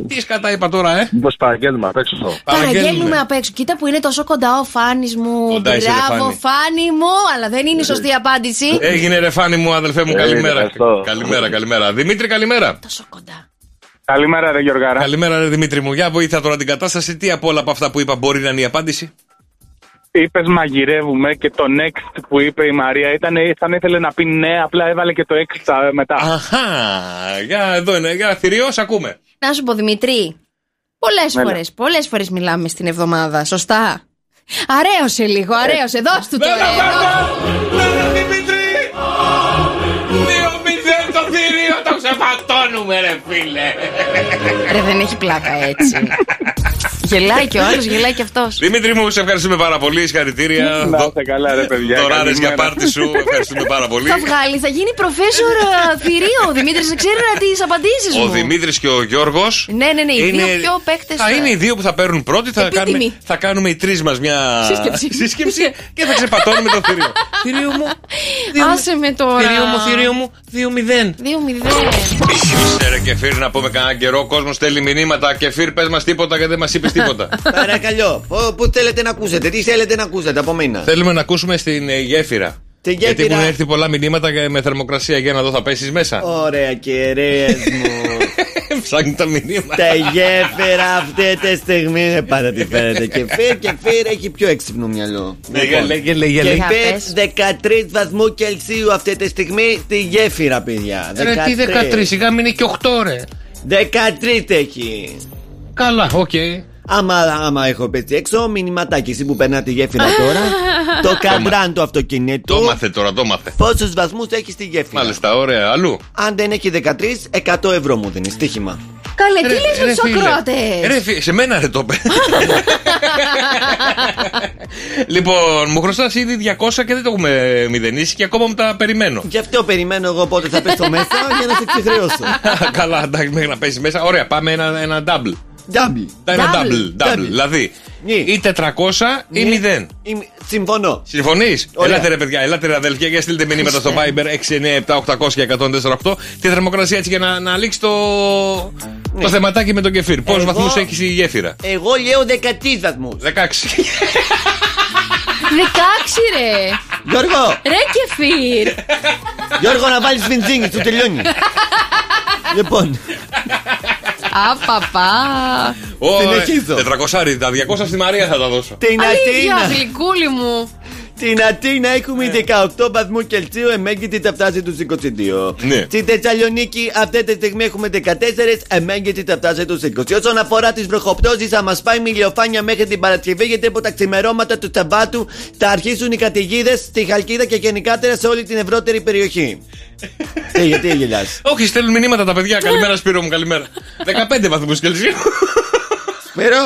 Speaker 4: Τι σκατά είπα τώρα, ε.
Speaker 13: Μήπως παραγγέλνουμε απ' έξω αυτό.
Speaker 6: Παραγγέλνουμε απ' έξω. Κοίτα που είναι τόσο κοντά ο Φάνης μου.
Speaker 4: Κοντά είσαι, ρε,
Speaker 6: Μπράβο,
Speaker 4: Φάνη. Ε,
Speaker 6: Φάνη μου. Αλλά δεν είναι η σωστή απάντηση.
Speaker 4: Έγινε ρε Φάνη μου, αδελφέ μου,
Speaker 13: Έγινε,
Speaker 4: καλημέρα.
Speaker 13: ευχαριστώ.
Speaker 4: Καλημέρα, καλημέρα. Δημήτρη, καλημέρα.
Speaker 13: Καλημέρα, ρε Γιωργάρα.
Speaker 4: Καλημέρα, ρε Δημήτρη μου. Για βοήθεια τώρα την κατάσταση. Τι από όλα από αυτά που είπα μπορεί να είναι η απάντηση.
Speaker 13: Είπες μαγειρεύουμε και το next που είπε η Μαρία ήταν σαν ήθελε να πει ναι, απλά έβαλε και το extra μετά.
Speaker 4: Αχα, για εδώ είναι. Για θηρίο, σ' ακούμε.
Speaker 6: Να σου πω, Δημητρή. Πολλές
Speaker 4: Έλα.
Speaker 6: φορές, πολλές φορές μιλάμε στην εβδομάδα. Σωστά. Αρέωσε
Speaker 4: Ε.
Speaker 6: λίγο, αρέωσε. Δώσ' του το
Speaker 4: Έλα,
Speaker 6: ρε.
Speaker 4: Δημήτρη! Δύο μηδέν το θηρίο, το ξεφατώνουμε, ρε φίλε.
Speaker 6: Ρε, δεν έχει πλάκα έτσι. γελάει και ο άλλος, γελάει και αυτός.
Speaker 4: Δημήτρη μου, σε ευχαριστούμε πάρα πολύ. Συγχαρητήρια.
Speaker 13: Να
Speaker 4: Δω-
Speaker 13: είστε καλά, ρε παιδιά.
Speaker 4: Δωράρες για
Speaker 13: Καλημέρα.
Speaker 4: πάρτι σου. Ευχαριστούμε πάρα πολύ.
Speaker 6: Θα βγάλει, θα γίνει προφέσορ θηρίο. Ο Δημήτρης δεν ξέρει να τις απαντήσεις μου.
Speaker 4: Ο Δημήτρης και ο Γιώργος.
Speaker 6: Ναι, ναι, ναι. Οι δύο πιο ε, παίκτε.
Speaker 4: Θα είναι οι δύο που θα παίρνουν πρώτοι. Θα
Speaker 6: Επίτιμοι.
Speaker 4: κάνουμε, θα κάνουμε οι τρεις μας μια
Speaker 6: Σύσκεψη. Ναι.
Speaker 4: και θα ξεπατώνουμε το θηρίο. Θηρίο μου.
Speaker 6: Άσε με τώρα.
Speaker 4: Θηρίο μου, θηρίο μου, 2-0.
Speaker 6: 2-0.
Speaker 4: Ήξερε και φύρ να πούμε κανένα καιρό. Ο κόσμος στέλνει μηνύματα. Και φύρ, πες μας τίποτα και δεν μας είπες τίποτα.
Speaker 2: Παρακαλώ, πο- πού θέλετε να ακούσετε, τι θέλετε να ακούσετε από μήνα.
Speaker 4: Θέλουμε να ακούσουμε στην ε, γέφυρα.
Speaker 2: Τη
Speaker 4: Γιατί
Speaker 2: γέφυρα.
Speaker 4: έχουν έρθει πολλά μηνύματα και με θερμοκρασία. Για να δω, θα πέσεις μέσα.
Speaker 2: Ωραία, κυρίε μου.
Speaker 4: Ψάχνει τα μηνύματα.
Speaker 2: Τα γέφυρα αυτή τη στιγμή δεν πάντα Ε, τη φέρετε. Και φύρ και φύρ έχει πιο έξυπνο μυαλό.
Speaker 4: Ναι,
Speaker 2: Λοιπόν,
Speaker 4: για λέγε, για λέγε, για
Speaker 2: και
Speaker 4: λέγε.
Speaker 2: φύρ 13 βαθμού Κελσίου αυτή τη στιγμή στη γέφυρα, παιδιά.
Speaker 11: Ρε τι 13, σιγά μην είναι και 8 ρε.
Speaker 2: 13 έχει.
Speaker 11: Καλά, οκ.
Speaker 2: Άμα, άμα έχω πέσει έξω, μηνυματάκι εσύ που περνά τη γέφυρα τώρα. το καντράν του αυτοκινήτου.
Speaker 4: Το μάθε τώρα, το μάθε.
Speaker 2: Πόσους βαθμούς έχει στη γέφυρα.
Speaker 4: Μάλιστα, ωραία, αλλού.
Speaker 2: Αν δεν έχει 13, 100 ευρώ μου δίνεις. Στοίχημα.
Speaker 6: Καλέ, Ε, τι
Speaker 4: Ρε-
Speaker 6: λες με
Speaker 4: ρε,
Speaker 6: τους
Speaker 4: φίλε.
Speaker 6: ακρότες.
Speaker 4: Ρε, φι- σε μένα ρε το είπε. λοιπόν, μου χρωστάς ήδη 200 και δεν το έχουμε μηδενίσει και ακόμα μου τα περιμένω.
Speaker 2: Γι' αυτό περιμένω εγώ πότε θα πέσω μέσα για να σε ξεχρεώσω.
Speaker 4: Καλά, εντάξει, μέχρι να πέσεις μέσα. Ωραία, πάμε ένα, ένα double.
Speaker 2: Ντάμπι.
Speaker 4: Ένα
Speaker 2: Double.
Speaker 4: double, double.
Speaker 2: Double.
Speaker 4: Δηλαδή, ή 400 ή
Speaker 2: Ναι.
Speaker 4: 0.
Speaker 2: Είμαι- Συμφωνώ.
Speaker 4: Συμφωνείς.
Speaker 2: Ωραία.
Speaker 4: Ελάτε ρε παιδιά, ελάτε ρε αδελφιά και στείλτε μηνύματα στο Viber 697-800-1048 τη θερμοκρασία έτσι για να, να λήξει το, το θεματάκι με τον κεφίρ. Πόσους
Speaker 2: Εγώ-
Speaker 4: βαθμούς έχεις η γέφυρα.
Speaker 2: Εγώ λέω 13 βαθμού.
Speaker 4: 16.
Speaker 6: 16 ρε.
Speaker 2: Γιώργο,
Speaker 6: Ρε κεφίρ.
Speaker 2: Γιώργο να βάλεις βενζίνη, του τελειώνει. λοιπόν,
Speaker 6: Απαπα.
Speaker 4: Ω,
Speaker 2: Συνεχίζω.
Speaker 4: 400 τα 200 στη Μαρία θα τα δώσω.
Speaker 2: την
Speaker 6: Αλήθεια,
Speaker 2: Αθήνα.
Speaker 6: γλυκούλη μου.
Speaker 2: Την Αθήνα έχουμε 18 βαθμού Κελσίου, εμέγεται τα φτάσει του 22.
Speaker 4: Ναι.
Speaker 2: Στη Θεσσαλονίκη αυτή τη στιγμή έχουμε 14, εμέγεται τα φτάσει του 20. Όσον αφορά τις βροχοπτώσεις, θα μας πάει μιλιοφάνεια μέχρι την Παρασκευή, γιατί από τα ξημερώματα του Σαββάτου θα αρχίσουν οι καταιγίδες στη Χαλκίδα και γενικάτερα σε όλη την ευρύτερη περιοχή. Τι, γιατί γελιάς
Speaker 4: Όχι, στέλνουν μηνύματα τα παιδιά. Καλημέρα, Σπύρο μου, καλημέρα. 15 βαθμούς Κελσίου.
Speaker 2: Σπύρο!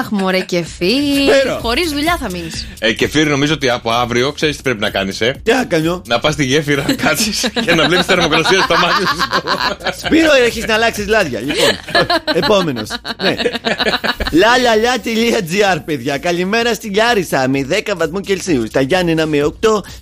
Speaker 6: Αχ, μωρέ κεφίρ.
Speaker 4: Σπέρο.
Speaker 6: Χωρίς δουλειά θα μείνεις.
Speaker 4: Ε, κεφίρ, νομίζω ότι από αύριο ξέρεις τι πρέπει να κάνεις, ε.
Speaker 2: Τι να κάνω.
Speaker 4: Να πας στη γέφυρα, να κάτσεις και να βλέπεις θερμοκρασία στο μάτι σου.
Speaker 2: Σπύρο, έχεις να αλλάξεις λάδια. Λοιπόν, επόμενος. Ναι. Λαλαλα.gr, παιδιά. Καλημέρα στην Λάρισα με 10 βαθμού Κελσίου. Στα Γιάννενα με 8.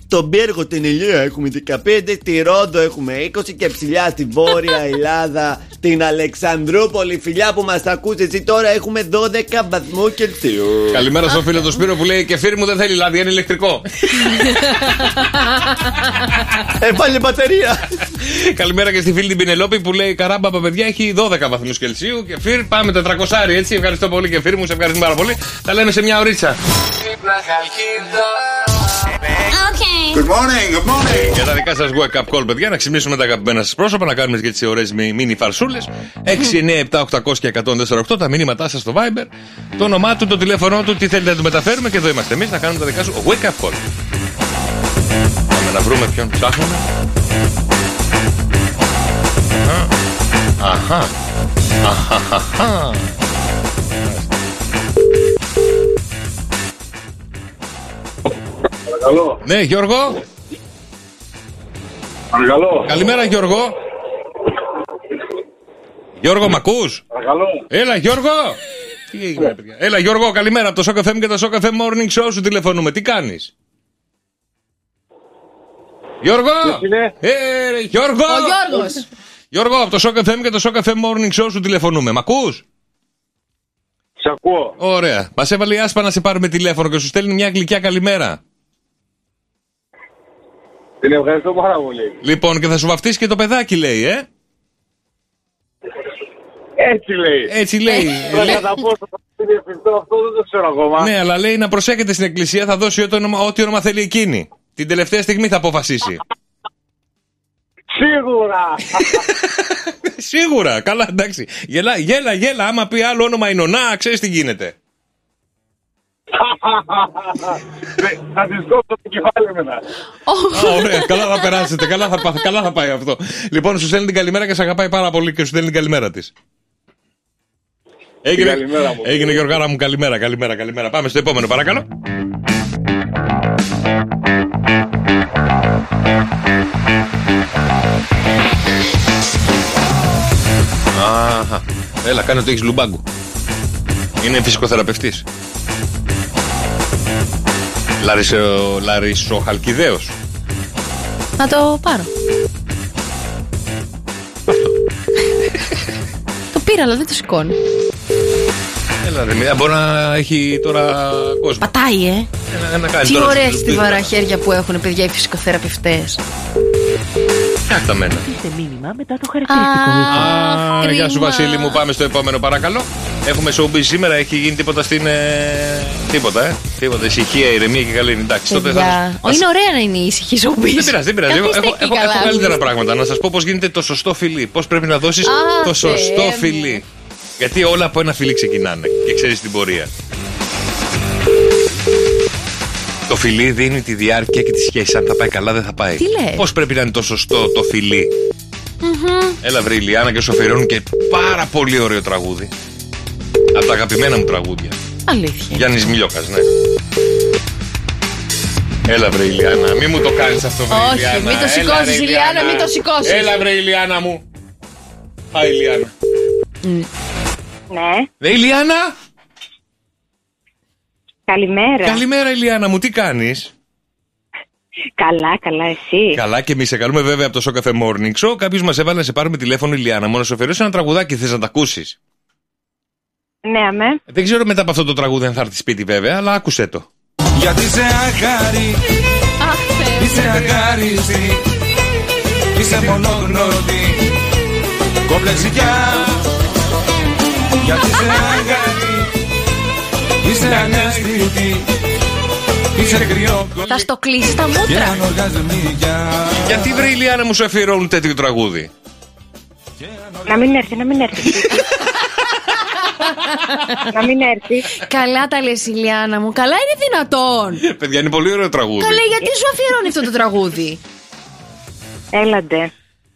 Speaker 2: Τον Πύργο την Ηλία έχουμε 15. Τη Ρόδο έχουμε 20. Και ψηλιά στη Βόρεια Ελλάδα, την Αλεξανδρούπολη, φιλιά που μας ακούσει εσύ τώρα, έχουμε 12 βαθμού Κελσίου.
Speaker 4: Καλημέρα στο φίλο του Σπύρο που λέει Κεφίρ μου δεν θέλει λάδι, είναι ηλεκτρικό.
Speaker 2: Έβαλε Ε, μπαταρία.
Speaker 4: Καλημέρα και στη φίλη την Πινελόπη που λέει Καράμπα, πα, παιδιά, έχει 12 βαθμούς Κελσίου. Κεφίρ, πάμε 400 έτσι. Ευχαριστώ πολύ, Κεφίρ μου, σε ευχαριστούμε πάρα πολύ. Τα λέμε σε μια ωρίτσα.
Speaker 8: Good morning, good morning.
Speaker 4: Για τα δικά σας wake up call, παιδιά, να ξυπνήσουμε τα αγαπημένα σας πρόσωπα, να κάνουμε και τις ωραίες μίνι φαρσούλες. 6, 9, 7, 800 και 148, τα μήνυματά σας στο Viber, το όνομά του, το τηλέφωνό του, τι θέλετε να του μεταφέρουμε και εδώ είμαστε εμείς να κάνουμε τα δικά σου wake up call. Πάμε να βρούμε ποιον ψάχνουμε. Α, Αχα. Αχαχαχα.
Speaker 13: Παρακαλώ.
Speaker 4: Ναι, Γιώργο.
Speaker 13: Παρακαλώ.
Speaker 4: Καλημέρα, Γιώργο. Γιώργο, μ' ακούς?
Speaker 13: Παρακαλώ. Ναι.
Speaker 4: Έλα, Γιώργο. Τι έγινε, ρε παιδιά. Έλα, Γιώργο, καλημέρα από το Σοκαφέ μου και το Σοκαφέ Morning Show σου τηλεφωνούμε. Τι κάνεις Γιώργο! Ε, ρε, Γιώργο!
Speaker 6: Ο Γιώργος.
Speaker 4: Γιώργο, από το Σοκαφέ μου και το Σοκαφέ Morning Show σου τηλεφωνούμε. Μ' ακούς?
Speaker 13: Σε ακούω.
Speaker 4: Ωραία. Μας έβαλε η άσπα να σε πάρουμε τηλέφωνο και σου στέλνει μια γλυκιά καλημέρα.
Speaker 13: Την ευχαριστώ πάρα πολύ.
Speaker 4: Λοιπόν, και θα σου βαφτίσει και το παιδάκι, λέει, ε.
Speaker 13: Έτσι λέει. Ε,
Speaker 4: Έτσι λέει.
Speaker 13: Τώρα κατά πόσο θα το διευθυνθώ αυτό δεν το ξέρω ακόμα.
Speaker 4: Ναι, αλλά λέει να προσέχετε στην εκκλησία, θα δώσει ό,τι όνομα, ό,τι όνομα θέλει εκείνη. Την τελευταία στιγμή θα αποφασίσει.
Speaker 13: Σίγουρα.
Speaker 4: Σίγουρα, καλά, εντάξει. Γελά, γέλα, γέλα. Άμα πει άλλο όνομα η νονά, ξέρεις τι γίνεται.
Speaker 13: Ναι, Θα τη κόψω το κεφάλι μετά.
Speaker 4: Α, ωραία, καλά θα περάσετε. Καλά θα, πα- καλά θα πάει αυτό. Λοιπόν, σου στέλνει την καλημέρα και σε αγαπάει πάρα πολύ και σου στέλνει την καλημέρα της. Έγινε,
Speaker 13: καλημέρα μου.
Speaker 4: έγινε Γιωργάρα μου, καλημέρα, καλημέρα, καλημέρα. Πάμε στο επόμενο, παρακαλώ. Αχα. Έλα, κάνε ότι έχει λουμπάγκου. Είναι φυσικοθεραπευτής. Λαρισο, λαρισοχαλκιδαίος.
Speaker 6: Να το πάρω. Το πήρα, αλλά δεν το σηκώνει.
Speaker 4: Έλα ρε, μία, μπορεί να έχει τώρα κόσμο.
Speaker 6: Πατάει, ε.
Speaker 4: Ένα, ένα κάνει
Speaker 6: Τι
Speaker 4: τώρα
Speaker 6: ωραία
Speaker 4: στο σπίτι.
Speaker 6: στιβαρά χέρια που έχουν, παιδιά, οι φυσικοθεραπευτές.
Speaker 4: Φτιάχτα μένα.
Speaker 12: Αφήστε μήνυμα μετά το χαρακτηριστικό ήχο.
Speaker 4: Α, Γεια σου Βασίλη μου, πάμε στο επόμενο παρακαλώ. Έχουμε showbiz σήμερα, έχει γίνει τίποτα στην... ε, Τίποτα, ε. Τίποτα, ησυχία, ηρεμία και καλή. Εντάξει, τότε θα...
Speaker 6: Παιδιά. Ω, Είναι ωραία να είναι η ησυχή σου
Speaker 4: Δεν πειράζει, δεν πειράζει. Εγώ έχω, έχω, έχω καλύτερα πράγματα. Να σας πω πώς γίνεται το σωστό φιλί. Πώς πρέπει να δώσεις
Speaker 6: Α,
Speaker 4: το
Speaker 6: Θεέ
Speaker 4: σωστό
Speaker 6: μου.
Speaker 4: φιλί. Γιατί όλα από ένα φιλί ξεκινάνε και ξέρεις την πορεία. Το φιλί δίνει τη διάρκεια και τη σχέση. Αν θα πάει καλά, δεν θα πάει.
Speaker 6: Τι λες?
Speaker 4: Πώς πρέπει να είναι το σωστό το φιλί. Έλα βρε η Λιάννα και σοφερώνουν και πάρα πολύ ωραίο τραγούδι. Από τα αγαπημένα μου τραγούδια.
Speaker 6: Αλήθεια.
Speaker 4: Γιάννης Μιλιόκας, ναι. Έλα βρε η Λιάννα, μη μου το κάνεις αυτό, βρε
Speaker 6: Όχι,
Speaker 4: Ηλιάνα.
Speaker 6: μην το
Speaker 4: Έλα,
Speaker 6: σηκώσεις,
Speaker 4: ρε,
Speaker 6: Ηλιάνα, μην το σηκώσεις.
Speaker 4: Έλα βρε Ηλιάνα μου. Α, Ηλιάνα.
Speaker 5: Ναι.
Speaker 4: Ρε Ηλιάνα,
Speaker 6: Ναι.
Speaker 5: Καλημέρα.
Speaker 4: καλημέρα Ηλιάνα μου, τι κάνεις.
Speaker 5: Καλά, καλά, εσύ.
Speaker 4: Καλά και εμείς σε καλούμε βέβαια από το Σοκαφέ Morning Show. Κάποιος μας έβαλε να σε πάρουμε τηλέφωνο, Ηλιάνα μου, να σου αφαιρέσει ένα τραγουδάκι, θες να τα ακούσεις.
Speaker 5: Ναι, αμέ.
Speaker 4: Δεν ξέρω μετά από αυτό το τραγούδι αν θα έρθει σπίτι βέβαια, αλλά άκουσε το.
Speaker 14: Γιατί σε αγάρι,
Speaker 6: Αχ, Θεέ μου.
Speaker 14: είσαι αγάριστη, είσαι μονόγνωτη, κομπλεξικιά. Γιατί σε αγάρι, είσαι ανέστητη, είσαι κρυό
Speaker 6: Θα στο κλείσει τα
Speaker 14: και
Speaker 6: μούτρα.
Speaker 14: ανοργασμικιά.
Speaker 4: Γιατί βρε Ηλιάνα μου σου αφιερώνουν τέτοιο τραγούδι.
Speaker 5: Να μην έρθει, να μην έρθει. να μην έρθει.
Speaker 6: Καλά τα λες η Λιάνα μου. Καλά είναι δυνατόν.
Speaker 4: Παιδιά είναι πολύ ωραίο τραγούδι.
Speaker 6: Καλά, γιατί σου αφιερώνει αυτό το τραγούδι.
Speaker 5: Έλαντε.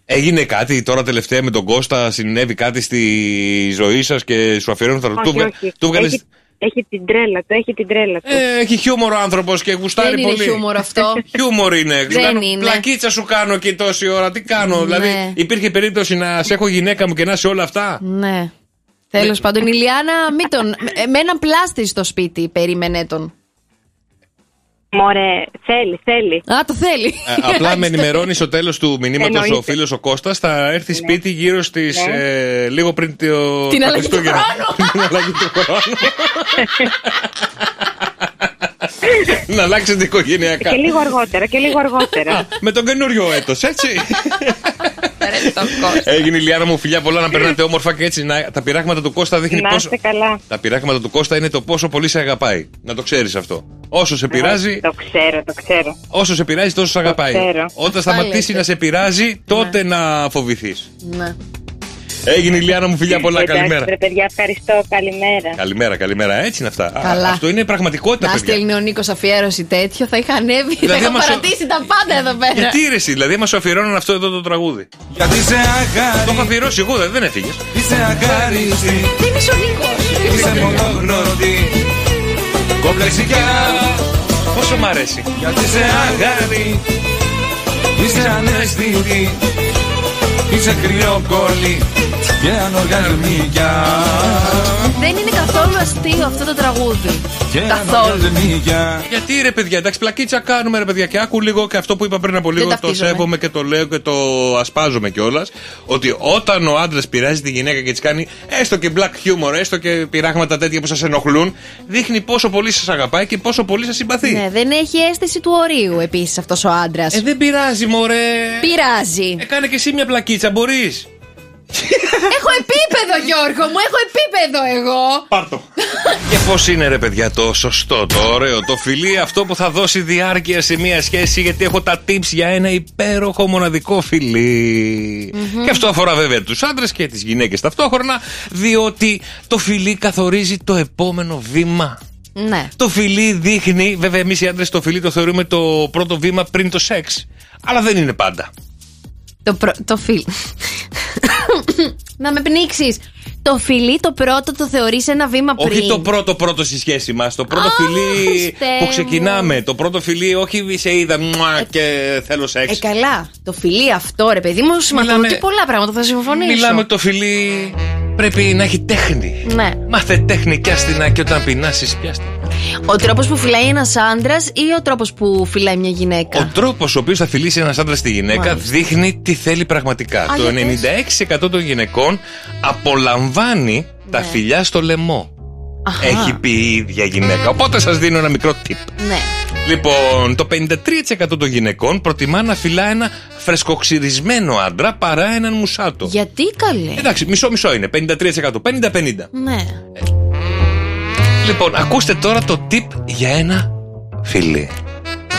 Speaker 4: Έγινε κάτι τώρα τελευταία με τον Κώστα, συνέβη κάτι στη ζωή σας και σου αφιερώνει το
Speaker 5: όχι, όχι. έχει, έχει την τρέλα του, έχει την τρέλα του.
Speaker 4: Ε, Έχει χιούμορ ο άνθρωπος και γουστάρει
Speaker 6: Δεν είναι
Speaker 4: πολύ.
Speaker 6: χιούμορ αυτό.
Speaker 4: Χιούμορ είναι.
Speaker 6: Δεν
Speaker 4: Κάνω-
Speaker 6: είναι.
Speaker 4: Πλακίτσα σου κάνω και τόση ώρα. Τι κάνω. Δηλαδή, υπήρχε περίπτωση να σε έχω γυναίκα μου και να σε όλα αυτά.
Speaker 6: Ναι. Τέλος πάντων, η Λιάνα, μη τον. ε, Με έναν πλάστη στο σπίτι, περίμενε τον.
Speaker 5: Μωρέ, θέλει, θέλει.
Speaker 6: Α, το θέλει.
Speaker 4: Ε, Απλά με ενημερώνεις στο τέλος του μηνύματος ο
Speaker 5: Εννοείται.
Speaker 4: φίλος ο Κώστας. Θα έρθει σπίτι γύρω στις.
Speaker 5: Ναι.
Speaker 4: λίγο πριν το.
Speaker 6: Την
Speaker 4: τα
Speaker 6: αλλαγή του
Speaker 4: Χριστούγεννα.
Speaker 6: χρόνου.
Speaker 4: Την αλλαγή του χρόνου. Να αλλάξετε οικογενειακά.
Speaker 5: Και λίγο αργότερα, και λίγο αργότερα.
Speaker 4: Με τον καινούριο έτος, έτσι. Έγινε η Λιάνα μου, φιλιά πολλά να περνάτε όμορφα και έτσι. Να, τα πειράγματα του Κώστα
Speaker 13: Ε,
Speaker 4: δείχνει
Speaker 5: να
Speaker 4: πόσο.
Speaker 5: είστε καλά.
Speaker 4: Τα πειράγματα του Κώστα είναι το πόσο πολύ σε αγαπάει. Να το ξέρεις αυτό. Όσο σε πειράζει,
Speaker 5: Το ξέρω, το ξέρω.
Speaker 4: όσο σε πειράζει, τόσο σε αγαπάει.
Speaker 5: ξέρω.
Speaker 4: Όταν
Speaker 5: Αυτά
Speaker 4: σταματήσει
Speaker 5: λέτε.
Speaker 4: να σε πειράζει, τότε να φοβηθείς.
Speaker 6: Ναι.
Speaker 4: Έγινε η Λιάνα μου, φιλιά πολλά,
Speaker 5: Εντάξει,
Speaker 4: καλημέρα.
Speaker 5: Ρε παιδιά, ευχαριστώ. Καλημέρα.
Speaker 4: Καλημέρα, καλημέρα. Έτσι είναι αυτά. Α,
Speaker 6: Καλά.
Speaker 4: αυτό είναι πραγματικότητα,
Speaker 6: Να
Speaker 4: παιδιά.
Speaker 6: στέλνει ο Νίκος αφιέρωση τέτοιο, θα είχα ανέβει. θα
Speaker 4: Δηλαδή,
Speaker 6: είχα
Speaker 4: άμα σου-
Speaker 6: παρατήσει τα πάντα εδώ πέρα.
Speaker 4: Γιατί ρε, εσύ, δηλαδή, μα σου αφιερώνουν αυτό εδώ το τραγούδι.
Speaker 14: Γιατί σε αγάρι,
Speaker 4: Το έχω αφιερώσει εγώ, δεν έφυγες.
Speaker 14: είσαι αγάριστη,
Speaker 6: Δεν είσαι ο Νίκος.
Speaker 14: είσαι μονόγνωτη, κομπλεξικιά.
Speaker 4: Πόσο μ' αρέσει.
Speaker 14: Γιατί σε αγάπη Είσαι αναισθητή Είσαι κρυοκόλλη Και ανοργασμικιά
Speaker 6: Δεν είναι καθόλου αστείο αυτό το τραγούδι.
Speaker 14: Και
Speaker 6: Καθόλου.
Speaker 4: δηλαδή.
Speaker 14: ανοργασμικιά
Speaker 4: Γιατί ρε παιδιά, εντάξει, πλακίτσα κάνουμε ρε παιδιά και άκου λίγο και αυτό που είπα πριν από λίγο. Το
Speaker 6: ταυτίζομαι.
Speaker 4: σέβομαι και το λέω και το ασπάζομαι κιόλας. Ότι όταν ο άντρας πειράζει τη γυναίκα και της κάνει έστω και black humor, έστω και πειράγματα τέτοια που σας ενοχλούν, δείχνει πόσο πολύ σας αγαπάει και πόσο πολύ σας συμπαθεί.
Speaker 6: Ναι, δεν έχει αίσθηση του ορίου επίσης αυτός ο άντρας.
Speaker 4: Ε, δεν πειράζει, μωρέ.
Speaker 6: Πειράζει.
Speaker 4: Ε, κάνε και εσύ μια πλακίτσα, μπορείς.
Speaker 6: έχω επίπεδο, Γιώργο μου, έχω επίπεδο εγώ.
Speaker 4: Πάρτο. και πώς είναι, ρε παιδιά, το σωστό, το ωραίο, το φιλί, αυτό που θα δώσει διάρκεια σε μια σχέση, γιατί έχω τα tips για ένα υπέροχο μοναδικό φιλί. Και αυτό αφορά βέβαια τους άντρες και τις γυναίκες ταυτόχρονα, διότι το φιλί καθορίζει το επόμενο βήμα.
Speaker 6: Ναι.
Speaker 4: Το φιλί δείχνει, βέβαια, εμείς οι άντρες το φιλί το θεωρούμε το πρώτο βήμα πριν το σεξ. Αλλά δεν είναι πάντα.
Speaker 6: Το, πρω... το φιλ. να με πνίξεις. Το φιλί το πρώτο το θεωρείς ένα βήμα πριν.
Speaker 4: Όχι το πρώτο πρώτο στη σχέση μας. Το πρώτο φιλί
Speaker 6: Χριστέ
Speaker 4: που
Speaker 6: μου.
Speaker 4: ξεκινάμε. Το πρώτο φιλί, όχι σε είδα μουα, και θέλω
Speaker 6: Ε,
Speaker 4: σεξ.
Speaker 6: καλά. Το φιλί αυτό, ρε παιδί μου, σηματοδοτεί
Speaker 4: Μιλάμε-
Speaker 6: πολλά πράγματα. Θα συμφωνήσω.
Speaker 4: Μιλάμε το φιλί. Πρέπει να έχει τέχνη.
Speaker 6: Ναι.
Speaker 4: Μάθε τέχνη και άστινα και όταν πεινάσει, πιάστα.
Speaker 6: Ο τρόπος που φυλάει ένας άντρας ή ο τρόπος που φυλάει μια γυναίκα.
Speaker 4: Ο τρόπος ο οποίος θα φιλήσει ένας άντρας στη γυναίκα
Speaker 6: Μάλιστα.
Speaker 4: δείχνει τι θέλει πραγματικά.
Speaker 6: Α,
Speaker 4: το
Speaker 6: για
Speaker 4: 96% των γυναικών απολαμβάνει
Speaker 6: Ναι.
Speaker 4: τα φιλιά στο λαιμό.
Speaker 6: Αχα.
Speaker 4: Έχει πει η ίδια γυναίκα. Οπότε σας δίνω ένα μικρό tip.
Speaker 6: Ναι.
Speaker 4: Λοιπόν, το 53% των γυναικών προτιμά να φυλά ένα φρεσκοξυρισμένο άντρα παρά έναν μουσάτο.
Speaker 6: Γιατί καλέ.
Speaker 4: Εντάξει, μισό-μισό είναι. 53%. 50-50.
Speaker 6: Ναι.
Speaker 4: Λοιπόν, ακούστε τώρα το tip για ένα φίλι.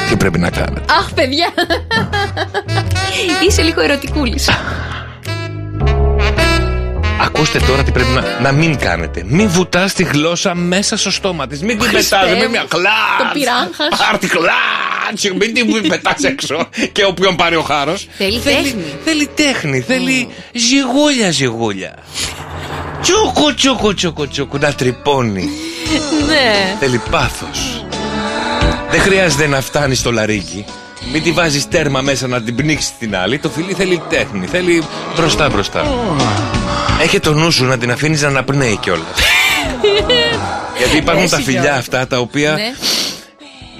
Speaker 4: Τι πρέπει να κάνετε.
Speaker 6: Αχ, παιδιά. Είσαι λίγο ερωτικούλης.
Speaker 4: Ακούστε τώρα τι πρέπει να, να μην κάνετε. Μην βουτάς τη γλώσσα μέσα στο στόμα της. Μην την
Speaker 6: Χριστέ
Speaker 4: πετάς,
Speaker 6: μου.
Speaker 4: μην μια
Speaker 6: Το
Speaker 4: κλάτ.
Speaker 6: πειράγχας.
Speaker 4: Πάρ' τη κλάτ. Μην την πετάς έξω και όποιον πάρει ο χάρος.
Speaker 6: Θέλει τέχνη.
Speaker 4: Θέλει τέχνη, θέλει ζυγούλια ζυγούλια. Τσούκου, τσούκου, τσούκου, τσούκου, να τρυπώνει.
Speaker 6: Ναι.
Speaker 4: Θέλει πάθος. Δεν χρειάζεται να φτάνει στο λαρίκι. Μην τη βάζεις τέρμα μέσα να την πνίξεις την άλλη. Το φιλί θέλει τέχνη. Θέλει μπροστά μπροστά. Έχει το νου σου να την αφήνεις να αναπνέει κιόλας. Γιατί υπάρχουν
Speaker 14: Εσύ
Speaker 4: τα φιλιά
Speaker 14: Γιώργο.
Speaker 4: αυτά τα οποία
Speaker 14: Ναι.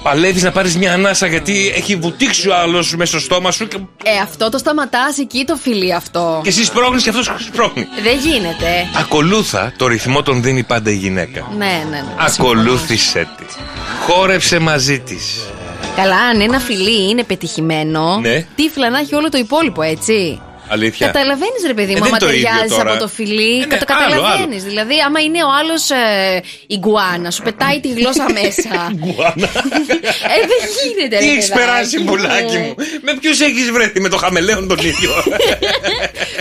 Speaker 4: παλεύεις να πάρεις μια ανάσα γιατί έχει βουτήξει ο άλλος μέσα στο στόμα σου και,
Speaker 6: Ε, αυτό το σταματάς εκεί το φιλί αυτό.
Speaker 4: και εσύ σπρώχνεις και αυτός σπρώχνει.
Speaker 6: Δεν γίνεται.
Speaker 4: Ακολούθα το ρυθμό τον δίνει πάντα η γυναίκα.
Speaker 6: Ναι, ναι, ναι.
Speaker 4: Ακολούθησε τη. Χόρεψε μαζί της.
Speaker 6: Καλά, αν ένα φιλί είναι πετυχημένο,
Speaker 4: Ναι.
Speaker 6: τύφλα να έχει όλο το υπόλοιπο, έτσι.
Speaker 4: Αλήθεια.
Speaker 6: Καταλαβαίνεις, ρε παιδί
Speaker 4: Ε,
Speaker 6: μου,
Speaker 4: δεν
Speaker 6: άμα
Speaker 4: το ίδιο
Speaker 6: ταιριάζει
Speaker 4: τώρα.
Speaker 6: από το φιλί.
Speaker 4: Ε, ναι,
Speaker 6: κατα-
Speaker 4: άλλο, άλλο.
Speaker 6: Καταλαβαίνει. Δηλαδή, άμα είναι ο άλλος Ιγκουάνα, σου πετάει τη γλώσσα μέσα.
Speaker 4: Γκουάνα.
Speaker 6: ε, δεν γίνεται, ρε
Speaker 4: Τι έχεις
Speaker 6: παιδάκι. ε.
Speaker 4: περάσει, πουλάκι μου. Με ποιους έχεις βρεθεί, με το χαμελέον τον ίδιο.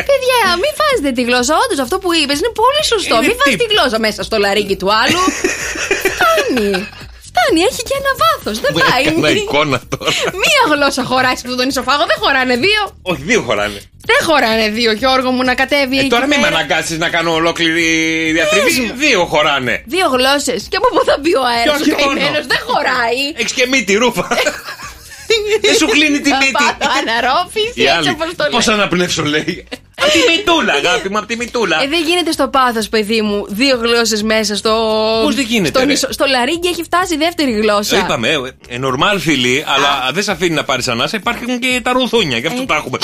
Speaker 6: Παιδιά, μην βάζετε τη γλώσσα. Όντως, αυτό που είπες είναι πολύ σωστό.
Speaker 4: Είναι
Speaker 6: μην βάζει
Speaker 4: tip.
Speaker 6: τη γλώσσα μέσα στο λαρίκι του άλλου. Φτάνει. Φτάνει, έχει και ένα βάθος. Δεν
Speaker 4: Μου
Speaker 6: πάει.
Speaker 4: Έκανα εικόνα τώρα.
Speaker 6: Μία γλώσσα χωράει σε αυτόν τον ισοφάγο, δεν χωράνε δύο.
Speaker 4: Όχι, δύο χωράνε.
Speaker 6: Δεν χωράνε δύο, Γιώργο μου, να κατέβει
Speaker 4: Ε,
Speaker 6: εκεί
Speaker 4: τώρα μην με
Speaker 6: πέρα. Ε,
Speaker 4: αναγκάσεις να κάνω ολόκληρη
Speaker 6: Πες
Speaker 4: διατριβή.
Speaker 6: μου.
Speaker 4: Δύο χωράνε.
Speaker 6: Δύο γλώσσες. Και από πού θα μπει ο αέρα
Speaker 4: Και
Speaker 6: ο
Speaker 4: όχι μόνο.
Speaker 6: καημένος, δεν χωράει.
Speaker 4: Έχεις και μύτη, ρούφα.
Speaker 6: Ε,
Speaker 4: Δεν σου κλείνει τη μύτη.
Speaker 6: Αναρρόφηση,
Speaker 4: Η
Speaker 6: έτσι
Speaker 4: άλλη.
Speaker 6: όπως το λέω.
Speaker 4: Πώ αναπνεύσω, λέει. Απ' τη μητούλα, αγάπη μου, απ' τη μητούλα.
Speaker 6: Ε, δεν γίνεται στο πάθος, παιδί μου, δύο γλώσσες μέσα στο.
Speaker 4: Πώς δεν γίνεται,
Speaker 6: στον
Speaker 4: ρε?
Speaker 6: ισο- Στο λαρίγκι έχει φτάσει η δεύτερη γλώσσα.
Speaker 4: Το είπαμε, ε, ε, normal φιλί, αλλά δεν σε αφήνει να πάρεις ανάσα. Υπάρχουν και τα ρουθούνια,
Speaker 6: Ε,
Speaker 4: γι' αυτό τα έχουμε.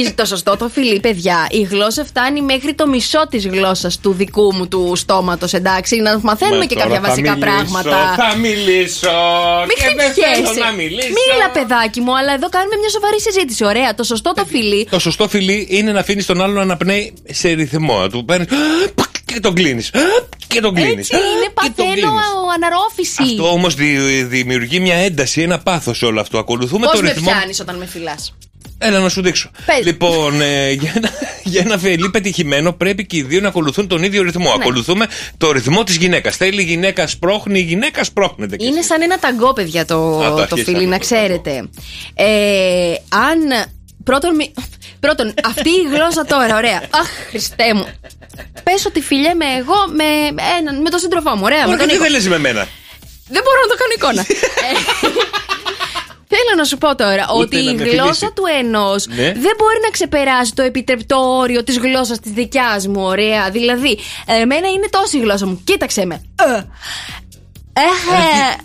Speaker 6: Ή το σωστό το φιλί, παιδιά. Η γλώσσα φτάνει μέχρι το μισό της γλώσσας του δικού μου του στόματος, εντάξει. Να μαθαίνουμε
Speaker 4: Μα
Speaker 6: και
Speaker 4: τώρα
Speaker 6: κάποια
Speaker 4: θα
Speaker 6: βασικά
Speaker 4: μιλήσω,
Speaker 6: πράγματα.
Speaker 4: Θα μιλήσω.
Speaker 6: Μην
Speaker 4: και δεν θέλω
Speaker 6: χτυπιέσαι.
Speaker 4: να μιλήσω.
Speaker 6: Μίλα, παιδάκι μου, αλλά εδώ κάνουμε μια σοβαρή συζήτηση. Ωραία, το σωστό
Speaker 4: Ε,
Speaker 6: το φιλί.
Speaker 4: Το σωστό φιλί είναι να αφήνεις τον άλλον να αναπνέει σε ρυθμό. Να του παίρνεις και τον κλείνεις. Ε, Και τον κλείνεις.
Speaker 6: Έτσι είναι, παθαίνω ο- αναρρόφηση.
Speaker 4: Αυτό όμως δημιουργεί μια ένταση, ένα πάθος όλο αυτό. Ακολουθούμε
Speaker 6: Πώς
Speaker 4: το
Speaker 6: με
Speaker 4: ρυθμό.
Speaker 6: πιάνεις όταν με φυλάς.
Speaker 4: Έλα να σου δείξω. Λοιπόν, ε, για, ένα, για ένα φιλί πετυχημένο πρέπει και οι δύο να ακολουθούν τον ίδιο ρυθμό.
Speaker 6: Ναι.
Speaker 4: Ακολουθούμε το ρυθμό της γυναίκας. Θέλει η γυναίκα σπρώχνει, η γυναίκα σπρώχνεται. κι
Speaker 6: Είναι σαν ένα ταγκό, παιδιά, το,
Speaker 4: Ε, Α, τα
Speaker 6: το
Speaker 4: αρχίσαμε
Speaker 6: φιλί,
Speaker 4: το
Speaker 6: να ξέρετε. Ε, αν. Πρώτον, μη- πρώτον, αυτή η γλώσσα τώρα, ωραία. Αχ, Χριστέ μου. Πες ότι φιλιέμαι εγώ με, έναν, με τον σύντροφό μου, ωραία. με
Speaker 4: Τώρα
Speaker 6: τον
Speaker 4: γιατί
Speaker 6: Νίκο.
Speaker 4: δεν λες με μένα.
Speaker 6: Δεν μπορώ να το κάνω εικόνα. Ε, Θέλω να σου πω τώρα ότι
Speaker 4: Ούτε να
Speaker 6: η
Speaker 4: με
Speaker 6: γλώσσα
Speaker 4: φιλήσει.
Speaker 6: του ενός
Speaker 4: Ναι.
Speaker 6: δεν μπορεί να ξεπεράσει το επιτρεπτό όριο της γλώσσας της δικιάς μου. Ωραία. Δηλαδή, εμένα είναι τόση η γλώσσα μου. Κοίταξε με. Ε.
Speaker 4: Ε,
Speaker 6: Έχε.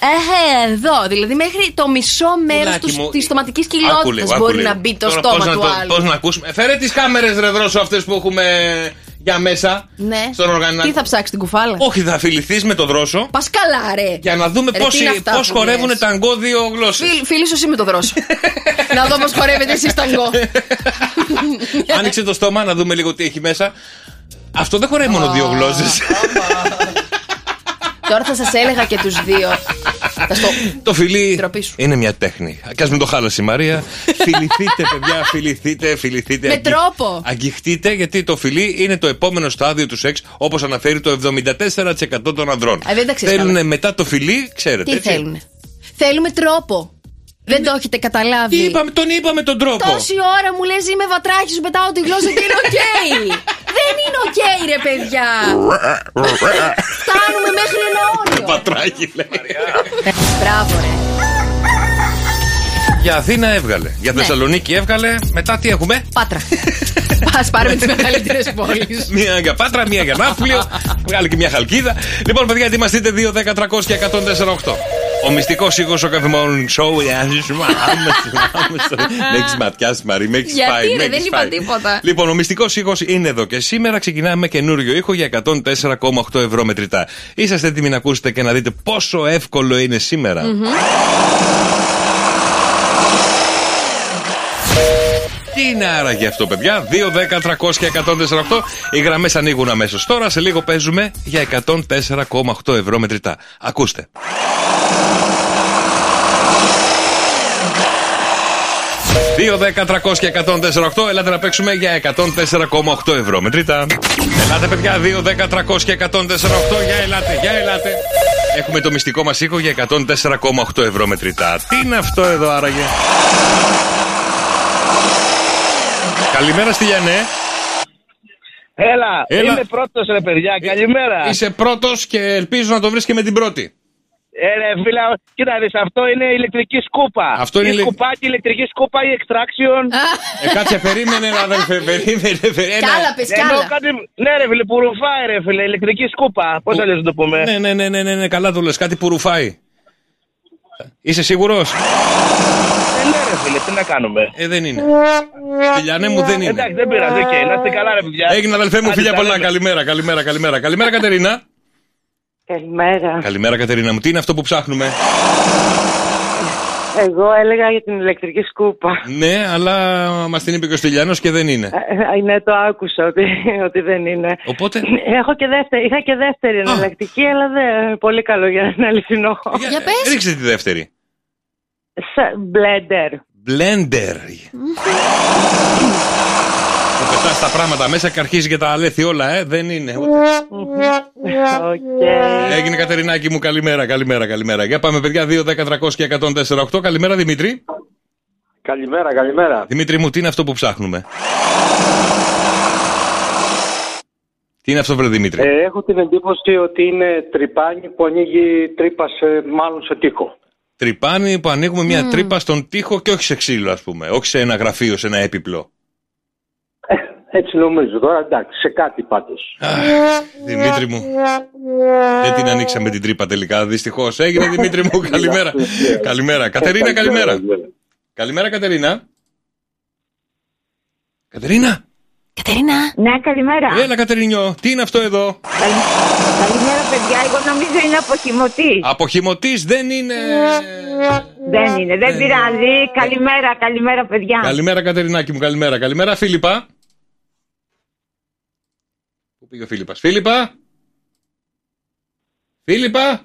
Speaker 6: Έχε εδώ. Δηλαδή, μέχρι το μισό
Speaker 4: Πουλάκι
Speaker 6: μέρο
Speaker 4: μου.
Speaker 6: της στοματικής
Speaker 4: Άκου λίγο,
Speaker 6: κοιλότητα
Speaker 4: άκου
Speaker 6: μπορεί
Speaker 4: λίγο.
Speaker 6: να μπει το
Speaker 4: Τώρα
Speaker 6: στόμα
Speaker 4: πώς να
Speaker 6: του
Speaker 4: το-
Speaker 6: άλλου.
Speaker 4: Πώς να ακούσουμε. Φέρε τις κάμερες ρε δρόσο αυτές που έχουμε για μέσα.
Speaker 6: Ναι.
Speaker 4: Στον οργανά.
Speaker 6: Τι θα ψάξεις την κουφάλα.
Speaker 4: Όχι, θα φιληθείς με το δρόσο
Speaker 6: Πας καλά, ρε.
Speaker 4: για να δούμε
Speaker 6: Ρε,
Speaker 4: πώς,
Speaker 6: τι είναι αυτά
Speaker 4: πώς
Speaker 6: που
Speaker 4: χορεύουν
Speaker 6: λες.
Speaker 4: τα αγκό δύο γλώσσες.
Speaker 6: Φίλ- Φίλης εσύ με το δρόσο. να δω πώς χορεύετε εσείς ταγκό.
Speaker 4: Άνοιξε το στόμα να δούμε λίγο τι έχει μέσα. Αυτό δεν χορεύει μόνο δύο γλώσσες.
Speaker 6: Τώρα θα σας έλεγα και τους δύο. Θα στο...
Speaker 4: Το φιλί
Speaker 6: Ντροπή σου.
Speaker 4: είναι μια τέχνη. Κι ας μην το χάλασε η Μαρία. Φιληθείτε, παιδιά, φιληθείτε, φιληθείτε.
Speaker 6: Με
Speaker 4: Αγγι-
Speaker 6: τρόπο.
Speaker 4: Αγγιχτείτε, γιατί το φιλί είναι το επόμενο στάδιο του σεξ, όπως αναφέρει το 74% των ανδρών.
Speaker 6: Α, Ε, δεν τα ξέρεις
Speaker 4: Θέλουν
Speaker 6: καλά.
Speaker 4: μετά το φιλί, ξέρετε.
Speaker 6: Τι
Speaker 4: έτσι.
Speaker 6: θέλουνε. Θέλουμε τρόπο. Δεν το έχετε καταλάβει.
Speaker 4: Τι είπαμε, τον είπαμε τον τρόπο.
Speaker 6: Τόση ώρα μου λες είμαι βατράχη, σου πετάω τη γλώσσα και είναι οκ. Δεν είναι οκ, ρε παιδιά. Φτάνουμε μέχρι ένα όριο.
Speaker 4: Πατράκι, λέει.
Speaker 6: Μπράβο, ρε.
Speaker 4: Για Αθήνα έβγαλε.
Speaker 6: Ναι.
Speaker 4: Για Θεσσαλονίκη έβγαλε. Μετά τι έχουμε.
Speaker 6: Πάτρα. Πα πάρουμε τις μεγαλύτερες πόλεις.
Speaker 4: Μία για Πάτρα, μία για Ναύπλιο. Βγάλε και μία χαλκίδα. Λοιπόν, παιδιά, ετοιμαστείτε 2, 10, 300 και 104,8. Ο μυστικός ήχος ο κάθε morning show. ε, Άμεσα, άμεσα. Με έχεις ματιάσει, Μαρή, με έχεις
Speaker 6: Γιατί,
Speaker 4: πάει.
Speaker 6: ρε,
Speaker 4: με
Speaker 6: δεν
Speaker 4: έχεις
Speaker 6: είπα
Speaker 4: πάει.
Speaker 6: τίποτα.
Speaker 4: Λοιπόν, ο μυστικός ήχος είναι εδώ και σήμερα ξεκινάμε καινούριο ήχο για 104,8 ευρώ μετρητά. Είσαστε έτοιμοι να ακούσετε και να δείτε πόσο εύκολο είναι σήμερα. Τι είναι άραγε αυτό, παιδιά. 2, 10, 300 και 148. Οι γραμμές ανοίγουν αμέσως. Τώρα σε λίγο παίζουμε για 104,8 ευρώ μετρητά. Ακούστε. Δύο, 10, 300 και 148. Ελάτε να παίξουμε για 104,8 ευρώ μετρητά. Ελάτε, παιδιά. 2, 10, 300 και 148. Για ελάτε, για ελάτε. Έχουμε το μυστικό μας ήχο για 104,8 ευρώ μετρητά. Τι είναι αυτό εδώ, άραγε. Καλημέρα στη Γιάννε.
Speaker 15: Έλα,
Speaker 4: Έλα.
Speaker 15: είμαι πρώτος ρε παιδιά,
Speaker 2: Ε,
Speaker 15: καλημέρα.
Speaker 4: Είσαι πρώτος και ελπίζω να το βρεις και με την πρώτη.
Speaker 15: Ε, ρε, φίλε, κοίτα δεις, αυτό είναι ηλεκτρική σκούπα.
Speaker 4: Αυτό είναι
Speaker 15: η
Speaker 4: ηλε-
Speaker 15: σκουπάκι, ηλεκτρική σκούπα, η extraction.
Speaker 4: Ε, κάτσε, περίμενε, ρε, αδελφέ, περίμενε,
Speaker 16: Ε,
Speaker 4: περίμενε.
Speaker 15: Ναι, εννοώ κάτι- Ναι ρε φίλε, που ρουφάει ρε φίλε, ηλεκτρική σκούπα. Πώς αλλιώς να το πούμε.
Speaker 4: Ναι, ναι, ναι, ναι, ναι, ναι, καλά το λες, κάτι που ρουφάει. Είσαι σίγουρος?
Speaker 15: Ε, ναι ρε φίλε, τι να κάνουμε.
Speaker 4: Ε, δεν είναι. Φιλιανέ μου δεν είναι.
Speaker 15: Εντάξει, δεν πειράζει, οκ, να είστε καλά ρε παιδιά.
Speaker 4: Έγινε αδελφέ μου,
Speaker 15: Άντε,
Speaker 4: φίλια
Speaker 15: τα
Speaker 4: πολλά.
Speaker 15: λέμε.
Speaker 4: Καλημέρα, καλημέρα, καλημέρα. Καλημέρα, Κατερίνα.
Speaker 5: Καλημέρα.
Speaker 4: Καλημέρα, Κατερίνα μου. Τι είναι αυτό που ψάχνουμε.
Speaker 5: Εγώ έλεγα για την ηλεκτρική σκούπα.
Speaker 4: Ναι, αλλά μας την είπε και ο Στυλιανός και δεν είναι.
Speaker 5: Ε, Ναι, το άκουσα ότι, ότι δεν είναι.
Speaker 4: Οπότε.
Speaker 6: Ναι,
Speaker 5: Έχω και δεύτερη, είχα και δεύτερη εναλλακτική, αλλά δεν πολύ καλό για να είναι αληθινό.
Speaker 6: Για πες.
Speaker 4: Ρίξε τη δεύτερη.
Speaker 5: Σα- Μπλέντερ.
Speaker 4: Blender. Το πετάς τα πράγματα μέσα και αρχίζει και τα αλέθη όλα, ε. Δεν είναι. Έγινε Κατερινάκη μου, καλημέρα, καλημέρα, καλημέρα. Για πάμε παιδιά, 2, 10, 300 και 148. Καλημέρα Δημήτρη.
Speaker 17: Καλημέρα, καλημέρα.
Speaker 4: Δημήτρη μου, τι είναι αυτό που ψάχνουμε. Τι είναι αυτό, βρε Δημήτρη.
Speaker 17: Ε, έχω την εντύπωση ότι είναι τρυπάνι που ανοίγει τρύπα σε, μάλλον σε τοίχο.
Speaker 4: Τρυπάνι που ανοίγουμε μια τρύπα στον τοίχο και όχι σε ξύλο, ας πούμε. Όχι σε ένα γραφείο, σε ένα έπιπλο.
Speaker 17: Έτσι νομίζω τώρα, εντάξει, σε κάτι πάντως.
Speaker 4: Ε, Δημήτρη μου, δεν την ανοίξαμε την τρύπα τελικά. Δυστυχώς. Έγινε Δημήτρη μου, καλημέρα. καλημέρα. Κατερίνα, καλημέρα. Καλημέρα, Κατερίνα. Κατερίνα.
Speaker 18: Κατερίνα. Ναι, καλημέρα.
Speaker 4: Έλα, Κατερίνιο, τι είναι αυτό εδώ.
Speaker 18: Καλημέρα, παιδιά. Εγώ νομίζω είναι αποχημωτή.
Speaker 4: Αποχημωτή δεν είναι.
Speaker 18: Δεν είναι,
Speaker 5: ναι.
Speaker 18: δεν πειράζει. Καλημέρα, καλημέρα, παιδιά.
Speaker 4: Καλημέρα, Κατερινάκη μου, καλημέρα. Καλημέρα, Φίλιππα. Πού πήγε ο Φίλιππας, Φίλιππα. Φίλιππα.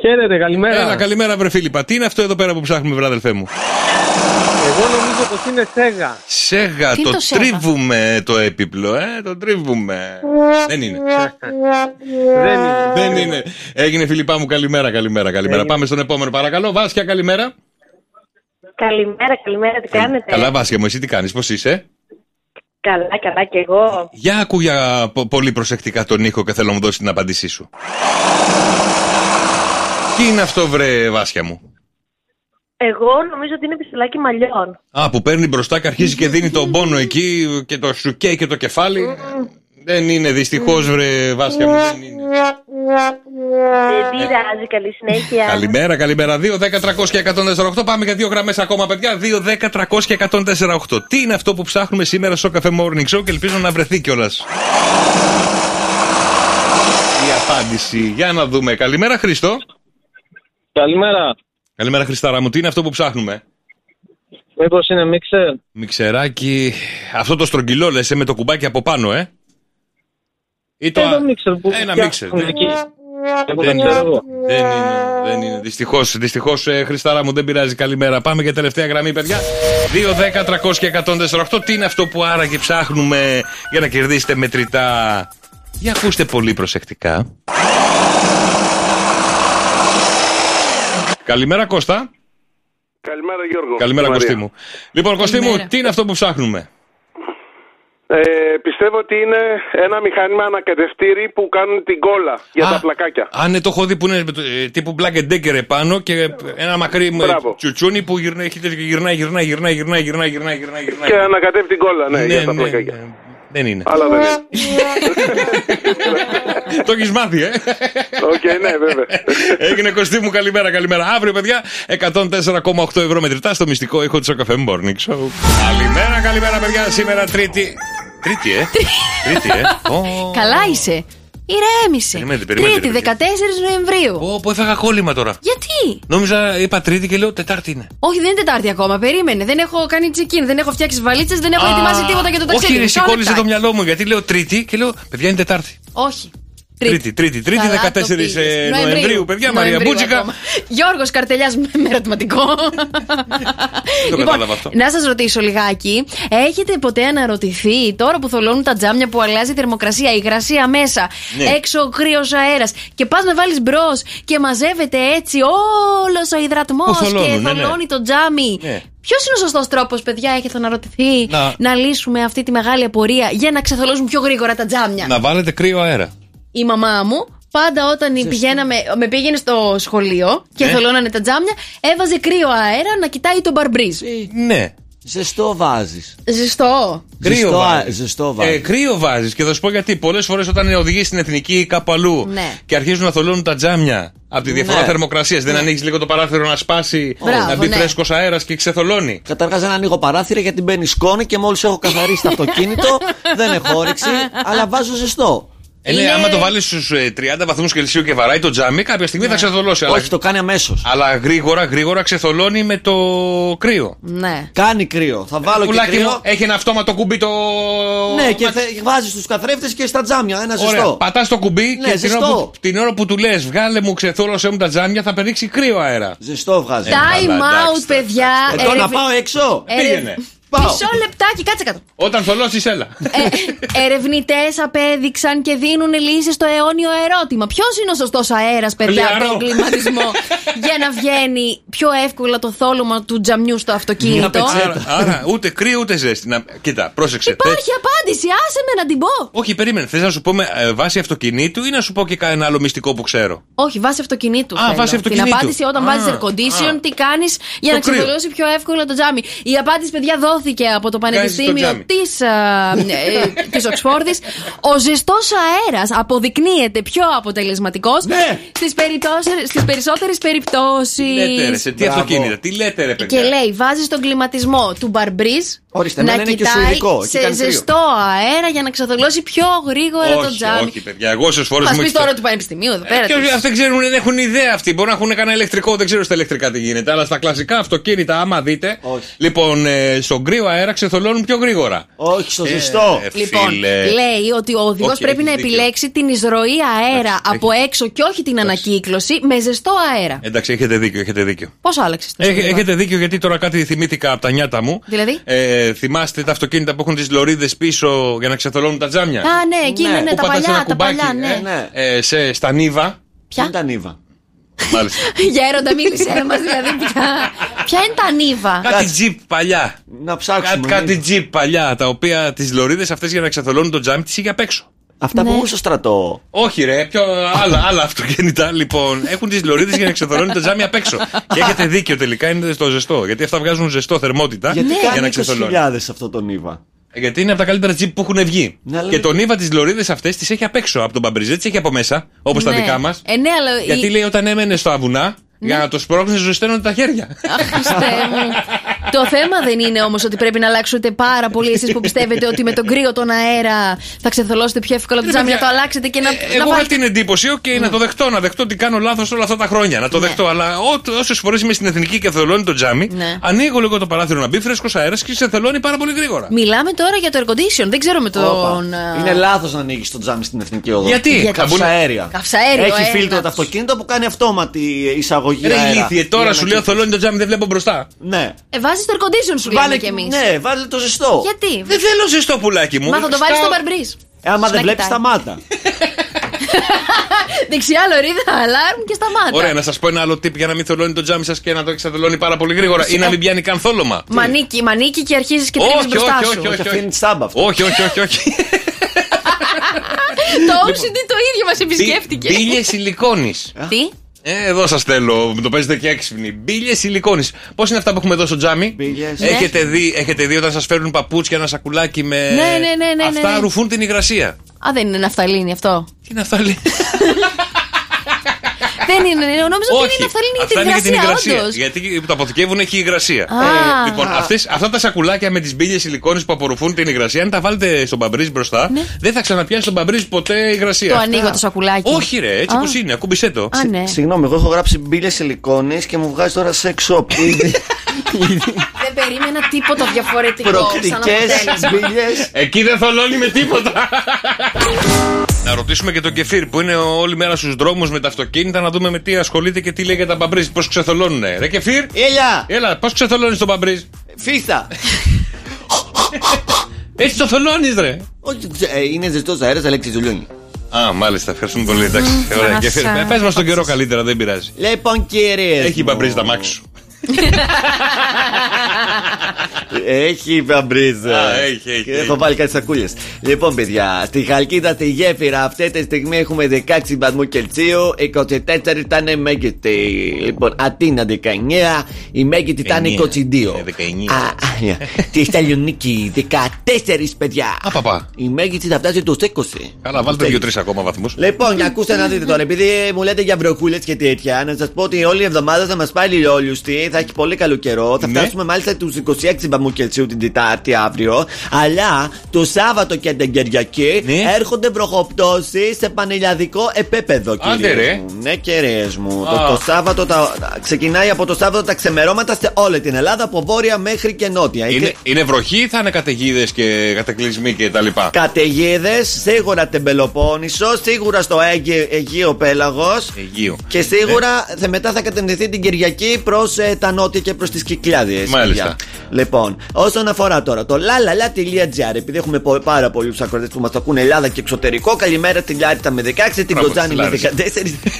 Speaker 17: Χαίρετε, καλημέρα.
Speaker 4: Έλα, καλημέρα, βρε Φίλιππα. Τι είναι αυτό εδώ πέρα που ψάχνουμε, βρε αδελφέ μου.
Speaker 17: Εγώ νομίζω πως είναι σέγα.
Speaker 4: Σέγα,
Speaker 17: Τι
Speaker 4: το,
Speaker 17: το σέγα?
Speaker 4: τρίβουμε το έπιπλο, ε, το τρίβουμε. Δεν είναι. Δεν είναι. Έγινε, Φίλιππα μου, καλημέρα, καλημέρα, καλημέρα. Πάμε στον επόμενο, παρακαλώ. Βάσκια, καλημέρα.
Speaker 16: Καλημέρα, καλημέρα, τι κάνετε.
Speaker 4: Καλά, Βάσκια μου, εσύ τι κάνεις, πώς είσαι.
Speaker 16: καλά, καλά και εγώ.
Speaker 4: Για ακούγια πολύ προσεκτικά τον ήχο και θέλω να μου δώσεις την απάντησή σου. Τι είναι αυτό, βρε, Βάσκια μου.
Speaker 16: Εγώ νομίζω ότι είναι πιστολάκι μαλλιών.
Speaker 4: Α, που παίρνει μπροστά και αρχίζει και δίνει τον πόνο εκεί και το σου καίει και το κεφάλι. Δεν είναι, δυστυχώς, βρε, Βάσκια μου. δεν είναι.
Speaker 16: Δεν πειράζει, καλή
Speaker 6: Ε,
Speaker 16: συνέχεια.
Speaker 4: Καλημέρα, καλημέρα. 2, 10, 300 και 148. Πάμε για δύο γραμμές ακόμα, παιδιά. 2, 10, 300 και 148. Τι είναι αυτό που ψάχνουμε σήμερα στο Cafe Morning Show και ελπίζω να βρεθεί κιόλας. Η απάντηση. Για να δούμε. Καλημέρα, Χριστό.
Speaker 17: Καλημέρα.
Speaker 4: Καλημέρα, Χριστάρα μου. Τι είναι αυτό που ψάχνουμε.
Speaker 17: Μήπως είναι μίξερ.
Speaker 4: Μιξεράκι. Αυτό το στρογγυλό λες με το κουμπάκι από πάνω, ε. Ή το...
Speaker 17: Ένα μίξερ που
Speaker 4: Ένα
Speaker 17: φτιάχνουν
Speaker 4: μίξερ, ναι.
Speaker 17: εκεί. Εγώ
Speaker 4: Δεν
Speaker 17: δεν
Speaker 4: είναι.
Speaker 17: ξέρω εγώ.
Speaker 4: Δεν είναι, δεν είναι. Δυστυχώς, δυστυχώς, ε, Χριστάρα μου δεν πειράζει. Καλημέρα. Πάμε για τελευταία γραμμή, παιδιά. 2, 10, 300 και 148. Τι είναι αυτό που άραγε ψάχνουμε για να κερδίσετε μετρητά. Για ακούστε πολύ προσεκτικά. Καλημέρα, Κώστα.
Speaker 19: Καλημέρα Γιώργο.
Speaker 4: Καλημέρα,
Speaker 19: Μαρία.
Speaker 4: Κωστή μου. Λοιπόν, Κωστή μου,
Speaker 19: Καλημέρα.
Speaker 4: τι είναι αυτό που ψάχνουμε.
Speaker 19: Ε, πιστεύω ότι είναι ένα μηχάνημα ανακατευτήρι που κάνουν την κόλλα για
Speaker 4: Α.
Speaker 19: τα πλακάκια.
Speaker 4: Αν ναι, το έχω δει που είναι ε, τύπου black and decker επάνω και ένα μακρύ ε, τσουτσούνι που γυρνάει, έχει τέτοιο και γυρνάει, γυρνάει, γυρνάει, γυρνάει, γυρνάει, γυρνάει, γυρνάει.
Speaker 19: Και ανακατεύει την κόλλα, ναι,
Speaker 4: Ναι,
Speaker 19: για τα
Speaker 4: ναι,
Speaker 19: πλακάκια.
Speaker 4: Δεν είναι.
Speaker 19: Αλλά δεν είναι.
Speaker 4: Το έχεις μάθει, ε.
Speaker 19: Οκ, ναι, βέβαια.
Speaker 4: Έγινε κοστί μου, καλημέρα, καλημέρα. Αύριο, παιδιά, 104,8 ευρώ μετρητά στο μυστικό ήχο της Σοκαφέ Morning Show. Καλημέρα, καλημέρα, παιδιά. Σήμερα Τρίτη. Τρίτη, ε. Τρίτη, ε. Ω.
Speaker 6: Καλά είσαι. Ηρέμησε.
Speaker 4: Περιμένετε, περιμένετε,
Speaker 6: Τρίτη,
Speaker 4: παιδιά.
Speaker 6: 14 Νοεμβρίου.
Speaker 4: Πω, πω, έφαγα κόλλημα τώρα.
Speaker 6: Γιατί?
Speaker 4: Νόμιζα, είπα Τρίτη και λέω Τετάρτη είναι.
Speaker 6: Όχι, δεν είναι Τετάρτη ακόμα. Περίμενε. Δεν έχω κάνει check-in, δεν έχω φτιάξει βαλίτσες, δεν έχω
Speaker 4: Α,
Speaker 6: ετοιμάσει τίποτα για το ταξίδι.
Speaker 4: Όχι, ρε,
Speaker 6: Μισό
Speaker 4: σηκώνησε
Speaker 6: λεπτάκι.
Speaker 4: το μυαλό μου γιατί λέω Τρίτη και λέω Παιδιά είναι Τετάρτη.
Speaker 6: Όχι.
Speaker 4: Τρίτη, Τρίτη, Τρίτη,
Speaker 6: Καλά το
Speaker 4: 14
Speaker 6: πήγες.
Speaker 4: ε, Νοεμβρίου, παιδιά, Μαρία
Speaker 6: Νοεμβρίου
Speaker 4: Μπούτσικα.
Speaker 6: ακόμα. Γιώργος Καρτελιάς με- με ερωτηματικό. Λοιπόν,
Speaker 4: Το κατάλαβα αυτό.
Speaker 6: να σας ρωτήσω λιγάκι, έχετε ποτέ αναρωτηθεί τώρα που θολώνουν τα τζάμια που αλλάζει η θερμοκρασία, η υγρασία μέσα,
Speaker 20: Ναι.
Speaker 6: έξω ο κρύος αέρας και πας να βάλεις μπρος και μαζεύεται έτσι όλος ο
Speaker 20: Που
Speaker 6: υδρατμός και
Speaker 20: θολώνουν,
Speaker 6: θολώνει
Speaker 20: ναι, ναι.
Speaker 6: το τζάμι.
Speaker 20: Ναι.
Speaker 6: Ποιος είναι ο σωστός τρόπος, παιδιά, έχετε αναρωτηθεί
Speaker 4: Να-
Speaker 6: να... λύσουμε αυτή τη μεγάλη απορία για να ξεθολώσουν πιο γρήγορα τα τζάμια
Speaker 4: Να βάλετε κρύο αέρα.
Speaker 6: η μαμά μου πάντα όταν πηγαίναμε, με πήγαινε στο σχολείο και
Speaker 4: Ναι.
Speaker 6: θολώνανε τα τζάμια, έβαζε κρύο αέρα να κοιτάει τον μπαρμπρίζ.
Speaker 4: Ναι.
Speaker 2: Ζεστό βάζεις.
Speaker 6: Ζεστό.
Speaker 2: Ζεστό, α-
Speaker 4: βάζεις.
Speaker 2: ζεστό βάζεις.
Speaker 4: Ε, κρύο βάζεις. Και θα σου πω γιατί. Πολλές φορές όταν οδηγείς στην εθνική ή κάπου αλλού
Speaker 6: Ναι.
Speaker 4: και αρχίζουν να θολώνουν τα τζάμια από τη διαφορά
Speaker 2: Ναι.
Speaker 4: θερμοκρασίας. Δεν ανοίγεις λίγο το παράθυρο να σπάσει,
Speaker 2: Μπράβο,
Speaker 4: να μπει
Speaker 2: ναι.
Speaker 4: φρέσκος αέρας και ξεθολώνει.
Speaker 2: Καταρχάς δεν ανοίγω παράθυρα γιατί μπαίνει σκόνη και μόλις έχω καθαρίσει το αυτοκίνητο, δεν έχω όρεξη, αλλά βάζω ζεστό.
Speaker 4: Ε, ναι, άμα το βάλεις στους 30 βαθμούς Κελσίου και βαράει το τζάμι, κάποια στιγμή
Speaker 6: Ναι.
Speaker 4: θα ξεθολώσει.
Speaker 2: Όχι,
Speaker 4: αλλά...
Speaker 2: το κάνει αμέσως.
Speaker 4: Αλλά γρήγορα, γρήγορα ξεθολώνει με το κρύο.
Speaker 6: Ναι.
Speaker 2: Κάνει κρύο. Θα βάλω και
Speaker 4: Πουλάκι
Speaker 2: κρύο.
Speaker 4: μου, ε, έχει ένα αυτόματο κουμπί το.
Speaker 2: Ναι, και βάζει στου καθρέφτες και στα τζάμια. Ένα
Speaker 4: Ωραία,
Speaker 2: ζεστό.
Speaker 4: πατάς το κουμπί
Speaker 2: Ναι,
Speaker 4: και την ώρα,
Speaker 2: ζεστό.
Speaker 4: που, την ώρα που του λες, βγάλε μου, ξεθόλωσέ μου τα τζάμια, θα περίξει κρύο αέρα.
Speaker 2: Ζεστό
Speaker 4: Ε,
Speaker 2: βγάζει.
Speaker 6: Time out, παιδιά.
Speaker 4: εντάξει.
Speaker 6: Ερευ-
Speaker 4: Ε, το να πάω
Speaker 2: έξω.
Speaker 6: Ερευ-
Speaker 4: Πήγαινε.
Speaker 6: Μισό λεπτάκι, κάτσε κάτω.
Speaker 4: Όταν θολώσεις, έλα.
Speaker 6: Ε, Ερευνητές απέδειξαν και δίνουν λύσεις στο αιώνιο ερώτημα. Ποιος είναι ο σωστός αέρας, παιδιά, από
Speaker 4: Λιαρό.
Speaker 6: τον κλιματισμό, για να βγαίνει πιο εύκολα το θόλωμα του τζαμιού στο
Speaker 4: Μια
Speaker 6: αυτοκίνητο.
Speaker 4: πετσέτα. Άρα, ούτε κρύο ούτε ζέστη. Να... Κοίτα, πρόσεξε.
Speaker 6: Υπάρχει απάντηση, άσε με να την πω.
Speaker 4: Όχι, περίμενε. Θες να σου πω με ε, βάση αυτοκινήτου ή να σου πω και κανένα άλλο μυστικό που ξέρω.
Speaker 6: Όχι, βάση αυτοκινήτου.
Speaker 4: Α,
Speaker 6: θέλω.
Speaker 4: βάση αυτοκινήτου.
Speaker 6: Την απάντηση όταν
Speaker 4: Α,
Speaker 6: βάζεις air condition,
Speaker 4: α.
Speaker 6: τι κάνεις για να
Speaker 4: κρύο.
Speaker 6: ξεθολώσει πιο εύκολα το τζάμι. Η απάντηση, παιδιά, δόθηκε από το
Speaker 4: Κάνεις το
Speaker 6: Πανεπιστήμιο
Speaker 4: τζάμι.
Speaker 6: της της Οξφόρδης. Ο ζεστός αέρας αποδεικνύεται πιο αποτελεσματικός ναι. στις περισσότερες περιπτώσεις.
Speaker 4: Λέτε ρε, Ναι, σε τι αυτοκίνητα, τι λέτε ρε παιδιά.
Speaker 6: Και λέει, βάζει τον κλιματισμό του μπαρμπρίζ
Speaker 4: Ορίστε,
Speaker 6: να
Speaker 4: εμένα είναι και
Speaker 6: κοιτάει
Speaker 4: σουηδικό, εκεί
Speaker 6: σε
Speaker 4: κάνει κρύο.
Speaker 6: ζεστό αέρα για να ξεθολώσει πιο γρήγορα το
Speaker 4: όχι,
Speaker 6: τζάμι.
Speaker 4: όχι, παιδιά. Εγώ όσε φορέ
Speaker 6: Μας
Speaker 4: μου
Speaker 6: πει
Speaker 4: έχετε-
Speaker 6: τώρα του Πανεπιστημίου εδώ πέρα.
Speaker 4: Ε, Ποιος-
Speaker 6: τους.
Speaker 4: αυτά ξέρουν, δεν έχουν ιδέα αυτοί. Μπορεί να έχουν κανένα ηλεκτρικό, δεν ξέρω στα ηλεκτρικά τι γίνεται. Αλλά στα κλασικά αυτοκίνητα, άμα δείτε. Λοιπόν, ε, στον κρύο αέρα ξεθολώνουν πιο γρήγορα.
Speaker 2: Όχι, στο
Speaker 4: ζεστό. Ε,
Speaker 6: Λοιπόν,
Speaker 4: φίλε.
Speaker 6: λέει ότι ο οδηγός
Speaker 4: Οκ,
Speaker 6: πρέπει να
Speaker 4: έχεις δίκιο.
Speaker 6: επιλέξει την εισρωή αέρα
Speaker 4: έχει-
Speaker 6: από έξω και όχι την ανακύκλωση με ζεστό αέρα.
Speaker 4: Εντάξει, έχετε δίκιο, έχετε δίκιο.
Speaker 6: Πώς άλλαξες το
Speaker 4: Έχ-
Speaker 6: σύστημα?
Speaker 4: έχετε δίκιο γιατί τώρα κάτι θυμήθηκα από τα νιάτα μου.
Speaker 6: Δηλαδή.
Speaker 4: Ε, θυμάστε τα αυτοκίνητα που έχουν τις λωρίδες πίσω για να ξεθολώνουν τα τζάμια.
Speaker 6: Α, ναι, εκείνα ναι,
Speaker 4: Που
Speaker 6: τα
Speaker 4: πατάς ένα
Speaker 6: παλιά, τα
Speaker 4: κουμπάκι,
Speaker 6: παλιά, ναι.
Speaker 4: ε, ε, σε, στα νύβα.
Speaker 6: Ποια?
Speaker 2: είναι τα νύβα.
Speaker 4: Μάλιστα.
Speaker 6: Για έροντα μίλησε μα, δηλαδή πια. Ποια είναι τα νύβα.
Speaker 4: Κάτι τζιπ παλιά.
Speaker 2: Να
Speaker 6: ναι.
Speaker 2: ψάξουμε.
Speaker 4: κάτι τζιπ παλιά. Τα οποία τις λωρίδες αυτές για να ξεθολώνουν το τζάμι τις είχε απ' έξω.
Speaker 2: Αυτά
Speaker 4: Ναι.
Speaker 2: που έχουν στο στρατό.
Speaker 4: Όχι, ρε, πιο άλλα, άλλα αυτοκίνητα λοιπόν. Έχουν τις λωρίδες για να ξεθολώνουν τα τζάμια απ' έξω. Και έχετε δίκιο τελικά είναι στο ζεστό. Γιατί αυτά βγάζουν ζεστό θερμότητα
Speaker 2: Γιατί
Speaker 4: για να
Speaker 2: κάνει
Speaker 4: ξεθολώνουν.
Speaker 2: 20.000 αυτό το νύβα.
Speaker 4: Ε, Γιατί είναι από τα καλύτερα τζιπ που έχουν βγει.
Speaker 2: Ναι, αλλά-
Speaker 4: και τον Ήβα τις λωρίδες αυτές τις έχει απ' έξω από τον Παμπριζέ, τι έχει από μέσα, όπως τα
Speaker 6: Ναι.
Speaker 4: δικά μας.
Speaker 6: Ε, ναι, αλλά.
Speaker 4: Γιατί
Speaker 6: η- Ναι.
Speaker 4: λέει όταν έμενε στα βουνά, για να το σπρώχνεις, ζεσταίνονται τα χέρια.
Speaker 6: Χριστέ μου. Το θέμα δεν είναι όμως ότι πρέπει να αλλάξετε πάρα πολύ εσείς που πιστεύετε ότι με τον κρύο τον αέρα θα ξεθολώσετε πιο εύκολα το
Speaker 4: Ρε,
Speaker 6: τζάμι, να
Speaker 4: παιδιά,
Speaker 6: το αλλάξετε και να, Ναι. να
Speaker 4: Ε, Εγώ είχα
Speaker 6: βάλετε-
Speaker 4: την εντύπωση, οκ, να το δεχτώ, να δεχτώ ότι κάνω λάθος όλα αυτά τα χρόνια. Να το δεχτώ. Αλλά όσες φορές είμαι στην εθνική και θελώνει το τζάμι,
Speaker 6: Ναι.
Speaker 4: ανοίγω λίγο το παράθυρο να μπει φρέσκος αέρας και σε θελώνει πάρα πολύ γρήγορα.
Speaker 6: Μιλάμε τώρα για το air condition. Δεν ξέρω με τον. ε, α,
Speaker 2: Είναι λάθος να ανοίξει το τζάμι στην εθνική οδό.
Speaker 4: Γιατί?
Speaker 2: Για
Speaker 4: Θα μπουν-
Speaker 2: καυσαέρια.
Speaker 6: Καυσαέριο,
Speaker 2: Έχει
Speaker 6: ε,
Speaker 2: φίλτρο το αυτοκίνητο που κάνει αυτόματη εισαγωγή.
Speaker 4: Ρε
Speaker 2: αέρα.
Speaker 4: ηλίθιε, τώρα
Speaker 2: Για
Speaker 4: σου
Speaker 2: να
Speaker 4: λέω
Speaker 2: κοιτάς.
Speaker 4: θολώνει το τζάμι, δεν βλέπω μπροστά.
Speaker 2: Ναι.
Speaker 6: Ε, βάζεις το air condition σου λέμε κι εμείς.
Speaker 2: Ναι, βάλε το ζεστό.
Speaker 6: Γιατί.
Speaker 4: Δεν θέλω ζεστό πουλάκι μου.
Speaker 6: Μα θα Ε, το βάλεις
Speaker 4: Στα-
Speaker 6: στο μπαρμπρίζ.
Speaker 2: Ε, άμα δεν
Speaker 6: Να
Speaker 2: βλέπει,
Speaker 6: κοιτάει.
Speaker 2: σταμάτα.
Speaker 6: Δεξιά λωρίδα, αλάρμ και σταμάτα.
Speaker 4: Ωραία, ναι. να σας πω ένα άλλο tip για να μην θολώνει το τζάμι σας και να το εξαθελώνει πάρα πολύ γρήγορα ή να μην πιάνει καν θόλωμα.
Speaker 6: Μανίκι, μανίκι και αρχίζεις και
Speaker 4: Όχι,
Speaker 6: τρέχει μπροστά
Speaker 4: όχι,
Speaker 6: σου.
Speaker 4: όχι, όχι, όχι.
Speaker 2: Αφήνει τσάμπα αυτό.
Speaker 4: Όχι, όχι, όχι. όχι. Λοιπόν,
Speaker 6: Το OCD το ίδιο μας επισκέφτηκε.
Speaker 4: Πύλε σιλικόνης.
Speaker 6: Τι?
Speaker 4: Ε, εδώ σας θέλω. Το παίζετε και έξυπνοι. Μπύλε σιλικόνης. Πώς είναι αυτά που έχουμε εδώ στο τζάμι.
Speaker 6: Ναι.
Speaker 4: Έχετε, δει, έχετε δει όταν σας φέρνουν παπούτσια ένα σακουλάκι με.
Speaker 6: Ναι, ναι, ναι, ναι,
Speaker 4: Αυτά
Speaker 6: ναι.
Speaker 4: ρουφούν την υγρασία.
Speaker 6: Α, δεν είναι ναυταλίνη αυτό.
Speaker 4: Τι ναυταλίνη.
Speaker 6: δεν είναι. Νόμιζα ότι είναι ναυταλίνη για την
Speaker 4: Αυτά είναι για την
Speaker 6: υγρασία,
Speaker 4: υγρασία.
Speaker 6: όντως.
Speaker 4: Γιατί το αποθηκεύουν έχει υγρασία.
Speaker 6: Α.
Speaker 4: λοιπόν, αυτές, αυτά τα σακουλάκια με τις μπύλες σιλικόνη που απορροφούν την υγρασία, αν τα βάλετε στον παμπρίζ μπροστά, δεν θα ξαναπιάσει τον παμπρίζ ποτέ υγρασία.
Speaker 6: Ναι. Το ανοίγω το σακουλάκι.
Speaker 4: Όχι, ρε, έτσι
Speaker 6: Α.
Speaker 4: όπω είναι, ακούμπησέ το.
Speaker 6: Α, ναι.
Speaker 2: Συγγνώμη, εγώ έχω γράψει μπύλες σιλικόνη και μου βγάζει τώρα σεξ shop. Ήδη
Speaker 6: Δεν περίμενα τίποτα διαφορετικό. σαν
Speaker 2: Προκτικές
Speaker 6: αποτέλεσμα.
Speaker 2: μπύλες.
Speaker 4: Εκεί δεν θολώνει με τίποτα. Να ρωτήσουμε και τον Κεφίρ που είναι όλη μέρα στους δρόμους με τα αυτοκίνητα να δούμε με τι ασχολείται και τι λέει για τα μπαμπρίζ. Πώς ξεθολώνουνε. Ρε Κεφίρ!
Speaker 2: Έλα!
Speaker 4: Έλα, πώς ξεθολώνεις τον μπαμπρίζ.
Speaker 2: Φίστα!
Speaker 4: Έτσι το θολώνεις, ρε.
Speaker 2: Όχι, ε, είναι ζεστός αέρας, Αλέξη Ζουλούνι.
Speaker 4: Α, μάλιστα, ευχαριστούμε πολύ. Εντάξει.
Speaker 2: Μμμ,
Speaker 4: Ωραία,
Speaker 2: να
Speaker 4: Κεφίρ.
Speaker 2: σας-
Speaker 4: Πες μας τον καιρό καλύτερα, δεν πειράζει.
Speaker 2: Λοιπόν, κύριε.
Speaker 4: Έχει μπαμπρίζ τα μάξι σου.
Speaker 2: Έχει βαμπρίζα.
Speaker 4: Α, έχει, έχει,
Speaker 2: Και
Speaker 4: έχει.
Speaker 2: Έχω βάλει κάτι σακούλες. Λοιπόν, παιδιά, στη Χαλκίδα, στη γέφυρα, αυτή τη στιγμή έχουμε 16 βαθμού Κελσίου, 24 ήταν μέγιστη. Λοιπόν, Αθήνα 19, η μέγιστη ήταν 22.
Speaker 4: Ε,
Speaker 2: Α, ναι. Στη Θεσσαλονίκη 14, παιδιά.
Speaker 4: Απαπα.
Speaker 2: Η μέγιστη θα φτάσει του 20.
Speaker 4: Καλά, βάλτε δύο-τρει ακόμα βαθμούς.
Speaker 2: Λοιπόν, για ακούστε να δείτε τώρα, επειδή ε, μου λέτε για βροχούλες και τέτοια, να σας πω ότι όλη η εβδομάδα θα μας πάει λιόλουστη, θα έχει πολύ καλό καιρό.
Speaker 4: Ναι.
Speaker 2: Θα φτάσουμε μάλιστα του 26 βαθμού Κελσίου την Τετάρτη αύριο. Αλλά το Σάββατο και την Κυριακή
Speaker 4: Ναι.
Speaker 2: έρχονται βροχοπτώσεις σε πανελλαδικό επίπεδο, κύριε.
Speaker 4: Άντε, ρε.
Speaker 2: Ναι, κυρίε μου.
Speaker 4: Α.
Speaker 2: Το, το Σάββατο τα, ξεκινάει από το Σάββατο τα ξεμερώματα σε όλη την Ελλάδα, από βόρεια μέχρι Ε, και νότια.
Speaker 4: Είναι, είναι βροχή ή θα είναι καταιγίδες και κατακλυσμοί και τα λοιπά.
Speaker 2: Καταιγίδες, σίγουρα την Πελοπόννησο, σίγουρα στο Αίγε- Αιγαίο Πέλαγος.
Speaker 4: Αιγείο.
Speaker 2: Και σίγουρα
Speaker 4: ε.
Speaker 2: θα- μετά θα κατευθυνθεί την Κυριακή προς τα νότια και προς τις Κυκλάδε.
Speaker 4: Μάλιστα.
Speaker 2: Λοιπόν, όσον αφορά τώρα το lalala.gr, επειδή έχουμε πο- πάρα πολλούς ακροτέ που μας το ακούνε Ελλάδα και εξωτερικό, καλημέρα την Λάριτα με 16, την
Speaker 4: Μπράβο,
Speaker 2: Κοζάνη
Speaker 4: στη
Speaker 2: με
Speaker 4: Λάρισα.
Speaker 2: 14.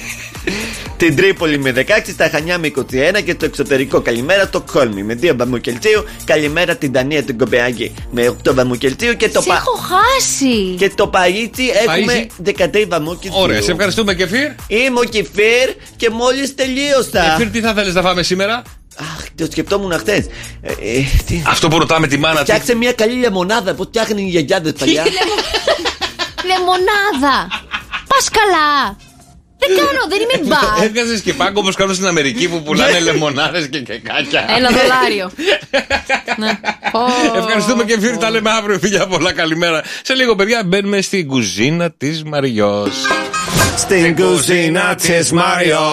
Speaker 2: Την Τρίπολη με 16, τα Χανιά με 21 και το εξωτερικό καλημέρα το Κόλμη με 2 βαθμού Κελσίου. Καλημέρα την Δανία, την Κοπεάγη με 8 βαθμού Κελσίου και το
Speaker 6: Σε
Speaker 2: Πα-
Speaker 6: έχω χάσει.
Speaker 2: και το Παγίτσι έχουμε 13 βαθμού Κελσίου.
Speaker 4: Ωραία, σε ευχαριστούμε, Κεφίρ.
Speaker 2: Είμαι ο Κεφίρ και μόλις τελείωσα.
Speaker 4: Κεφίρ, τι θα θέλεις να φάμε σήμερα.
Speaker 2: Το σκεπτόμουν χτε.
Speaker 20: Ε,
Speaker 4: Αυτό που ρωτάμε τη μάνα τη.
Speaker 2: Φτιάξε μια καλή λεμονάδα που φτιάχνει οι γιαγιάδες παλιά.
Speaker 6: Λεμονάδα. Πας καλά. Δεν κάνω, δεν είμαι μπαρ.
Speaker 4: Έβγαζε και πάγκο όπως κάνουν στην Αμερική που
Speaker 2: Ναι.
Speaker 4: πουλάνε λεμονάδες και κεκάκια.
Speaker 6: Ένα δολάριο. Ναι. Ω.
Speaker 4: Ευχαριστούμε και φίλοι, τα λέμε αύριο. Φιλιά, πολλά καλημέρα. Σε λίγο, παιδιά, μπαίνουμε στην κουζίνα της Μαριός.
Speaker 2: Στην κουζίνα της
Speaker 4: Μαριός.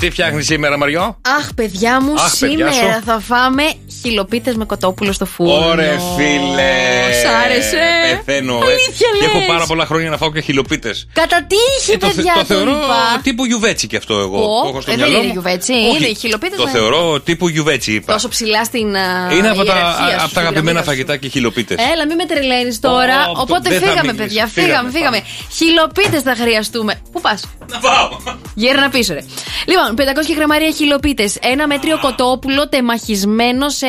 Speaker 4: Τι φτιάχνεις σήμερα, Μαριό.
Speaker 6: Αχ, παιδιά μου,
Speaker 4: Αχ, παιδιά
Speaker 6: σήμερα
Speaker 4: σου.
Speaker 6: θα φάμε χιλοπίτες με κοτόπουλο στο φούρνο.
Speaker 4: Ωρε φίλε.
Speaker 6: Σ' άρεσε.
Speaker 4: Πεθαίνω. ε.
Speaker 6: Αλήθεια
Speaker 4: Και έχω
Speaker 6: λες.
Speaker 4: πάρα πολλά χρόνια να φάω και χιλοπίτες.
Speaker 6: Κατά τύχη,
Speaker 4: Ε, το, θε-
Speaker 6: παιδιά,
Speaker 4: το θεωρώ
Speaker 6: είπα.
Speaker 4: τύπου γιουβέτσι και αυτό εγώ.
Speaker 6: Ω,
Speaker 4: που έχω στο
Speaker 6: ε, δεν
Speaker 4: μυαλό
Speaker 6: είναι
Speaker 4: μου.
Speaker 6: γιουβέτσι,
Speaker 4: Όχι,
Speaker 6: είναι οι χιλοπίτες,
Speaker 4: Το
Speaker 6: ναι.
Speaker 4: θεωρώ τύπου γιουβέτσι, είπα.
Speaker 6: Τόσο ψηλά στην. α,
Speaker 4: Είναι από τα,
Speaker 6: ιεραρχία
Speaker 4: α-
Speaker 6: σου,
Speaker 4: απ' τα
Speaker 6: στην
Speaker 4: αγαπημένα
Speaker 6: πυραμίδα σου. Ε,
Speaker 4: φαγητά και χιλοπίτες.
Speaker 6: Έλα, μην με τρελαίνεις τώρα.
Speaker 4: Ω, το-
Speaker 6: Οπότε
Speaker 4: δεν θα
Speaker 6: φύγαμε,
Speaker 4: μείνεις.
Speaker 6: παιδιά. Φύγαμε,
Speaker 4: Φύγαμε,
Speaker 6: φύγαμε. Χιλοπίτες θα χρειαστούμε. Πού πας.
Speaker 4: Να πάω.
Speaker 6: Γέρνα πίσω, ρε. Λοιπόν, 500 γραμμάρια χιλοπίτε. Ένα μέτριο κοτόπουλο τεμαχισμένο σε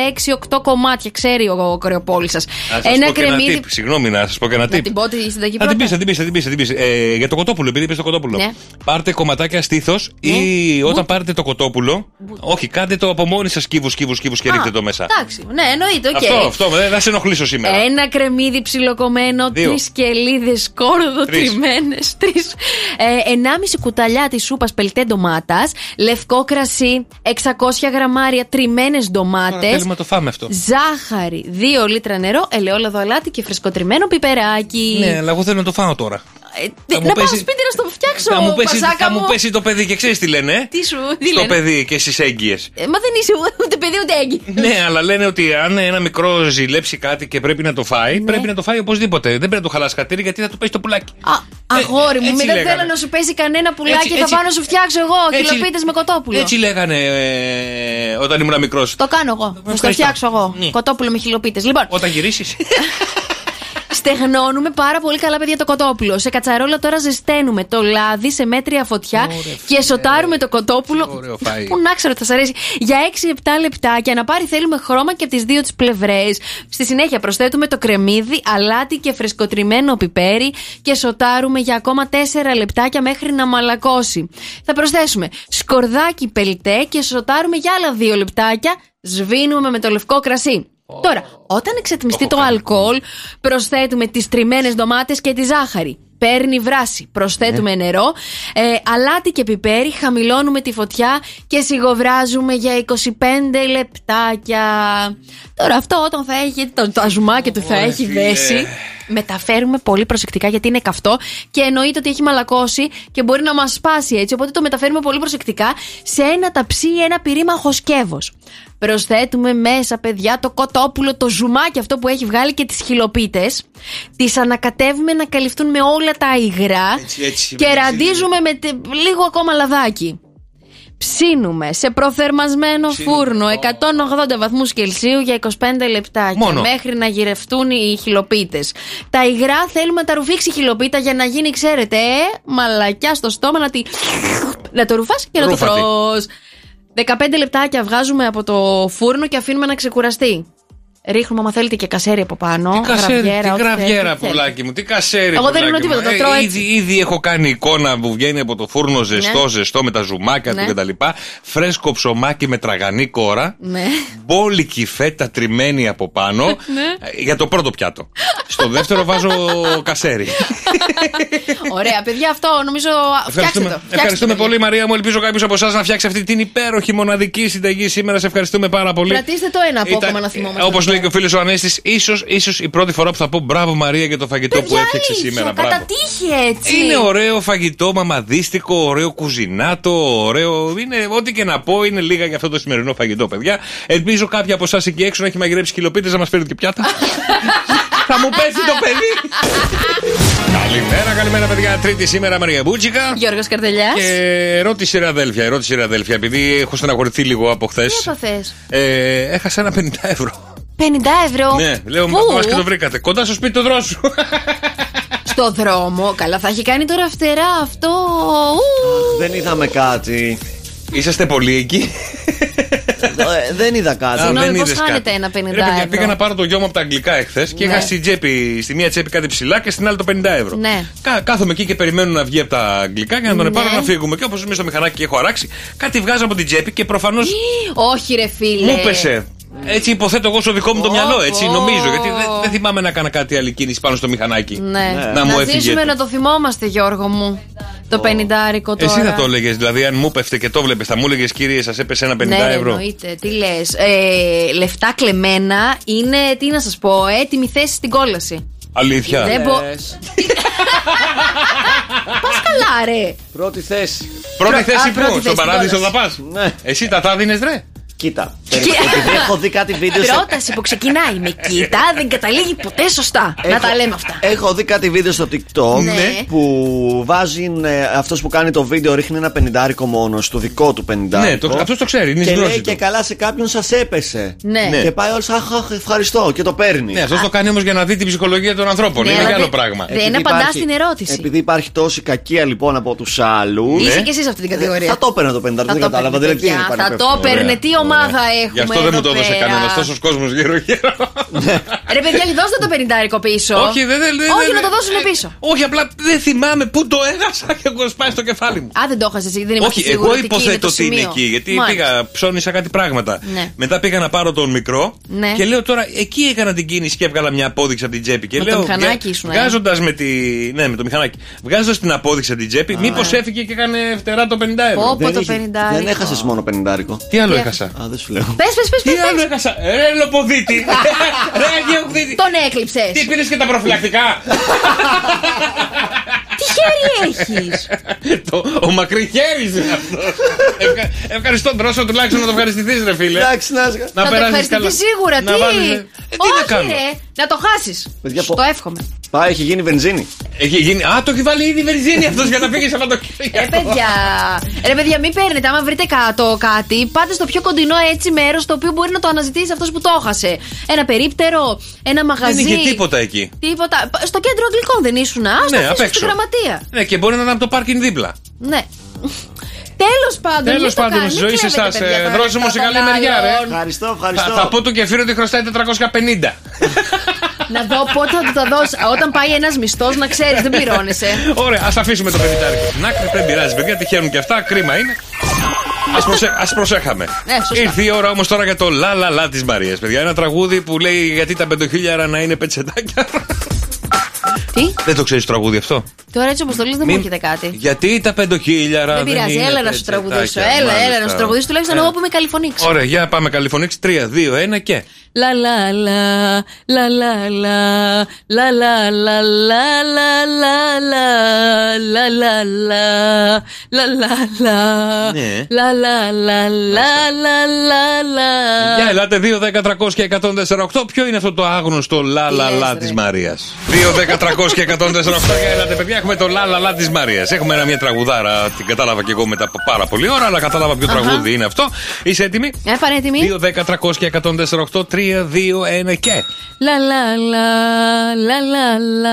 Speaker 6: 6-8 κομμάτια. Ξέρει ο κρεοπόλη σας.
Speaker 4: Να σας πω και tip. Συγγνώμη, να σας πω και ένα
Speaker 6: Να
Speaker 4: tip.
Speaker 6: την πω τη συνταγή
Speaker 4: Να την πει,
Speaker 6: πρώτα.
Speaker 4: να την πεις, να την πεις. Να την πεις. Ε, για το κοτόπουλο, επειδή πει το κοτόπουλο.
Speaker 6: Ναι.
Speaker 4: Πάρτε κομματάκια στήθος ή όταν πάρετε το κοτόπουλο. Όχι, κάντε το από μόνοι σας κύβου, κύβου, κύβου και
Speaker 6: Α,
Speaker 4: ρίχτε το μέσα.
Speaker 6: Εντάξει, ναι, εννοείται, οκ.
Speaker 4: Αυτό, αυτό, δεν θα σε ενοχλήσω σήμερα.
Speaker 6: Ένα κρεμμύδι ψιλοκομμένο,
Speaker 4: Δύο.
Speaker 6: τρεις κελίδες σκόρδο
Speaker 4: Τρεις.
Speaker 6: τριμμένε, τρεις. Ε, ενάμιση κουταλιά της σούπας πελτέ ντομάτας, λευκό κρασί, 600 γραμμάρια τριμμένες
Speaker 4: Τώρα Θέλουμε
Speaker 6: ντομάτε.
Speaker 4: να το φάμε αυτό.
Speaker 6: Ζάχαρη, 2 λίτρα νερό, ελαιόλαδο αλάτι και φρεσκοτριμμένο πιπεράκι.
Speaker 4: Ναι, αλλά εγώ θέλω να το φάω τώρα.
Speaker 6: Ε,
Speaker 4: θα
Speaker 6: να
Speaker 4: μου
Speaker 6: πάω
Speaker 4: πέσει-
Speaker 6: σπίτι να στο φτιάξω,
Speaker 4: Θα μου, πέσει,
Speaker 6: πασάκα
Speaker 4: θα μου πέσει το παιδί και ξέρεις τι λένε. ε?
Speaker 6: Τι σου, τι
Speaker 4: Στο
Speaker 6: λένε.
Speaker 4: παιδί και στις έγκυες.
Speaker 6: Ε, μα δεν είσαι ούτε παιδί ούτε έγκυ.
Speaker 4: Ναι, αλλά λένε ότι αν ένα μικρό ζηλέψει κάτι και πρέπει να το φάει, πρέπει να το φάει οπωσδήποτε. Δεν πρέπει να το χαλάσει κατήρι γιατί θα του πέσει το πουλάκι.
Speaker 6: Ναι. Α, αγόρι μου,
Speaker 4: Ε, έτσι
Speaker 6: μην δεν
Speaker 4: λέγανε.
Speaker 6: θέλω να σου πέσει κανένα πουλάκι,
Speaker 4: Έτσι,
Speaker 6: θα
Speaker 4: έτσι.
Speaker 6: πάω να σου φτιάξω εγώ
Speaker 4: Έτσι.
Speaker 6: κιλοπίτες με κοτόπουλο.
Speaker 4: Έτσι λέγανε ε, όταν ήμουν μικρός.
Speaker 6: Το κάνω εγώ. Θα στο
Speaker 4: ευχαριστώ.
Speaker 6: φτιάξω εγώ. Κοτόπουλο με χιλοπίτε. Λοιπόν,
Speaker 4: Όταν γυρίσεις.
Speaker 6: Στεγνώνουμε πάρα πολύ καλά, παιδιά, το κοτόπουλο. Σε κατσαρόλα τώρα ζεσταίνουμε το λάδι σε μέτρια φωτιά και σοτάρουμε το κοτόπουλο.
Speaker 4: φαΐ.
Speaker 6: Πού να ξέρω ότι θα σας αρέσει. Για 6-7 λεπτά και να πάρει θέλουμε χρώμα και από τις δύο τις πλευρές. Στη συνέχεια προσθέτουμε το κρεμμύδι, αλάτι και φρεσκοτριμμένο πιπέρι και σοτάρουμε για ακόμα 4 λεπτάκια μέχρι να μαλακώσει. Θα προσθέσουμε σκορδάκι πελτέ και σοτάρουμε για άλλα 2 λεπτάκια. Σβήνουμε με το λευκό κρασί. Τώρα, όταν εξατμιστεί το αλκοόλ, προσθέτουμε τις τριμμένες ντομάτες και τη ζάχαρη. Παίρνει βράση. Προσθέτουμε
Speaker 4: Ναι.
Speaker 6: νερό, ε, αλάτι και πιπέρι, χαμηλώνουμε τη φωτιά και σιγοβράζουμε για 25 λεπτάκια. Τώρα, αυτό όταν θα έχει το, το αζουμάκι του, θα
Speaker 4: Ωραία,
Speaker 6: έχει
Speaker 4: φίλε.
Speaker 6: δέσει. Μεταφέρουμε πολύ προσεκτικά γιατί είναι καυτό και εννοείται ότι έχει μαλακώσει και μπορεί να μας σπάσει έτσι. Οπότε το μεταφέρουμε πολύ προσεκτικά σε ένα ταψί ή ένα πυρήμαχο σκεύο. Προσθέτουμε μέσα, παιδιά, το κοτόπουλο, το ζουμάκι αυτό που έχει βγάλει και τις χιλοπίτες. Τις ανακατεύουμε να καλυφθούν με όλα τα υγρά.
Speaker 4: Έτσι, έτσι,
Speaker 6: και
Speaker 4: έτσι.
Speaker 6: ραντίζουμε με τε- λίγο ακόμα λαδάκι. Ψήνουμε σε προθερμασμένο φούρνο 180 βαθμούς Κελσίου για 25 λεπτάκια
Speaker 4: Μόνο.
Speaker 6: μέχρι να γυρευτούν οι χιλοπίτες. Τα υγρά θέλουμε να τα ρουφήξει η χιλοπίτα για να γίνει, ξέρετε, ε, μαλακιά στο στόμα να, τη... να το ρουφάς και να το
Speaker 4: Ρούφα τη.
Speaker 6: τρως. 15 λεπτάκια βγάζουμε από το φούρνο και αφήνουμε να ξεκουραστεί. Ρίχνουμε, άμα θέλετε, και κασέρι από πάνω.
Speaker 4: Τι κασέρι,
Speaker 6: γραβιέρα,
Speaker 4: τι
Speaker 6: ό,τι
Speaker 4: γραβιέρα,
Speaker 6: θέλετε.
Speaker 4: πουλάκι μου, τι κασέρι.
Speaker 6: Εγώ δεν
Speaker 4: πουλάκι
Speaker 6: ρίχνω τίποτα,
Speaker 4: μου.
Speaker 6: το
Speaker 4: Ε,
Speaker 6: τρώω έτσι.
Speaker 4: ήδη, ήδη έχω κάνει εικόνα που βγαίνει από το φούρνο ζεστό,
Speaker 6: Ναι.
Speaker 4: ζεστό με τα ζουμάκια
Speaker 6: Ναι.
Speaker 4: του κτλ. Φρέσκο ψωμάκι με τραγανή κόρα.
Speaker 6: Ναι.
Speaker 4: Μπόλικη φέτα τριμμένη από πάνω.
Speaker 6: Ναι.
Speaker 4: ε, για το πρώτο πιάτο. Στο δεύτερο βάζω κασέρι.
Speaker 6: Ωραία, παιδιά, αυτό νομίζω. Φτιάξτε το.
Speaker 4: Ευχαριστούμε,
Speaker 6: Φτιάξτε το,
Speaker 4: ευχαριστούμε
Speaker 6: παιδιά.
Speaker 4: πολύ, Μαρία μου. Ελπίζω κάποιος από εσάς να φτιάξει αυτή την υπέροχη μοναδική συνταγή σήμερα. Σε ευχαριστούμε πάρα πολύ.
Speaker 6: Κρατήστε το ένα απόκομα να θυμόμαστε.
Speaker 4: Όπως λέει και ο φίλος ο Ανέστης, ίσως ίσως η πρώτη φορά που θα πω μπράβο Μαρία για το φαγητό που έφτιαξε σήμερα. Μπράβο.
Speaker 6: Κατά τύχη έτσι.
Speaker 4: Είναι ωραίο φαγητό, μαμαδίστικο, ωραίο κουζινάτο, ωραίο. Είναι ό,τι και να πω, είναι λίγα για αυτό το σημερινό φαγητό, παιδιά. Ελπίζω κάποια από εσάς εκεί έξω να έχει μαγειρέψει κιλοπίτε να μας φέρουν και πιάτα. Θα μου πέσει το παιδί. καλημέρα, καλημέρα, παιδιά. Τρίτη σήμερα, Μαρία Μπούτσικα.
Speaker 6: Γιώργος Καρτελιάς.
Speaker 4: Και ερώτηση, ρε αδέλφια, ερώτηση, ρε αδέλφια, επειδή έχω στεναχωρηθεί λίγο από χθες.
Speaker 6: Τι έπαθες?
Speaker 4: Ε, έχασα ένα 50 ευρώ.
Speaker 6: 50 ευρώ.
Speaker 4: Ναι, λέω,
Speaker 6: Πού?
Speaker 4: μα πας και το βρήκατε. Κοντά στο σπίτι του δρόσου.
Speaker 6: Στο δρόμο. Καλά, θα έχει κάνει τώρα φτερά αυτό. Ου.
Speaker 20: Δεν είδαμε κάτι.
Speaker 4: Είσαστε πολύ εκεί.
Speaker 20: Ε, δεν είδα κάτι.
Speaker 6: Συγγνώμη,
Speaker 4: δεν
Speaker 6: πώς
Speaker 4: είδες
Speaker 6: χάνετε
Speaker 4: κάτι.
Speaker 6: ένα 50
Speaker 4: Ρε, παιδιά,
Speaker 6: ευρώ.
Speaker 4: πήγα να πάρω το γιο μου από τα αγγλικά εχθές και
Speaker 6: Ναι.
Speaker 4: είχα στη, τσέπη, στη μία τσέπη κάτι ψηλά και στην άλλη το 50 ευρώ.
Speaker 6: Ναι.
Speaker 4: Κα- κάθομαι εκεί και περιμένω να βγει από τα αγγλικά για να τον
Speaker 6: Ναι.
Speaker 4: πάρω να φύγουμε. Και όπως είμαι στο μηχανάκι και έχω αράξει, κάτι βγάζω από την τσέπη και προφανώς
Speaker 6: Όχι, ρε φίλε.
Speaker 4: μου πέσε. Έτσι υποθέτω εγώ στο δικό μου το
Speaker 6: Πω,
Speaker 4: μυαλό, έτσι
Speaker 6: πω.
Speaker 4: νομίζω. Γιατί δεν, δεν θυμάμαι να κάνω κάτι άλλη κίνηση πάνω στο μηχανάκι.
Speaker 6: Ναι.
Speaker 4: Να, μου έφυγε.
Speaker 6: ζήσουμε να το θυμόμαστε, Γιώργο μου. Το 50 τώρα.
Speaker 4: Εσύ θα το έλεγες, δηλαδή αν μου πέφτε και το βλέπεις, θα μου έλεγες κύριε, σας έπεσε ένα 50
Speaker 6: ναι, ρε,
Speaker 4: ευρώ.
Speaker 6: εννοείται. Τι λες. Ε, λεφτά κλεμμένα είναι, τι να σας πω, έτοιμη θέση στην κόλαση.
Speaker 4: Αλήθεια.
Speaker 6: Δεν μπο- Πας καλά, ρε.
Speaker 20: Πρώτη θέση.
Speaker 4: Πρώτη
Speaker 6: Πρω-
Speaker 4: θέση
Speaker 6: α, πρώτη
Speaker 4: πού,
Speaker 6: θέση, Ναι.
Speaker 4: στον παράδεισο
Speaker 6: κιόλας.
Speaker 4: θα πας. Εσύ τα θα δίνες, ρε.
Speaker 20: Κοίτα. Επειδή έχω δει κάτι βίντεο. σε-
Speaker 6: Πρόταση που ξεκινάει με κοίτα δεν καταλήγει ποτέ σωστά. Να
Speaker 20: Έχω- Ε,
Speaker 6: τα λέμε αυτά.
Speaker 20: Έχω δει κάτι βίντεο στο TikTok
Speaker 6: Ναι.
Speaker 20: που βάζει αυτός που κάνει το βίντεο ρίχνει ένα πενιντάρικο μόνο, το δικό του πενιντάρικο.
Speaker 4: Ναι, το- αυτός το ξέρει, είναι η
Speaker 20: Και
Speaker 4: γνώση
Speaker 20: λέει
Speaker 4: του.
Speaker 20: και καλά σε κάποιον σας έπεσε.
Speaker 6: Ναι. Ναι.
Speaker 20: Και πάει όλος, αχ, αχ, ευχαριστώ και το παίρνει. Ε,
Speaker 4: Ναι, αυτός το κάνει όμως για να δει την ψυχολογία των ανθρώπων.
Speaker 6: Ναι,
Speaker 4: Είναι
Speaker 6: αλλά
Speaker 4: και άλλο
Speaker 6: δεν-
Speaker 4: πράγμα.
Speaker 6: δεν
Speaker 20: Επειδή
Speaker 6: απαντάς
Speaker 20: υπάρχει-
Speaker 6: στην ερώτηση.
Speaker 20: Επειδή υπάρχει τόση κακία λοιπόν από τους άλλους.
Speaker 6: Είσαι κι εσύ σε αυτή την κατηγορία.
Speaker 20: Ναι. Ε, Θα το έπαιρνε το πενιντάρικο,
Speaker 6: Θα
Speaker 20: δεν
Speaker 6: το
Speaker 20: κατάλαβα.
Speaker 6: παίρνε,
Speaker 20: Δηλαδή, τι
Speaker 6: παιδιά,
Speaker 20: είναι
Speaker 6: θα το
Speaker 20: πανεπιστήμιο.
Speaker 6: παίρνε. Τι ομάδα έχουμε.
Speaker 4: Ναι. Γι' αυτό δεν μου
Speaker 6: εδώ
Speaker 4: το έδωσε
Speaker 6: πέρα.
Speaker 4: κανένας. Τόσος κόσμος γύρω-γύρω.
Speaker 6: Ρε παιδιά,
Speaker 20: Ε,
Speaker 6: δώστε το πενιντάρικο πίσω.
Speaker 4: Όχι, δεν- δεν- δεν-
Speaker 6: Όχι,
Speaker 4: δεν-
Speaker 6: να το δώσουν
Speaker 4: ε,
Speaker 6: πίσω.
Speaker 4: Όχι, απλά δεν θυμάμαι πού το έχασα και έχω σπάσει το κεφάλι μου.
Speaker 6: Α, δεν το έχασες εσύ. Δεν είμαστε
Speaker 4: Όχι,
Speaker 6: σίγουροι
Speaker 4: εγώ
Speaker 6: ότι εκεί
Speaker 4: υποθέτω ότι είναι
Speaker 6: σημείο.
Speaker 4: εκεί. Γιατί
Speaker 6: Μάλιστα.
Speaker 4: πήγα, ψώνισα κάτι πράγματα.
Speaker 6: Ναι.
Speaker 4: Μετά πήγα να πάρω τον μικρό
Speaker 6: Ναι.
Speaker 4: και λέω τώρα εκεί έκανα την κίνηση και έβγαλα μια απόδειξη από την τσέπη. Και
Speaker 6: Με το
Speaker 4: λέω.
Speaker 6: μηχανάκι ήσουν, ε.
Speaker 4: Βγάζοντας με τη. Ναι, με το μηχανάκι. Βγάζοντας την απόδειξη από την τσέπη, μήπως έφυγε και έκανε φτερά το 50 ευρώ.
Speaker 6: Πω, πω, το πενιντάρικο.
Speaker 20: Δεν έχασες μόνο πενιντάρικο.
Speaker 4: Τι άλλο
Speaker 6: Τι
Speaker 4: έχασα.
Speaker 20: Α, δεν σου λέω.
Speaker 6: Πες, πες, πες.
Speaker 4: Τι άλλο έχασα. Ρε Λοποδίτη. Ρε Αγιοχδίτη.
Speaker 6: Τον έκλειψες.
Speaker 4: Τι πήρες και τα προφυλακτικά.
Speaker 6: Τι χέρι έχεις.
Speaker 4: Το- Ο μακρυχέρης είναι αυτό. Ευχα- Ευχαριστώ, δρόσο τουλάχιστον να το ευχαριστηθείς, ρε φίλε.
Speaker 20: Εντάξει, να ζ-
Speaker 6: Να το
Speaker 4: περάσεις
Speaker 6: ευχαριστηθείς
Speaker 4: καλά.
Speaker 6: σίγουρα.
Speaker 4: Να
Speaker 6: Τι.
Speaker 4: βάλεις- Ε, Τι να
Speaker 6: Όχι,
Speaker 4: κάνω.
Speaker 6: ρε. Να το χάσεις.
Speaker 20: Παιδιά,
Speaker 6: Το εύχομαι.
Speaker 20: Πάει, έχει γίνει βενζίνη.
Speaker 4: Έχει γίνει. Α, το έχει βάλει ήδη βενζίνη αυτός για να πήγε
Speaker 6: Ρε
Speaker 4: Σαββατοκύριακο.
Speaker 6: Ε, παιδιά, ρε παιδιά, μην παίρνετε. Άμα βρείτε κάτω κάτι, πάτε στο πιο κοντινό έτσι μέρος το οποίο μπορεί να το αναζητήσει αυτός που το έχασε. Ένα περίπτερο, ένα
Speaker 4: Δεν
Speaker 6: μαγαζί.
Speaker 4: είχε τίποτα εκεί.
Speaker 6: Τίποτα. Πα- Στο κέντρο αγγλικών δεν ήσουν. Α
Speaker 4: Ναι,
Speaker 6: ναι,
Speaker 4: απ'
Speaker 6: το
Speaker 4: έξω.
Speaker 6: στην γραμματεία.
Speaker 4: Ναι, και μπορεί να ήταν από το πάρκινγκ δίπλα.
Speaker 6: Ναι. Τέλος πάντων,
Speaker 4: Τέλος
Speaker 6: μην το
Speaker 4: πάντων,
Speaker 6: κα- μην
Speaker 4: ζωή σε
Speaker 6: κλέβετε,
Speaker 4: εσάς.
Speaker 6: παιδιά, τα
Speaker 4: Δώσε μου σε
Speaker 6: λεφτά
Speaker 4: καλή
Speaker 6: των
Speaker 4: μεριά, ρε.
Speaker 6: άλλων.
Speaker 20: Ευχαριστώ,
Speaker 4: Θα, θα πω του κεφύρου ότι χρωστάει 450.
Speaker 6: Να δω πότε θα του τα δώσω. Όταν πάει ένας μισθός, να ξέρεις, δεν πληρώνεσαι.
Speaker 4: Ωραία, ας αφήσουμε το παιδιτάρικο στην άκρη. Δεν πειράζει, παιδιά, τυχαίνουν και αυτά. Κρίμα είναι. Ας προσε... ας προσέχαμε.
Speaker 6: Ναι, σωστά.
Speaker 4: Ήρθε η ώρα όμως τώρα για το λα λα λα της Μαρίας, παιδιά. Ένα τραγούδι που λέει γιατί τα πεντοχίλιαρα να είναι πετσετάκια.
Speaker 6: Τι?
Speaker 4: Δεν το ξέρεις το τραγούδι αυτό.
Speaker 6: Τώρα έτσι όπως το λες, δεν μου
Speaker 4: Μην-
Speaker 6: έρχεται κάτι.
Speaker 4: Γιατί τα πεντοχίλιαρα.
Speaker 6: Δεν πειράζει,
Speaker 4: είναι
Speaker 6: έλα να σου τραγουδήσω.
Speaker 4: πετσετάκια.
Speaker 6: Έλα, έλα
Speaker 4: Μάλιστα. Ε.
Speaker 6: να σου τραγουδήσω. Τουλάχιστον εγώ που είμαι καλυφωνήξη.
Speaker 4: Ωραία, για πάμε καλυφωνήξη. 3, 2, 1 και.
Speaker 6: La la la, la la la, la la la la la la la la la la la la la
Speaker 4: Ναι.
Speaker 6: la la la la la la la
Speaker 4: Για ελάτε 2, 10, 300 και 148. Ποιο είναι αυτό το άγνωστο λα λα λα της Μαρίας. 2, 10, 300 και 148. Για ελάτε, παιδιά, έχουμε το λα λα λα της Μαρίας. Έχουμε ένα μια τραγουδάρα. Την κατάλαβα και εγώ μετά από πάρα πολλή ώρα, αλλά κατάλαβα ποιο
Speaker 6: Αχα.
Speaker 4: τραγούδι είναι αυτό. Είσαι έτοιμη.
Speaker 6: Ε, πανέτοιμη.
Speaker 4: 2, 10, 300 και 148. 3, 2, 1 και.
Speaker 6: La la la la la la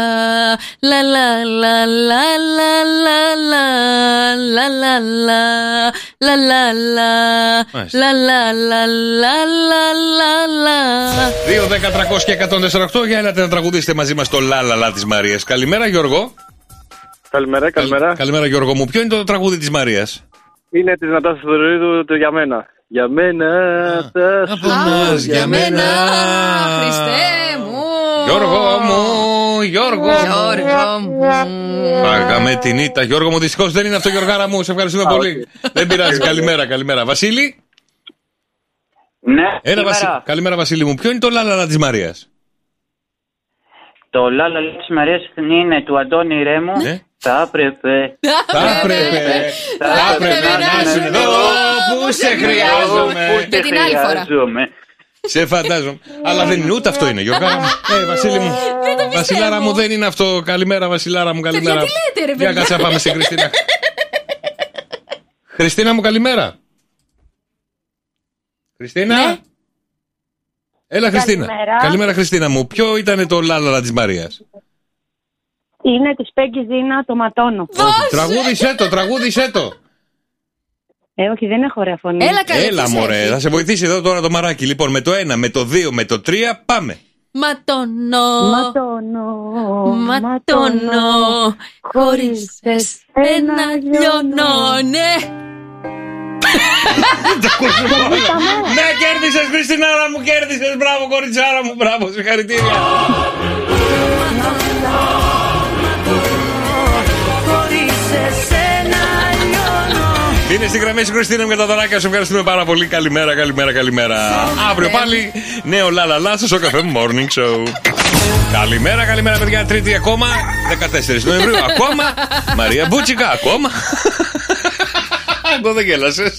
Speaker 6: la la la la la la la la la la la la la
Speaker 4: Μάλιστα.
Speaker 6: la la la la la la la
Speaker 4: 2, 10, 300 και 148. Για ελάτε να τραγουδήσετε μαζί μας το λα λα λα της Μαρίας. Καλημέρα, Γιώργο.
Speaker 17: Καλημέρα, καλημέρα.
Speaker 4: Καλημέρα, Γιώργο μου. Ποιο είναι το τραγούδι της Μαρίας.
Speaker 17: Είναι της Νατάσας Θεοδωρίδου το για μένα. Για μένα θα σου
Speaker 4: μας, για μένα.
Speaker 6: Χριστέ μου
Speaker 4: Γιώργο μου, Γιώργο μου.
Speaker 6: Γιώργο μου
Speaker 4: Πάγαμε την ήττα. Γιώργο μου, δυστυχώς δεν είναι αυτό, Γιωργάρα μου. Σε ευχαριστούμε πολύ. Δεν πειράζει. καλημέρα, καλημέρα. Βασίλη.
Speaker 21: Ναι,
Speaker 4: Έλα,
Speaker 21: καλημέρα.
Speaker 4: Βασίλη. Καλημέρα, Βασίλη μου. Ποιο είναι το λάλαλα της Μαρίας.
Speaker 21: Το λάλα της Μαρίας είναι του Αντώνη Ρέμου. Θα έπρεπε.
Speaker 4: Ναι. Θα έπρεπε. Θα έπρεπε να σου δω που σε χρειάζομαι.
Speaker 21: Με την άλλη φορά.
Speaker 4: Σε φαντάζομαι. Αλλά δεν είναι ούτε αυτό είναι, Γιωργάρα μου. Ε, Βασίλη μου. Βασιλάρα μου δεν είναι αυτό. Καλημέρα, Βασιλάρα μου. Καλημέρα.
Speaker 6: τι λέτε, ρε,
Speaker 4: Για
Speaker 6: παιδιά.
Speaker 4: κάτσε να πάμε στην Χριστίνα. Χριστίνα μου, καλημέρα.
Speaker 6: Ναι.
Speaker 4: Χριστίνα. Έλα, Χριστίνα.
Speaker 22: Καλημέρα.
Speaker 4: Καλημέρα, Χριστίνα μου. Ποιο ήταν το λάλαλα της Μαρίας.
Speaker 22: Είναι της Πέγκης Δίνα, το ματώνω.
Speaker 4: Τραγούδισε το, τραγούδισε το.
Speaker 22: Ε, όχι, δεν έχω ωραία φωνή.
Speaker 4: Έλα, μωρέ. Θα σε βοηθήσει εδώ τώρα το μαράκι. Λοιπόν, με το 1, με το 2, με το 3, πάμε.
Speaker 6: Ματώνω
Speaker 22: Ματώνω
Speaker 6: Ματώνω Χωρίς εσένα λιώνω Ναι
Speaker 4: Ναι, κέρδισες, Χριστινάρα μου, κέρδισες. Μπράβο, κοριτσάρα μου, μπράβο, συγχαρητήρια. Είναι στη γραμμή σου, Χριστίνα μου, για τα δωράκια σου. Ευχαριστούμε πάρα πολύ. Καλημέρα, καλημέρα, καλημέρα. Αύριο πάλι νέο λαλαλά στο Σοκαφέ Morning Show. Καλημέρα, καλημέρα, παιδιά. Τρίτη ακόμα. 14 Νοεμβρίου ακόμα. Μαρία Μπούτσικα ακόμα. Εδώ δεν γέλασες.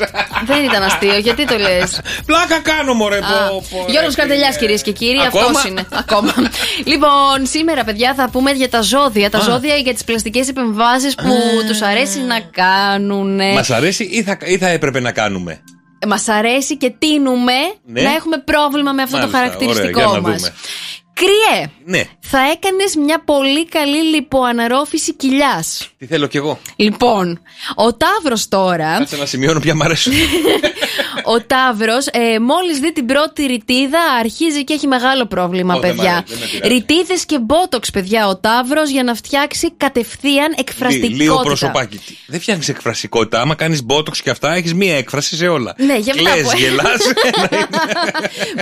Speaker 6: Δεν ήταν αστείο, γιατί το λες
Speaker 4: Πλάκα κάνω, μωρέ.
Speaker 6: Α,
Speaker 4: πω, πω, ρε,
Speaker 6: Γιώργος
Speaker 4: φίλε.
Speaker 6: Καρτελιάς κυρίες και κύριοι,
Speaker 4: Ακόμα?
Speaker 6: αυτός είναι. Ακόμα. λοιπόν, σήμερα παιδιά θα πούμε για τα ζώδια. Τα ζώδια για τις πλαστικές επεμβάσεις που τους αρέσει να κάνουν.
Speaker 4: Μας αρέσει ή θα, ή θα έπρεπε να κάνουμε.
Speaker 6: Μας αρέσει και τίνουμε
Speaker 4: Ναι.
Speaker 6: να έχουμε πρόβλημα με αυτό το
Speaker 4: Μάλιστα, ωραία,
Speaker 6: χαρακτηριστικό
Speaker 4: για να
Speaker 6: μας.
Speaker 4: δούμε.
Speaker 6: Κρυέ,
Speaker 4: Ναι,
Speaker 6: θα έκανες μια πολύ καλή λιποαναρρόφηση κοιλιάς.
Speaker 4: τι θέλω κι εγώ.
Speaker 6: Λοιπόν, ο Ταύρος τώρα...
Speaker 4: Κάτσε να σημειώνω ποια μ' αρέσουν.
Speaker 6: Ο Ταύρος, ε, μόλις δει την πρώτη ρητίδα, αρχίζει και έχει μεγάλο πρόβλημα,
Speaker 4: Ω, δεν μ'
Speaker 6: παιδιά.
Speaker 4: αρέσει, δεν με πειράζει.
Speaker 6: Ρητίδες και μπότοξ, παιδιά, ο Ταύρος για να φτιάξει κατευθείαν
Speaker 4: Λί-
Speaker 6: εκφραστικότητα.
Speaker 4: Λίγο προσωπάκι. Τι- Δεν φτιάχνεις εκφρασικότητα. Άμα κάνεις μπότοξ και αυτά, έχεις μία έκφραση σε όλα.
Speaker 6: Ναι, για μετά
Speaker 4: Κλαις,
Speaker 6: που-
Speaker 4: γελάς.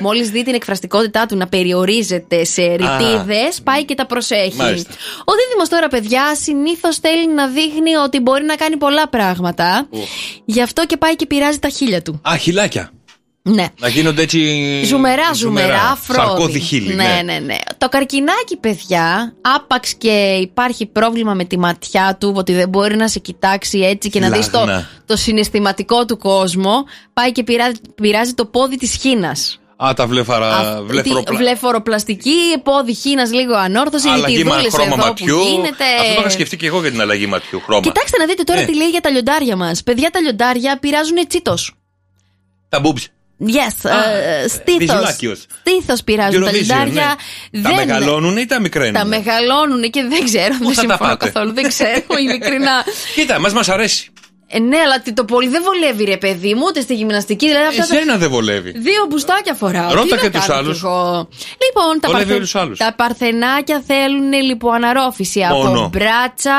Speaker 6: Μόλις δει την εκφραστικότητά του να περιορίζεται σε ρητίδε, πάει και τα προσέχει.
Speaker 4: Μάλιστα.
Speaker 6: Ο Δίδυμο τώρα, παιδιά, συνήθως θέλει να δείχνει ότι μπορεί να κάνει πολλά πράγματα.
Speaker 4: Ου.
Speaker 6: Γι' αυτό και πάει και πειράζει τα χείλια του.
Speaker 4: Α, χιλάκια.
Speaker 6: Ναι.
Speaker 4: Να γίνονται έτσι.
Speaker 6: Ζουμερά, ζουμερά, φρόντι.
Speaker 4: Σαρκώδη χείλη. Ναι,
Speaker 6: ναι, ναι, ναι. Το καρκινάκι, παιδιά, άπαξ και υπάρχει πρόβλημα με τη ματιά του, ότι δεν μπορεί να σε κοιτάξει έτσι και να δεις το,
Speaker 4: Λάγνα.
Speaker 6: το συναισθηματικό του κόσμο, πάει και πειράζει, πειράζει το πόδι της χίνα.
Speaker 4: Α, τα βλέφαρα. Βλεφροπλά.
Speaker 6: Βλεφοροπλαστική, πόδι χίνας λίγο ανόρθωση,
Speaker 4: Αλλαγή με
Speaker 6: ρητιδούλες
Speaker 4: χρώμα
Speaker 6: εδώ που
Speaker 4: ματιού.
Speaker 6: γίνεται.
Speaker 4: Αυτό το είχα σκεφτεί και εγώ για την αλλαγή ματιού. Χρώμα.
Speaker 6: Κοιτάξτε να δείτε τώρα
Speaker 4: Ε,
Speaker 6: τι λέει για τα λιοντάρια μας. Παιδιά, τα λιοντάρια πειράζουν τσίτος.
Speaker 4: Τα boobs.
Speaker 6: Yes, στήθος.
Speaker 4: Βυζουλάκιος.
Speaker 6: Στήθος πειράζουν τα
Speaker 4: Eurovision,
Speaker 6: λιοντάρια.
Speaker 4: ναι.
Speaker 6: δεν-
Speaker 4: Τα μεγαλώνουν ή τα
Speaker 6: Τα
Speaker 4: μικραίνουν.
Speaker 6: μεγαλώνουν και δεν ξέρω,
Speaker 4: θα
Speaker 6: δεν
Speaker 4: τα
Speaker 6: συμφωνώ
Speaker 4: πάτε?
Speaker 6: καθόλου. Δεν ξέρω, ειλικρινά.
Speaker 4: Κοίτα, μας μας αρέσει.
Speaker 6: Ε, ναι, αλλά τι- το πολύ δεν βολεύει, ρε παιδί μου, ούτε στη γυμναστική. Δηλαδή, αυτά τα-
Speaker 4: Εσένα δεν βολεύει.
Speaker 6: Δύο μπουστάκια φοράω.
Speaker 4: Ρώτα
Speaker 6: Τι να
Speaker 4: και τους
Speaker 6: κάνω
Speaker 4: άλλους.
Speaker 6: κι εγώ. Λοιπόν, τα,
Speaker 4: Βολεύει
Speaker 6: παρθε-
Speaker 4: όλους τους άλλους.
Speaker 6: τα παρθενάκια θέλουν λιποαναρρόφηση από
Speaker 4: Μόνο.
Speaker 6: μπράτσα,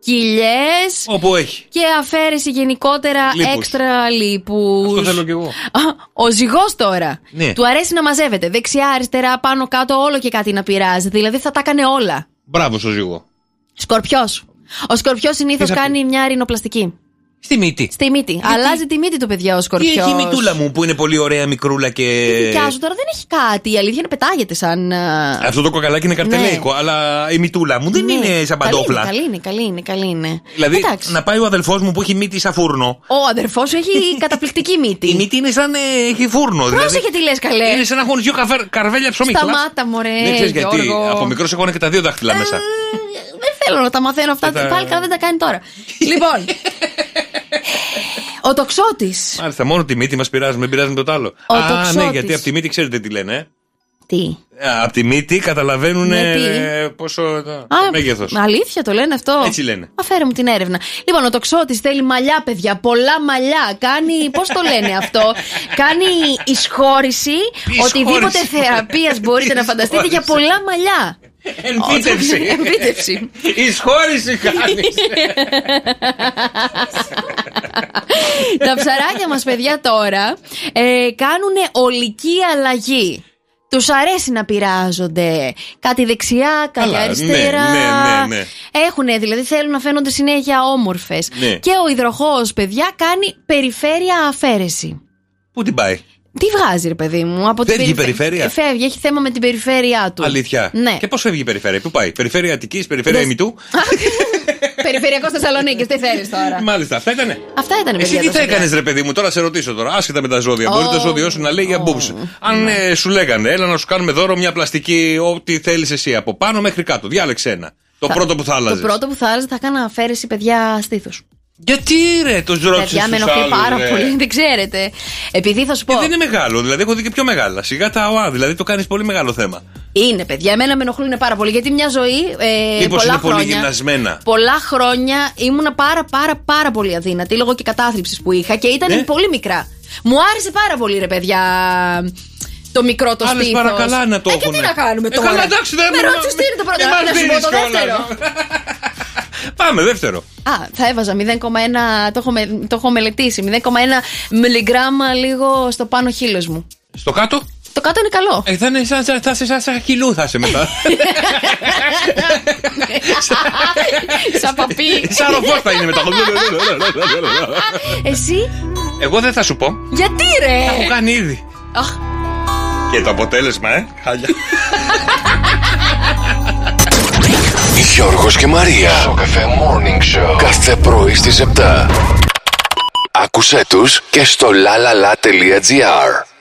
Speaker 6: κοιλιές
Speaker 4: Όπου έχει.
Speaker 6: και αφαίρεση γενικότερα
Speaker 4: Λίπους.
Speaker 6: έξτρα λίπους.
Speaker 4: Το θέλω κι εγώ.
Speaker 6: Ο ζυγός τώρα.
Speaker 4: Ναι.
Speaker 6: Του αρέσει να μαζεύεται. Δεξιά, αριστερά, πάνω, κάτω, όλο και κάτι να πειράζει. Δηλαδή θα τα έκανε όλα.
Speaker 4: Μπράβο στο ζυγό.
Speaker 6: Σκορπιός. Ο σκορπιός συνήθως
Speaker 4: Τι θα πει?
Speaker 6: κάνει μια ρινοπλαστική.
Speaker 4: Στη μύτη.
Speaker 6: Στη μύτη. Αλλάζει τη μύτη του παιδιά ο
Speaker 4: Ή
Speaker 6: σκορπιό.
Speaker 4: έχει η ε? μητούλα μου που είναι πολύ ωραία μικρούλα και.
Speaker 6: Δικιάζω τώρα δεν έχει κάτι. Η αλήθεια είναι πετάγεται σαν. α,
Speaker 4: Αυτό το κοκαλάκι είναι καρτελέικο, αλλά η μητούλα μου δεν
Speaker 6: ναι.
Speaker 4: είναι σαν παντόφλα.
Speaker 6: Καλή είναι, καλή είναι, καλή είναι.
Speaker 4: Δηλαδή,
Speaker 6: Εντάξει.
Speaker 4: να πάει ο αδελφός μου που έχει μύτη σαν φούρνο.
Speaker 6: Ο αδερφός σου έχει καταπληκτική μύτη.
Speaker 4: Η μύτη είναι σαν ε, έχει φούρνο, δηλαδή.
Speaker 6: Πρόσεχε τι λες, καλέ.
Speaker 4: Είναι σαν να έχουν δύο καφέ- καρβέλια ψωμί.
Speaker 6: Σταμάτα, μωρέ.
Speaker 4: Δεν ξέρεις γιατί.
Speaker 6: Γιώργο.
Speaker 4: Από μικρός έχω και τα δύο δάχτυλα μέσα.
Speaker 6: Δεν θέλω να τα μαθαίνω αυτά.
Speaker 4: Δεν τα-
Speaker 6: Πάλι καλά δεν τα κάνει τώρα. λοιπόν. ο τοξότη.
Speaker 4: Μάλιστα, μόνο τη μύτη μας πειράζει, με πειράζει με το άλλο.
Speaker 6: Ο
Speaker 4: Α,
Speaker 6: τοξότης.
Speaker 4: ναι, γιατί από τη μύτη ξέρετε τι λένε. ε.
Speaker 6: Τι.
Speaker 4: Ε, Από τη μύτη καταλαβαίνουν
Speaker 6: Ναι, τι.
Speaker 4: ε, πόσο. το μέγεθος.
Speaker 6: Αλήθεια το λένε αυτό.
Speaker 4: Έτσι λένε.
Speaker 6: Α, φέρε μου την έρευνα. Λοιπόν, ο τοξότης θέλει μαλλιά, παιδιά. Πολλά μαλλιά. Κάνει. Πώς το λένε αυτό. Κάνει εισχώρηση.
Speaker 4: Εισχώρηση.
Speaker 6: Οτιδήποτε θεραπείας μπορείτε να φανταστείτε για πολλά μαλλιά.
Speaker 4: Εμπίτευση.
Speaker 6: Ω, Εμπίτευση.
Speaker 4: Ε, Εισχώρηση κάνεις.
Speaker 6: Τα ψαράκια μας, παιδιά, τώρα ε, κάνουν ολική αλλαγή. Τους αρέσει να πειράζονται. Κάτι δεξιά, κάτι
Speaker 4: Καλά, ναι,
Speaker 6: αριστερά.
Speaker 4: ναι, ναι, ναι.
Speaker 6: Έχουν, δηλαδή θέλουν να φαίνονται συνέχεια όμορφες.
Speaker 4: Ναι.
Speaker 6: Και ο υδροχός, παιδιά, κάνει περιφέρεια αφαίρεση.
Speaker 4: Πού την πάει.
Speaker 6: Τι βγάζει, ρε παιδί μου, από
Speaker 4: Φεύγει η
Speaker 6: περιφέ-
Speaker 4: περιφέρεια?
Speaker 6: Ε, Φεύγει, έχει θέμα με την περιφέρειά του.
Speaker 4: Αλήθεια.
Speaker 6: Ναι.
Speaker 4: Και πώς φεύγει η περιφέρεια, πού πάει. Περιφέρεια Αττικής, περιφέρεια ημιτού.
Speaker 6: Περιφερειακός Θεσσαλονίκης, τι θέλεις τώρα.
Speaker 4: Μάλιστα, αυτά ήτανε.
Speaker 6: Αυτά ήταν
Speaker 4: Εσύ
Speaker 6: ναι, παιδιά,
Speaker 4: τι
Speaker 6: τα
Speaker 4: θα
Speaker 6: σχολεία.
Speaker 4: έκανες, ρε παιδί μου, τώρα σε ρωτήσω τώρα, άσχετα με τα ζώδια. Μπορεί το ζώδιο σου να λέει για boobs.
Speaker 6: Ναι.
Speaker 4: Αν ε, σου λέγανε, έλα να σου κάνουμε δώρο μια πλαστική, ό,τι θέλεις εσύ, από πάνω μέχρι κάτω. Διάλεξε ένα. Το
Speaker 6: Θα-
Speaker 4: πρώτο που θα άλλαζε.
Speaker 6: Το πρώτο που θα άλλαζες θα έκανα αφαίρεση, παιδιά, στήθου.
Speaker 4: Γιατί ρε, το ρώτησε.
Speaker 6: Παιδιά, με ενοχλεί πάρα πολύ, δεν ξέρετε. Επειδή θα σου πω.
Speaker 4: ε. Δεν είναι μεγάλο, δηλαδή έχω δει και πιο μεγάλα. Σιγά τα ΟΑ, δηλαδή το κάνεις πολύ μεγάλο θέμα.
Speaker 6: Είναι, παιδιά, εμένα με ενοχλούν πάρα πολύ. Γιατί μια ζωή. Ε,
Speaker 4: Μήπως
Speaker 6: πολλά
Speaker 4: είναι πολύ
Speaker 6: χρόνια-
Speaker 4: γυμνασμένα.
Speaker 6: Πολλά χρόνια ήμουνα πάρα πάρα πάρα πολύ αδύνατη λόγω και κατάθλιψης που είχα και ήταν
Speaker 4: Ναι.
Speaker 6: πολύ μικρά. Μου άρεσε πάρα πολύ ρε παιδιά το μικρό το
Speaker 4: Άλλες
Speaker 6: στήθος.
Speaker 4: παρακαλά να το
Speaker 6: ε, και τι
Speaker 4: έχουνε.
Speaker 6: να κάνουμε
Speaker 4: Ε,
Speaker 6: τώρα.
Speaker 4: καλά, εντάξει, δεν-
Speaker 6: Με
Speaker 4: μην-
Speaker 6: ρώτησες τι είναι το πρώτο.
Speaker 4: μην μας
Speaker 6: Να σου πω το
Speaker 4: δίνεις κιόλας.
Speaker 6: δεύτερο.
Speaker 4: Πάμε, δεύτερο.
Speaker 6: Α, θα έβαζα 0,1, το έχω, με- το έχω μελετήσει, 0,1 μιλιγκράμμα λίγο στο πάνω χείλος μου.
Speaker 4: Στο κάτω.
Speaker 6: Το κάτω είναι καλό.
Speaker 4: Ε, θα είναι σαν, σαν, θα, σε- σαν, σαν χιλού θα σε μετά.
Speaker 6: Σαν παπί.
Speaker 4: σαν ροφό θα είναι μετά.
Speaker 6: Εσύ,
Speaker 4: Εγώ δεν θα σου πω.
Speaker 6: γιατί ρε.
Speaker 4: Τα έχω κάνει ήδη.
Speaker 6: Αχ.
Speaker 4: Και το αποτέλεσμα, ε. Χάλια.
Speaker 3: Γιώργος και Μαρία. Σοκαφέ Morning Show. Κάθε πρωί στις 7. Άκουσέ τους και στο lalala.gr.